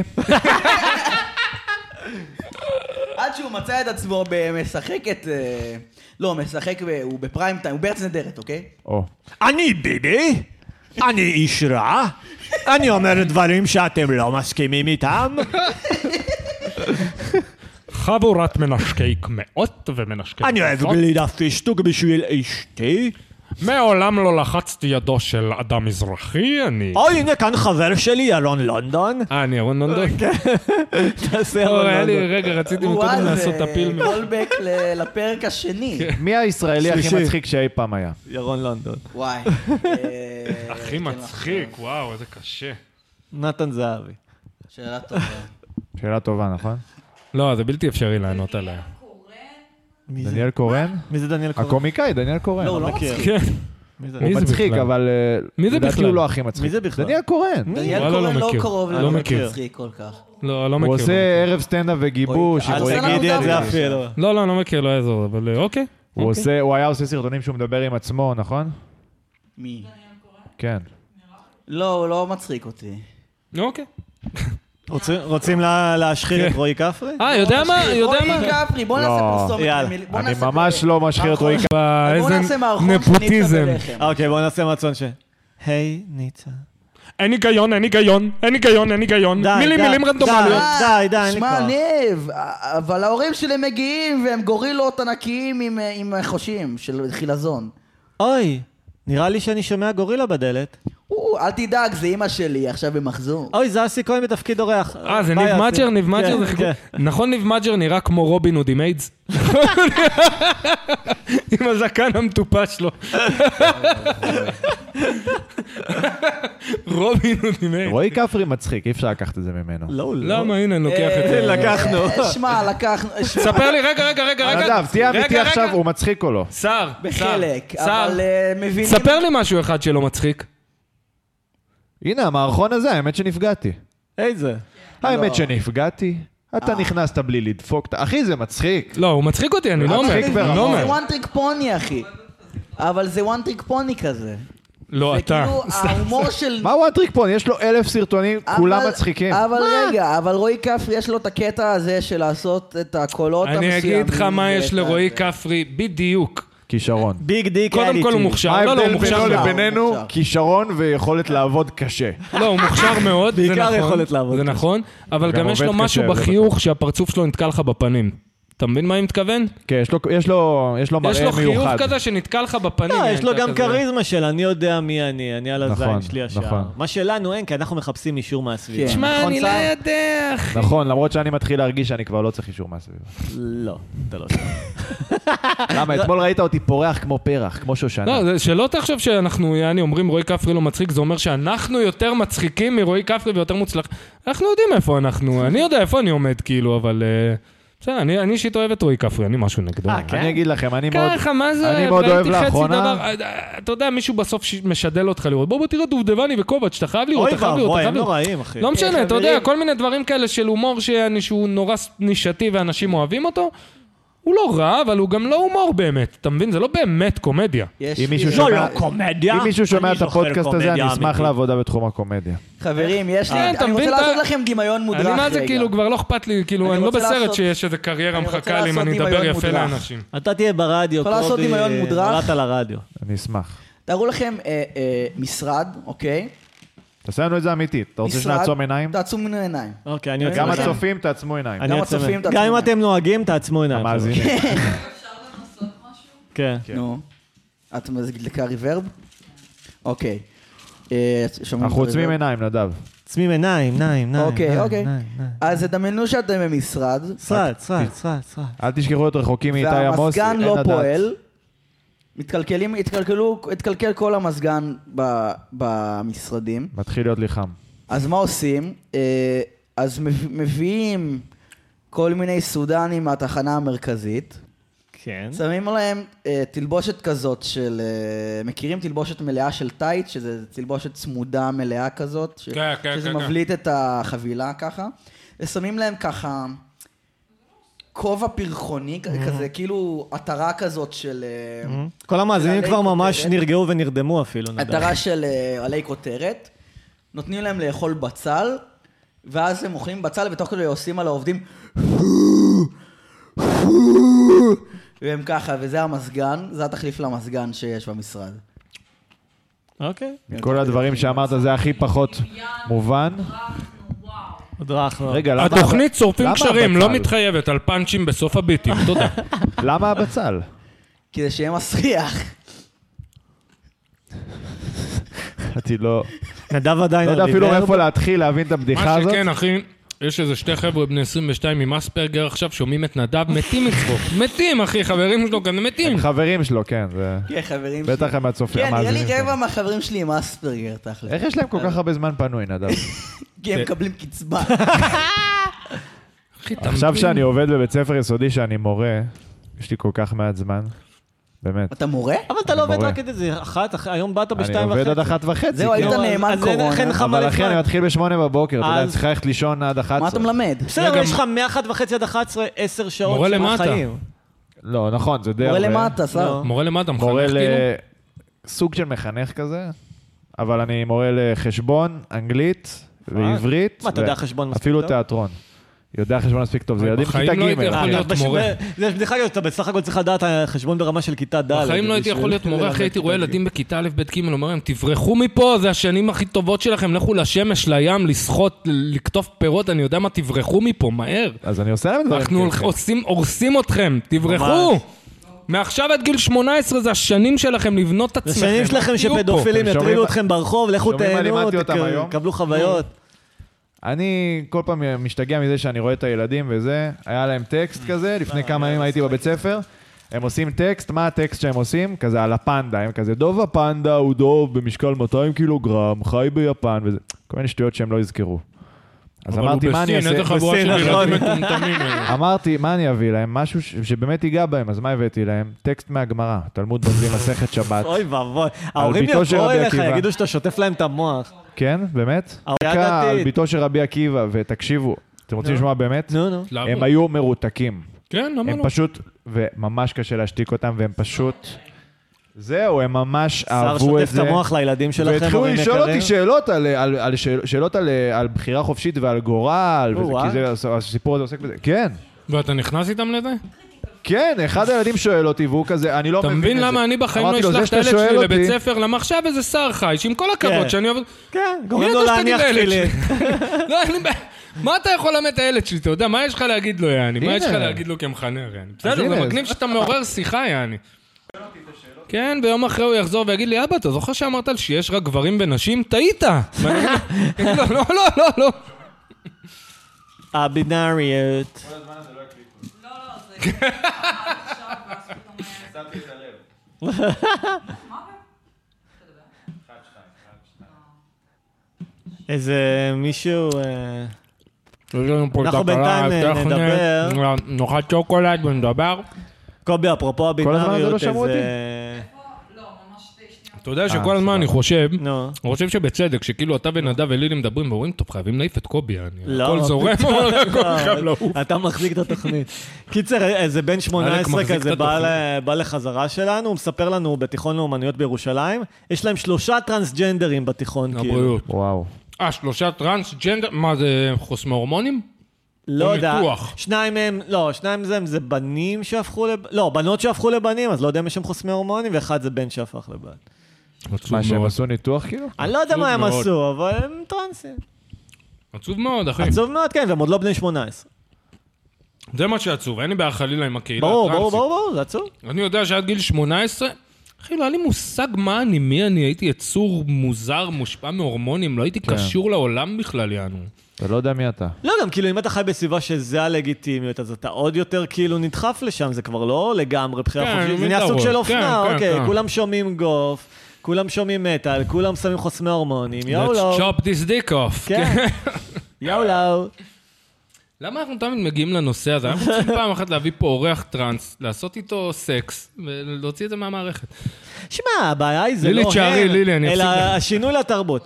A: עד שהוא מצא את עצמו משחק את... אה, לא, משחק, ב- הוא בפריים טיים, הוא בארץ נהדרת, אוקיי?
C: או.
D: אני ביבי, אני איש רע, אני אומר דברים שאתם לא מסכימים איתם.
B: חבורת מנשקי קמעות ומנשקי
D: אני אוהב
B: כפפות.
D: גלידה פישטוק בשביל אשתי.
B: מעולם לא לחצתי ידו של אדם מזרחי, אני...
D: או הנה כאן חבר שלי, ירון לונדון.
B: אה, אני אהרון נונדון.
D: תעשה
B: לא,
D: ירון
B: היה לי,
D: לונדון.
B: רגע, רציתי מקודם לעשות את כן. הפיל. מ-
A: קולבק אה, ל- לפרק השני.
C: מי הישראלי הכי
D: שלישי.
C: מצחיק שאי פעם היה?
D: ירון לונדון.
A: וואי. אה,
B: הכי
A: כן,
B: מצחיק, וואו, איזה קשה.
D: נתן זהבי.
A: שאלה טובה.
C: שאלה טובה, נכון?
B: לא, זה בלתי אפשרי לענות עליה.
D: מי זה?
C: דניאל קורן?
D: מי זה דניאל קורן?
C: הקומיקאי, דניאל קורן.
A: לא, הוא לא
D: מכיר.
A: מצחיק.
B: כן.
D: מי זה?
B: מי
C: הוא
B: זה
C: מצחיק,
B: בכלל?
C: אבל... אה,
B: מי זה
C: לדעתי
B: בכלל?
C: הוא לא הכי מצחיק.
D: מי זה בכלל?
C: דניאל קורן.
A: דניאל
B: וואלה, לא
A: קורן לא
B: מכיר.
A: קרוב
B: לא
A: לנו
B: מכיר.
A: מצחיק כל כך.
B: לא, לא מכיר.
C: הוא
B: לא מכיר.
C: עושה ערב סטנדאפ וגיבוש.
A: אוי,
C: עם
A: אל
C: רועי
A: תגיד
C: גידי.
D: תגידי את זה
A: דניאל.
D: אפילו.
B: לא, לא, אני לא מכיר, לא יעזור, אבל אה, אוקיי.
C: הוא עושה- הוא היה עושה סרטונים שהוא מדבר עם עצמו, נכון?
A: מי?
C: כן.
A: לא, הוא לא מצחיק אותי.
B: אוקיי.
D: רוצים- רוצים לה- להשחיר את רועי כפרי?
B: אה, יודע מה? יודע מה?
A: רועי כפרי, בוא נעשה
C: לא.
A: פרסומת.
D: יאללה.
A: למיל- בוא
C: אני
A: נעשה
C: ממש
A: פרק.
C: לא משחיר את רועי
A: מערכון-
B: אה,
A: בוא
B: איזה
A: נעשה מערכון
B: נפוטיזם.
A: של ניצה ולחם.
D: אוקיי, בואו נעשה מצון ש... היי, ניצה.
B: אין היגיון, אין היגיון, אין היגיון, אין היגיון.
D: די,
B: מילים,
D: די,
B: מילים
D: די.
B: רנדומליות.
A: אה,
D: לא, די, די, אין לי
A: שמע,
D: כוח.
A: ניב, אבל ההורים שלי מגיעים והם גורילות ענקיים עם- אה, עם חושים של חילזון.
D: אוי, נראה לי שאני שומע גורילה בדלת.
A: או, אל תדאג, זה אימא שלי, עכשיו במחזור.
D: אוי, זה אסי כהן בתפקיד אורח.
B: אה, זה
D: ביי,
B: ניב
D: אסי.
B: מג'ר, ניב מג'ר
D: כן,
B: זה
D: כן.
B: חיכוי. נכון, ניב מג'ר נראה כמו רובין הוד עם איידס? עם הזקן המטופש שלו. רובין הוד עם איידס.
C: רועי כפרי מצחיק, אי אפשר לקחת את זה ממנו.
D: לא, הוא לא.
B: למה? הנה, אני לוקח את
A: אה,
B: זה.
D: לקחנו.
A: אה, שמע, לקחנו. שמע,
B: ספר לי, רגע, רגע, רגע, רגע.
C: נדב, תהיה
B: רגע,
C: אמיתי
B: רגע.
C: עכשיו, הוא מצחיק או לא?
B: שר, שר,
A: בחלק,
B: שר.
A: אבל אה, מבינים...
B: ספר לי משהו אחד שלא מצחיק.
C: הנה, המערכון הזה, האמת שנפגעתי.
A: לא.
D: איזה?
C: האמת שנפגעתי. אתה
A: אה.
C: נכנסת בלי לדפוק. אחי, זה מצחיק.
B: לא, הוא מצחיק אותי, אני לא אומר.
C: מצחיק
B: אני
C: ברמה.
B: לא
A: זה
B: אומר.
A: וואן טריק פוני, אחי. אבל זה וואן טריק פוני כזה.
B: לא, אתה.
A: וכאילו, ההומור של...
C: מה הוא הטריק פה? יש לו אלף סרטונים,
A: אבל-
C: כולם מצחיקים.
A: אבל רגע, אבל רועי כפרי יש לו את הקטע הזה של לעשות את הקולות המסוימים.
B: אני אגיד לך מה
A: ואת
B: יש
A: ה-
B: לרועי כפרי, בדיוק.
C: כישרון.
D: ביג דיק
B: קודם כל הוא
C: מה
B: מוכשר. לא, לא, הוא
C: ההבדל
B: מוכשר.
C: בינו
A: מאוד.
C: לבינינו?
A: הוא מוכשר.
C: כישרון ויכולת לעבוד קשה.
B: לא, הוא מוכשר מאוד, זה
D: בעיקר
B: נכון.
D: יכולת לעבוד
B: זה
D: קשה.
B: נכון, אבל
C: גם
B: גם יש לו
C: עובד
B: משהו
C: קשה, זה
B: בחיוך שהפרצוף שלו נתקע לך בפנים. אתה מבין מה אני מתכוון?
C: כן, יש לו- יש לו יש לו
B: יש
C: מראה
B: לו חיוך
C: מיוחד.
B: כזה שנתקע לך בפנים.
D: לא, יש לו
B: אתה
D: גם
B: כזה-
D: כריזמה של אני יודע מי אני, אני על הזין
C: נכון,
D: שלי ישר.
C: נכון.
D: מה שלנו אין, כי אנחנו מחפשים אישור מהסביבה.
A: כן.
B: שמע,
A: נכון,
B: אני לא
A: צהר?
B: יודע, אחי.
C: נכון, למרות שאני מתחיל להרגיש שאני כבר לא צריך אישור מהסביבה.
D: לא, אתה לא שם.
C: למה? אתמול ראית אותי פורח כמו פרח, כמו שושנה.
B: לא, זה- שלא תחשוב שאנחנו, יעני, אומרים רועי כפרי לא מצחיק, זה אומר שאנחנו יותר מצחיקים מרועי כפרי ויותר מוצלח. אנחנו יודעים איפה אנחנו, אני יודע איפה אני עומד, כאילו, אבל... אה, בסדר, אני אני אישית אוהב את רועי כפרי, אין לי משהו נגדו.
D: אה, כן?
C: אני אגיד לכם, אני מאוד...
B: ככה, מה זה?
C: אני מאוד אוהב
B: ראיתי חצי
C: לאחרונה-
B: דבר, אה, אה, אתה יודע, מישהו בסוף ש- משדל אותך לראות. בוא, בוא תראה דובדבני וקובץ', אתה חייב לראות,
D: אוי
B: אתה חייב לראות, אתה
D: ואבוי,
B: חייב
D: הם
B: לראות.
D: נוראים, אחי.
B: לא משנה, אתה יודע,
A: חברים.
B: כל מיני דברים כאלה של הומור שאני- שהוא נורא נישתי ואנשים אוהבים אותו. הוא לא רע, אבל הוא גם לא הומור באמת. אתה מבין? זה לא באמת קומדיה.
A: יש
C: אם מישהו
A: לי-
D: זו
C: שומע-
D: לא קומדיה.
C: אם מישהו שומע
D: אני
C: את
D: זוכר
C: הפודקאסט הזה,
D: קומדיה
C: אני אשמח
D: אמיתית.
C: לעבודה בתחום הקומדיה.
A: חברים, יש לי...
B: כן, אתה
A: אני רוצה
B: מבין את ה-
A: לעשות לכם דמיון מודרך רגע.
B: אני מה זה כאילו, כבר לא אכפת לי,
A: אני
B: כאילו, אני לא
A: רוצה
B: בסרט
A: לעשות-
B: שיש איזה קריירה
A: אני רוצה
B: מחכה לי אם
A: לעשות
B: אני אדבר
A: דמיון
B: יפה
A: מודרך.
B: לאנשים.
D: אתה תהיה ברדיו,
A: יכול לעשות
D: קובי,
A: דמיון מודרך?
D: נולדת לרדיו.
C: אני אשמח.
A: תארו לכם אה, אה, משרד, אוקיי?
C: תעשה לנו את זה אמיתית. אתה רוצה
A: משרד,
C: שנעצום עיניים?
A: תעצום מן העיניים.
D: אוקיי, אני
C: גם
D: יוצא מכאן.
C: הצופים, תעצמו עיניים.
D: אני
A: גם
D: יוצא
A: הצופים,
D: מכאן.
A: תעצמו
D: גם אם
A: עיניים.
D: אתם נוהגים, תעצמו עיניים.
C: המאזינים.
D: כן.
A: נו. את מדליקה ריברב? אוקיי. אה, שומעים
C: אנחנו
A: את
C: עוצמים
A: הריברב?
C: עיניים, נדב.
D: עצמים עיניים, עיניים, עיניים.
A: אוקיי,
D: עיניים,
A: אוקיי.
D: עיניים, עיניים.
A: אז תדמיינו שאתם במשרד,
D: סרט, סרט, סרט, סרט.
C: אל תשכחו להיות רחוקים מאיתי עמוס.
A: והמזגן
C: אין
A: לא
C: לדעת.
A: פועל. מתקלקלים, התקלקלו, התקלקל כל המזגן ב, במשרדים.
C: מתחיל להיות לי חם.
A: אז מה עושים? אה, אז מב- מביאים כל מיני סודנים מהתחנה המרכזית,
D: כן.
A: שמים להם אה, תלבושת כזאת של... אה, מכירים תלבושת מלאה של טייט, שזה תלבושת צמודה מלאה כזאת, ש-
B: כן, כן,
A: שזה
B: כן, כן.
A: מבליט את החבילה ככה, ושמים להם ככה כובע פרחוני כ-
B: Mm-hmm.
A: כזה, כאילו עטרה כזאת של... אה,
D: כל המאזינים
A: עלי
C: לא
D: כבר ממש
A: כותרת.
D: נרגעו ונרדמו אפילו, נדב.
A: עטרה של אה, עלי כותרת, נותנים להם לאכול בצל, ואז הם אוכלים בצל, ותוך כדי עושים על העובדים... והם ככה, וזה המזגן, זה התחליף למזגן שיש במשרד.
D: אוקיי.
C: כל הדברים שאמרת זה הכי פחות מובן.
D: הדרכנו.
C: רגע, למה...
B: התוכנית שורפים
C: למה
B: קשרים, לא
C: הבצל?
B: מתחייבת על פאנצ'ים בסוף הביטים, תודה.
C: למה הבצל?
A: כדי שיהיה מסריח.
C: אני לא
D: נדב עדיין
C: לא יודע אפילו מאיפה להתחיל להבין את הבדיחה
B: מה
C: הזאת.
B: שכן, אחי, יש איזה שתי חבר'ה בני 22 עם אספרגר עכשיו, שומעים את נדב, מתים מצחוק. מתים, אחי, חברים שלו כאן מתים.
C: הם חברים שלו, כן. זה-
A: כן, חברים שלי.
C: בטח הם הצופים,
A: כן, נראה לי
C: המאזינים
A: רבע
C: שלנו.
A: מהחברים שלי עם אספרגר, תכל'ס.
C: איך יש אה, להם כל כך הרבה זמן פנוי, נדב?
A: כי הם מקבלים קצבה.
C: אה,
B: אחי, אתה
C: עכשיו
B: מבין?
C: שאני עובד בבית ספר יסודי שאני מורה, יש לי כל כך מעט זמן. באמת.
A: אתה מורה?
D: אבל אתה לא
C: אני
D: עובד
C: מורה.
D: רק את זה, אחת, אח- היום באת
C: אוקיי. אני
D: בשתיים וחצי.
C: עובד עד אחת וחצי.
A: זהו,
C: כן.
A: היית
D: נו, אז-
A: נאמן
D: אז אין-
A: קורונה.
D: אין לך מה
C: אבל אחי,
D: לפנות.
C: אני מתחיל בשמונה בבוקר, אתה יודע,
D: אז-
C: אני צריך ללכת לישון עד אחת
A: מה אתה מלמד?
D: בסדר,
B: רגע,
D: יש לך מאחת וחצי עד 11, 10 שעות
B: מורה
D: של
B: למטה.
D: חיים.
C: לא, נכון, זה די
A: מורה
C: הרבה.
A: למה אתה, שר?
D: לא.
B: מורה למטה, מחנך
C: מורה
B: כאילו?
C: לסוג של מחנך כזה, אבל אני מורה לחשבון, אנגלית ועברית.
D: מה, אתה יודע
C: ו-
D: חשבון מספיק לא?
C: אפילו
D: טוב?
C: תיאטרון. יודע חשבון מספיק טוב, זה
B: אני
C: ילדים
B: בחיים
C: כיתה
B: לא הייתי
C: ג'.
B: יכול
C: אחי.
B: להיות מורה.
D: אה, זה בדיחה כזאת, אתה בסך הכל צריך לדעת חשבון ברמה של כיתה ד'.
B: בחיים לא הייתי
D: בשביל-
B: יכול להיות מורה, אחי, הייתי רואה
D: כיתה ג'.
B: ילדים בכיתה א', ב', ג', אומר להם, תברחו מפה, זה השנים הכי טובות שלכם, לכו לשמש, לים, לשחות, לקטוף פירות, אני יודע מה, תברחו מפה, מהר.
C: אז אני עושה להם דברים.
B: אנחנו
C: כאלה.
B: הולכ- עושים- הורסים אתכם, תברחו! מעכשיו עד גיל 18 זה השנים שלכם לבנות את
D: זה
B: עצמכם.
D: שנים שלכם
B: אל תהיו פה.
D: שפדופילים
C: אתם שומעים-
D: יטרידו אתכם ברחוב, לכו
C: שומעים מה
D: תהנו,
C: לימדתי אותם
D: תק-
C: היום?
D: קבלו חוויות.
C: אני כל פעם משתגע מזה שאני רואה את הילדים וזה, היה להם טקסט
B: Mm.
C: כזה, לפני כמה ימים הייתי בבית ספר, הם עושים טקסט, מה הטקסט שהם עושים? כזה על הפנדה, הם כזה, דוב הפנדה הוא דוב במשקל 200 קילוגרם, חי ביפן וזה, כל מיני שטויות שהם לא יזכרו. אז
B: אבל הוא
C: אמרתי, מה אני לא
B: בסין,
C: אעשה?
B: איזה חבורה של
D: בסין,
B: ילדים
D: נכון.
B: מטומטמים. אה. אלה.
C: אמרתי, מה אני אביא להם? משהו ש- שבאמת ייגע בהם, אז מה הבאתי להם? טקסט מהגמרא, תלמוד בבלי מסכת שבת.
D: אוי ואבוי, ההורים
C: ביתו של
D: יבואו
C: רבי
D: אליך,
C: עקיבא.
D: יגידו שאתה שוטף להם את המוח.
C: כן, באמת?
D: ההודעה
C: דקה על
D: הדתית.
C: ביתו של רבי עקיבא, ותקשיבו, אתם רוצים לשמוע באמת?
D: נו, נו.
B: למה?
C: הם היו מרותקים.
B: כן, למה
C: הם
B: לא?
C: פשוט, וממש קשה להשתיק אותם, והם פשוט... זהו, הם ממש
D: שר
C: אהבו את
D: שוטף את
C: זה.
D: המוח לילדים שלכם,
C: והתחילו
D: הורים
C: לשאול
D: יקרים.
C: אותי שאלות על- על- על שאל- שאלות על- על בחירה חופשית ועל גורל, וזה-
D: או-אה.
C: כי זה- הסיפור הזה עוסק בזה. כן,
B: ואתה נכנס איתם
C: לא
B: לזה?
C: כן, אחד הילדים שואל אותי, והוא כזה, אני לא
B: אתה
C: מבין את זה.
B: מבין למה אני בחיים לא
C: אמרתי לו, זה
B: אשלח את הילד
C: שאתה שואל
B: שלי
C: אותי-
B: לבית ספר? למה עכשיו איזה שר חי, שעם כל הכבוד
D: כן.
B: שאני אוהב...
D: כן, גורם
B: מי
D: לו
B: אתה שתגיד
D: להניח
B: לילד
D: תפילין.
B: שלי? לא, אין לי בעיה. מה אתה יכול ללמד את הילד שלי? אתה יודע, מה יש לך להגיד לו, יעני? מה
C: הנה.
B: יש לך להגיד לו כמחנך, יעני? בסדר,
C: הנה,
B: זה
C: אז-
B: מגניב שאתה מעורר שיחה, יעני. כן, ויום אחרי הוא יחזור ויגיד לי, אבא, אתה זוכר שאמרת לי שיש רק גברים ונשים? טעית! ואני אגיד לו, לא, לא, לא, לא.
D: הבינאריות.
E: לא,
B: כן.
D: איזה מישהו... אה,
B: יש לנו פה
D: אנחנו בינתיים,
B: הכלה
D: אה,
B: הטכנית.
D: נדבר.
B: נאכל שוקולד ונדבר.
D: קובי, אפרופו
C: הזמן הזה לא
D: הבינאריות,
C: שמעו אותי?
D: איזה...
E: לא,
B: אתה יודע
C: אה,
B: שכל הזמן אני חושב,
D: נו.
B: אני חושב שבצדק, שכאילו אתה ונדב ולילי מדברים ואומרים, טוב, חייבים להעיף את קובי, אני
D: לא, כאילו-
B: הכל זורם, אבל הכל לא- חייב לעוף.
D: אתה מחזיק את התוכנית. קיצר, איזה בן 18
B: מחזיק את
D: כזה בא ל- בא לחזרה שלנו, הוא מספר לנו הוא בתיכון לאומנויות בירושלים, יש להם שלושה טרנסג'נדרים בתיכון, כאילו.
B: הבריאות.
C: וואו.
B: אה, שלושה טרנסג'נדר, מה זה חוס מהורמונים?
D: לא יודע.
B: ניתוח.
D: שניים מהם, לא, שניים מהם זה בנים שהפכו לב... לא, בנות שהפכו לבנים, אז לא יודע אם יש שם חוסמי הורמונים, ואחד זה בן שהפך לבן.
C: מה,
B: עצוב
C: שהם
B: מאוד.
C: עשו ניתוח כאילו?
D: אני לא יודע
B: עצוב
D: מה הם
B: מאוד.
D: עשו, אבל הם טרנסים.
B: עצוב מאוד, אחי.
D: עצוב מאוד, כן, והם עוד לא בני 18.
B: זה מה שעצוב, אין לי בעיה חלילה עם הקהילה
D: ברור, ברור,
B: הטרנסית.
D: ברור, ברור, זה עצוב.
B: אני יודע שעד גיל 18, אחי, לא היה לי מושג מה אני, מי אני, הייתי יצור מוזר, מושפע מהורמונים, לא הייתי
D: כן.
B: קשור לעולם בכלל, יענו.
C: אתה לא יודע מי אתה.
D: לא, גם כאילו, אם אתה חי בסביבה שזה הלגיטימיות, אז אתה עוד יותר כאילו נדחף לשם, זה כבר לא לגמרי
B: כן,
D: בחירה חופשית, זה
B: מין
D: נהיה סוג
B: דרות.
D: של
B: כן,
D: אופנה,
B: כן,
D: אוקיי,
B: כן.
D: כולם שומעים גוף, כולם שומעים מטאל, כולם שמים חוסמי הורמונים,
B: Let's
D: יאולו.
B: chop this dick off.
D: לא. כן, לא. יאולו.
B: למה אנחנו תמיד מגיעים לנושא הזה? אנחנו צריכים פעם אחת להביא פה אורח טראנס, לעשות איתו סקס, ולהוציא את זה מהמערכת.
D: שמע, הבעיה היא זה
B: לילי,
D: לא
B: תשערי, לילי, אני
D: אלא
B: אפסיק לך.
D: השינוי לתרבות.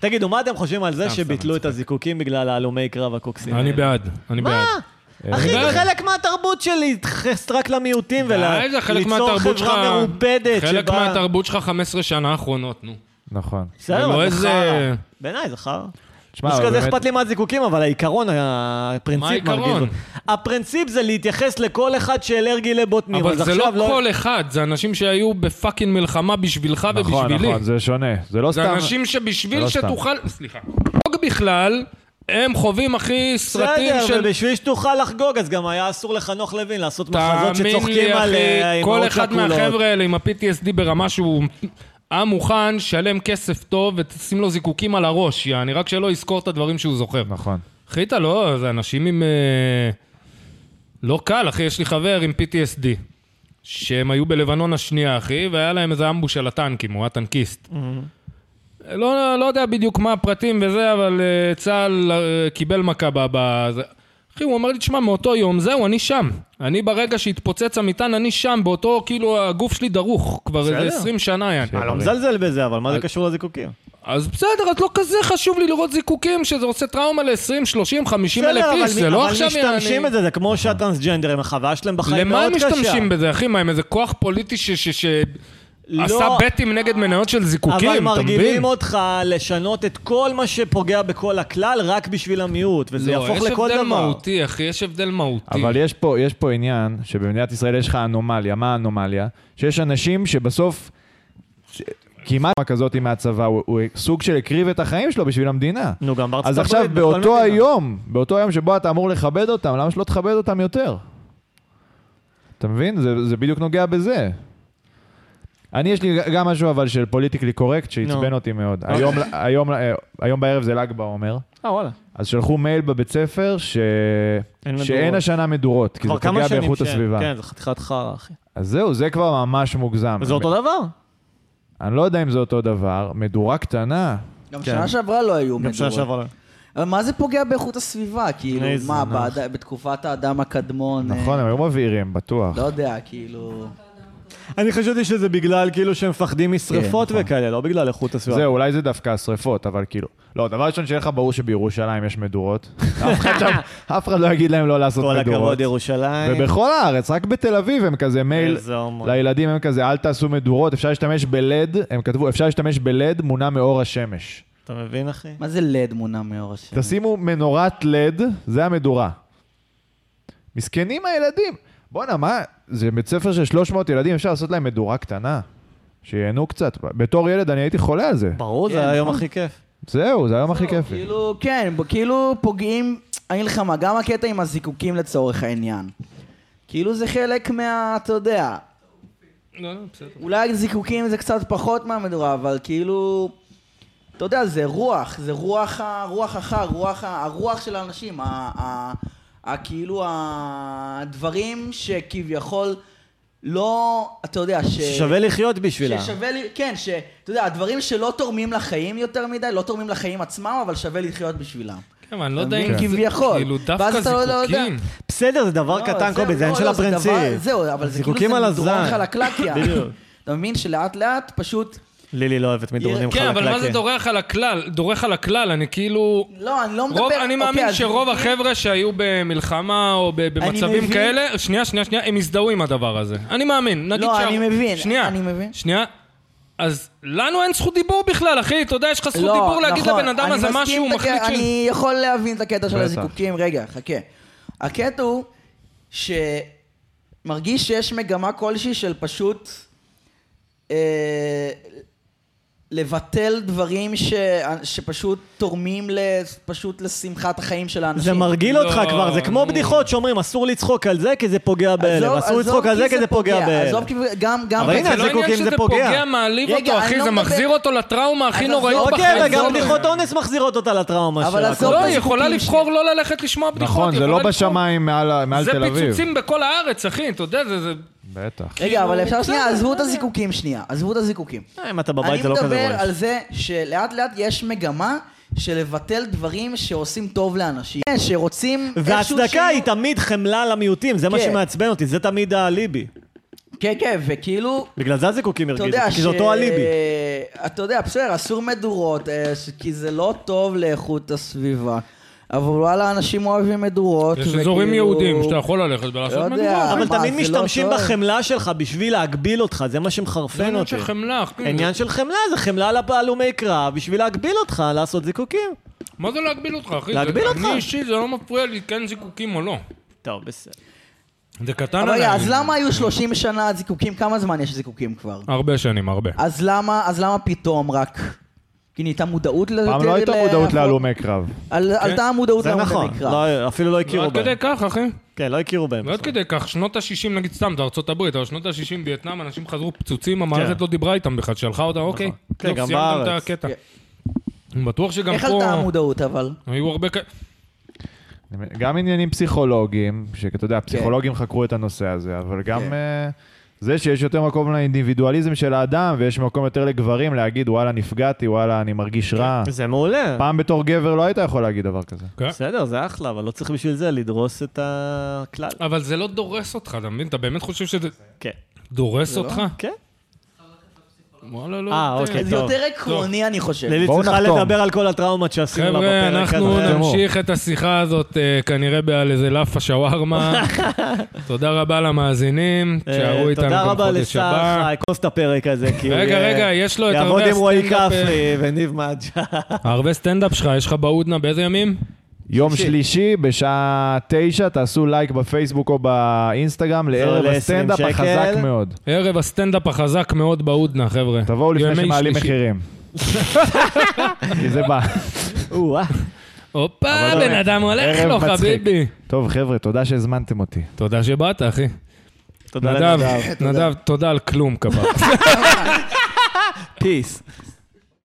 D: תגידו, מה אתם חושבים על זה
B: סתם,
D: שביטלו
B: סתם,
D: את הזיקוקים בגלל ההלומי קרב הקוקסים?
B: אני
D: האלה?
B: בעד, אני בעד.
D: מה? אחי,
B: בעד.
D: זה חלק מהתרבות שלי, להתייחס רק למיעוטים
B: די, אה, זה חלק
D: וליצור
B: מהתרבות שלך...
D: חברה מרובדת שבה...
B: חלק מהתרבות שלך 15 שנה האחרונות, נו.
C: נכון.
D: בסדר,
B: לא
D: אבל זה
B: איזה-
D: חרא. בעיניי זה חרא.
C: תשמע,
D: לא
C: אבל
D: שכזה
C: באמת-
D: אכפת לי מהזיקוקים, אבל העיקרון, הפרינציפ
B: מה העיקרון?
D: מרגיז אותי. הפרינציפ זה להתייחס לכל אחד שאלרגי לבוטנים.
B: אבל
D: אז
B: זה לא
D: עכשיו
B: כל אחד, זה אנשים שהיו בפאקינג מלחמה בשבילך
C: נכון,
B: ובשבילי.
C: נכון, זה שונה. זה לא
B: זה
C: סתם...
B: אנשים שבשביל
C: לא סתם.
B: שתוכל... סליחה. חוג בכלל, הם חווים הכי סרטים
D: בסדר,
B: של...
D: ובשביל שתוכל לחגוג, אז גם היה אסור לחנוך לוין לעשות מחזות
B: תאמין לי,
D: שצוחקים על
B: אחי,
D: אה,
B: כל
D: אמהות
B: אחד
D: שכולות.
B: מהחבר'ה האלה עם ה-PTSD ברמה שהוא... עם מוכן, שלם כסף טוב ותשים לו זיקוקים על הראש, יעני, רק שלא יזכור את הדברים שהוא זוכר.
C: נכון.
B: אחי, אתה לא, זה אנשים עם... אה, לא קל, אחי, יש לי חבר עם PTSD, שהם היו בלבנון השנייה, אחי, והיה להם איזה אמבוש על הטנקים, הוא היה טנקיסט. לא, לא יודע בדיוק מה הפרטים וזה, אבל אה, צה"ל אה, קיבל מכה ב... ב- זה- אחי, הוא אומר לי, תשמע, מאותו יום, זהו, אני שם. אני ברגע שהתפוצץ המטען, אני שם, באותו, כאילו, הגוף שלי דרוך כבר איזה
D: בסדר.
B: 20 שנה, יעני.
D: אני לא מזלזל בזה, אבל מה זה קשור לזיקוקים?
B: אז בסדר, אז לא כזה חשוב לי לראות זיקוקים, שזה עושה טראומה ל-20, 30, 50 אלף
D: בסדר,
B: איש,
D: אבל מי-
B: זה לא עכשיו...
D: אבל משתמשים
B: יעני- אה.
D: בזה, זה כמו שהטרנסג'נדרים, החוויה שלהם בחיים
B: למה
D: מאוד
B: הם
D: קשה.
B: משתמשים בזה, אחי? מה, הם איזה כוח פוליטי ש... ש... ש...
D: לא.
B: עשה בטים נגד מניות של זיקוקים,
D: אבל
B: אתה
D: מרגילים
B: מבין?
D: אותך לשנות את כל מה שפוגע בכל הכלל, רק בשביל המיעוט, וזה יהפוך לכל
B: לא, יש הבדל
D: דבר.
B: מהותי, אחי, יש הבדל מהותי.
C: אבל יש פה, יש פה עניין שבמדינת ישראל יש לך אנומליה. מה האנומליה? שיש אנשים שבסוף, ש- כמעט כזאת מהצבא, הוא, הוא סוג של הקריב את החיים שלו בשביל המדינה.
D: נו, גם בארצות
C: אז
D: הברית.
C: עכשיו,
D: בכל
C: באותו
D: מדינה.
C: היום, באותו היום שבו אתה אמור לכבד אותם, למה שלא תכבד אותם יותר? אתה מבין? זה, זה בדיוק נוגע בזה. אני, יש לי גם משהו אבל של פוליטיקלי קורקט שעצבן
D: נו.
C: אותי מאוד. היום, היום, אה, היום בערב זה ל"ג בעומר.
D: אה, וואלה.
C: אז שלחו מייל בבית ספר ש...
D: אין
C: שאין
D: מדורות.
C: השנה מדורות, כי זה
D: כבר כמה
C: פוגע
D: שנים
C: באיכות
D: שאין.
C: הסביבה.
D: כן, זה חתיכת חרא, אחי.
C: אז זהו, זה כבר ממש מוגזם.
D: זה אותו דבר.
C: אני לא יודע אם זה אותו דבר, מדורה קטנה.
A: גם
D: כן.
A: שנה שעברה לא היו
D: גם שנה
A: מדורות.
D: שעברה.
A: אבל מה זה פוגע באיכות הסביבה? כאילו,
D: איזה
A: מה,
D: נח.
A: בעד- בתקופת האדם הקדמון? אה,
C: נכון, הם היו מבהירים, בטוח.
A: לא יודע, כאילו...
D: אני חשבתי שזה בגלל כאילו שהם מפחדים משרפות וכאלה, לא בגלל איכות הסביבה.
C: כן, נכון. זהו, אולי זה דווקא השריפות, אבל כאילו... לא, דבר ראשון שיהיה לך ברור שבירושלים יש מדורות. אף אחד שם- אף אחד לא יגיד להם לא לעשות
D: כל
C: מדורות.
D: הכבוד ירושלים.
C: ובכל הארץ, רק בתל אביב הם כזה מייל
D: איזה הומור.
C: לילדים, הם כזה, אל תעשו מדורות, אפשר להשתמש בלד, הם כתבו, אפשר להשתמש בלד מונע מאור השמש.
D: אתה מבין, אחי?
A: מה זה לד מונע מאור השם?
C: תשימו מנורת לד, זה המדורה. מסכנים הילדים. בואנה, מה, זה בית ספר של 300 ילדים, אפשר לעשות להם מדורה קטנה? שיהנו קצת. בתור ילד אני הייתי חולה על זה.
D: ברור,
A: כן,
D: זה היום
A: נכון.
D: הכי כיף.
C: זהו, זה היום הכי כיפי.
A: כאילו, כן, ב- כאילו פוגעים... אני אגיד לך מה, גם הקטע עם הזיקוקים לצורך העניין. כאילו זה חלק מה... אתה יודע.
B: לא, לא, בסדר.
A: אולי זיקוקים זה קצת פחות מהמדורה, אבל כאילו... אתה יודע, זה רוח, זה רוח, ה- רוח אחר, רוח, ה- הרוח של האנשים, ה, ה, ה, כאילו הדברים שכביכול לא, אתה יודע, ש...
D: ששווה לחיות בשבילה.
A: ששווה לי, כן, ש... אתה יודע, הדברים שלא תורמים לחיים יותר מדי, לא תורמים לחיים עצמם, אבל שווה לחיות בשבילם.
B: כן, אבל אני לא יודע
A: אתה
B: אם זה
A: מבין? כביכול.
B: כאילו
A: ואז
B: דווקא
A: אתה לא- לא יודע.
B: זיקוקים.
D: בסדר, זה דבר
A: לא,
D: קטן,
A: זהו,
D: קובי, זה
A: לא,
D: עניין של
A: לא, זה דבר-
D: הפרינציפ.
A: זהו, אבל זה כאילו
D: זיקוקים על
A: זה מדורון
D: הזין.
A: חלקלקיה.
D: בדיוק.
A: אתה מבין שלאט לאט פשוט...
D: לילי לא אוהבת מדורנים
B: כן,
D: חלקלקים.
B: אבל מה זה דורך על הכלל? דורך על הכלל, אני כאילו...
A: לא, אני לא מדבר...
B: רוב, אני
A: אוקיי,
B: מאמין
A: אז-
B: שרוב החבר'ה שהיו במלחמה או ב- במצבים
A: מבין.
B: כאלה, שנייה, שנייה, שנייה, הם הזדהו עם הדבר הזה. אני מאמין. נגיד
A: לא,
B: שה-
A: אני מבין,
B: שנייה,
A: אני מבין.
B: שנייה. אז לנו אין זכות דיבור בכלל, אחי, אתה יודע, יש לך זכות דיבור להגיד לבן אדם
A: לא, נכון, אני
B: הזה
A: מסכים
B: מה שהוא
A: את הקטע-
B: מחליט ש...
A: אני יכול להבין את הקטע של
C: בטח.
A: הזיקוקים, רגע, חכה. הקטע הוא שמרגיש שיש מגמה כלשהי של פשוט אה, לבטל דברים ש, שפשוט תורמים ל, פשוט לשמחת החיים של האנשים.
D: זה מרגיל
B: לא,
D: אותך כבר, זה כמו
B: נו.
D: בדיחות שאומרים, אסור לצחוק על זה כי זה פוגע
A: עזוב-
D: באלה, ואסור
A: עזוב
D: לצחוק על
A: כי
D: זה כי זה פוגע באלה.
A: עזוב, כי גם... גם
D: אבל הנה,
B: זה לא
D: הזיקוקים
B: עניין
D: זה
B: שזה
D: פוגע.
B: פוגע, מעליב
A: רגע,
B: אותו,
A: אני
B: אחי,
A: לא
B: זה
A: מדבר-
B: מחזיר אותו לטראומה הכי
A: אז עזוב-
B: נוראית
A: אוקיי,
B: בחיים. לא
D: אוקיי, וגם
B: עזוב
D: בדיחות
B: אותי.
D: אונס מחזירות אותה לטראומה
A: אבל
D: שלה.
A: עזוב
B: לא,
A: את
B: היא יכולה
A: הזיקוקים
B: לבחור לא ללכת לשמוע בדיחות.
C: נכון,
B: היא
C: זה לא
B: יכולה לבחור.
C: בשמיים מעל ה- מעל תל
B: זה
C: אביב.
B: פיצוצים בכל הארץ, אחי, אתה יודע, זה... זה-
C: בטח.
B: כאילו,
A: רגע, אבל אפשר שנייה,
B: לא
A: עזבו את הזיקוקים שנייה. עזבו את הזיקוקים.
D: אה, אם אתה בבית זה לא כזה
A: אני
D: רואה.
A: מדבר על זה שלאט לאט יש מגמה של לבטל דברים שעושים טוב לאנשים. כן, שרוצים איזשהו
D: וההצדקה
A: שינוי.
D: היא תמיד חמלה למיעוטים, זה מה
A: כן.
D: שמעצבן אותי, זה תמיד האליבי.
A: כן, כן, וכאילו...
D: בגלל זה הזיקוקים
A: אתה
D: הרגיזו,
A: יודע אה,
D: כי זה אותו אליבי.
A: אתה יודע, בסדר, אסור מדורות, אה, ש- כי זה לא טוב לאיכות הסביבה. אבל וואלה, אנשים אוהבים מדורות.
B: יש אזורים
A: וכאילו-
B: יהודים שאתה יכול ללכת ולעשות
A: לא יודע,
B: מדורות.
D: אבל
A: מה,
D: תמיד
A: זה לא
D: משתמשים
A: טוב.
D: בחמלה שלך בשביל להגביל אותך, זה מה
B: זה
D: שמחרפן
B: עניין
D: אותי.
B: של חמלה. אחי.
D: עניין של חמלה זה חמלה על הלומי קרב בשביל להגביל אותך לעשות זיקוקים.
B: מה זה להגביל אותך, אחי?
D: להגביל
B: זה-
D: אותך.
B: אני אישית, זה לא מפריע לי, כן זיקוקים או לא.
D: טוב, בסדר.
B: זה קטן
A: אבל
B: עליי.
A: רגע, אז למה היו 30 שנה זיקוקים? כמה זמן יש זיקוקים כבר?
B: הרבה שנים, הרבה.
D: אה,
A: אז למה, אז למה פתאום רק? כי נהייתה מודעות ל...
C: פעם לא הייתה
A: ל-
C: מודעות להלומי קרב.
A: על-
B: כן.
A: עלתה המודעות
D: זה
A: להלומי
D: נכון,
A: קרב.
D: לא- אפילו לא
B: לא
D: הכירו
B: עד כדי
D: בהם.
B: כך, אחי.
D: כן, לא הכירו בהם.
B: לא עד
D: בכלל.
B: כדי כך. שנות ה-60, נגיד סתם, זה ארצות הברית, אבל שנות ה-60 וייטנאם, אנשים חזרו פצוצים, המערכת
D: כן.
B: לא דיברה איתם בכלל, שלחה אותם, אוקיי.
D: כן,
B: טוב,
D: גם
B: סיימתם
D: בארץ. כן.
B: את הקטע. אני בטוח שגם
A: איך עלתה
B: פה
A: המודעות אבל?
B: היו הרבה כאלה.
C: גם עניינים פסיכולוגיים, שאתה יודע, פסיכולוגים חקרו את הנושא הזה, אבל גם
A: כן.
C: אה, זה שיש יותר מקום לאינדיבידואליזם של האדם, ויש מקום יותר לגברים להגיד, וואלה, נפגעתי, וואלה, אני מרגיש רע.
D: זה מעולה.
B: אה?
C: פעם בתור גבר לא היית יכול להגיד דבר כזה.
D: בסדר, זה אחלה, אבל לא צריך בשביל זה לדרוס את הכלל.
B: אבל זה לא דורס אותך, אתה מבין? אתה באמת חושב שזה
D: כן.
B: דורס אותך?
D: כן.
B: וואלה, לא.
D: אה,
B: יודע.
D: אוקיי.
A: זה
D: טוב.
A: יותר עקרוני, אני חושב.
D: לילי
C: בואו
D: צריכה
C: נחתום.
D: לדבר על כל הטראומות שעשינו לה
B: חבר'ה,
D: בפרק
B: אנחנו
D: הזה.
B: נמשיך את השיחה הזאת אה, כנראה על איזה לאפה שווארמה. תודה רבה למאזינים,
D: אה,
B: תשארו איתנו
D: תודה
B: גם
D: רבה
B: חודש
D: לשר
B: הבא.
D: חי, כוס את הפרק הזה, כי הוא
B: רגע,
D: יהיה-
B: רגע, יש לו את
D: יעבוד
B: הרבה
D: עם רועי
B: הסטנדאפ, אה,
D: כפרי וניב מג'ה.
B: הרבה סטנדאפ שלך, יש לך בהודנה באיזה ימים?
C: יום שלישי בשעה תשע, תעשו לייק בפייסבוק או באינסטגרם לערב
D: עולה
C: הסטנדאפ
D: 20 שקל.
C: החזק מאוד.
B: ערב הסטנדאפ החזק מאוד בהודנה, חבר'ה.
C: תבואו לפני
B: ימי
C: שמעלים
B: שלישי.
C: מחירים. כי זה בא.
D: או-אה.
B: הופה,
C: אבל
B: בן
C: לא,
B: אדם הולך
C: ערב
B: לו,
C: מצחיק.
B: חביבי.
C: טוב, חבר'ה, תודה שהזמנתם אותי.
B: תודה שבאת, אחי.
D: תודה
B: נדב,
D: לנדב.
B: נדב, תודה על כלום כבר.
D: פיס.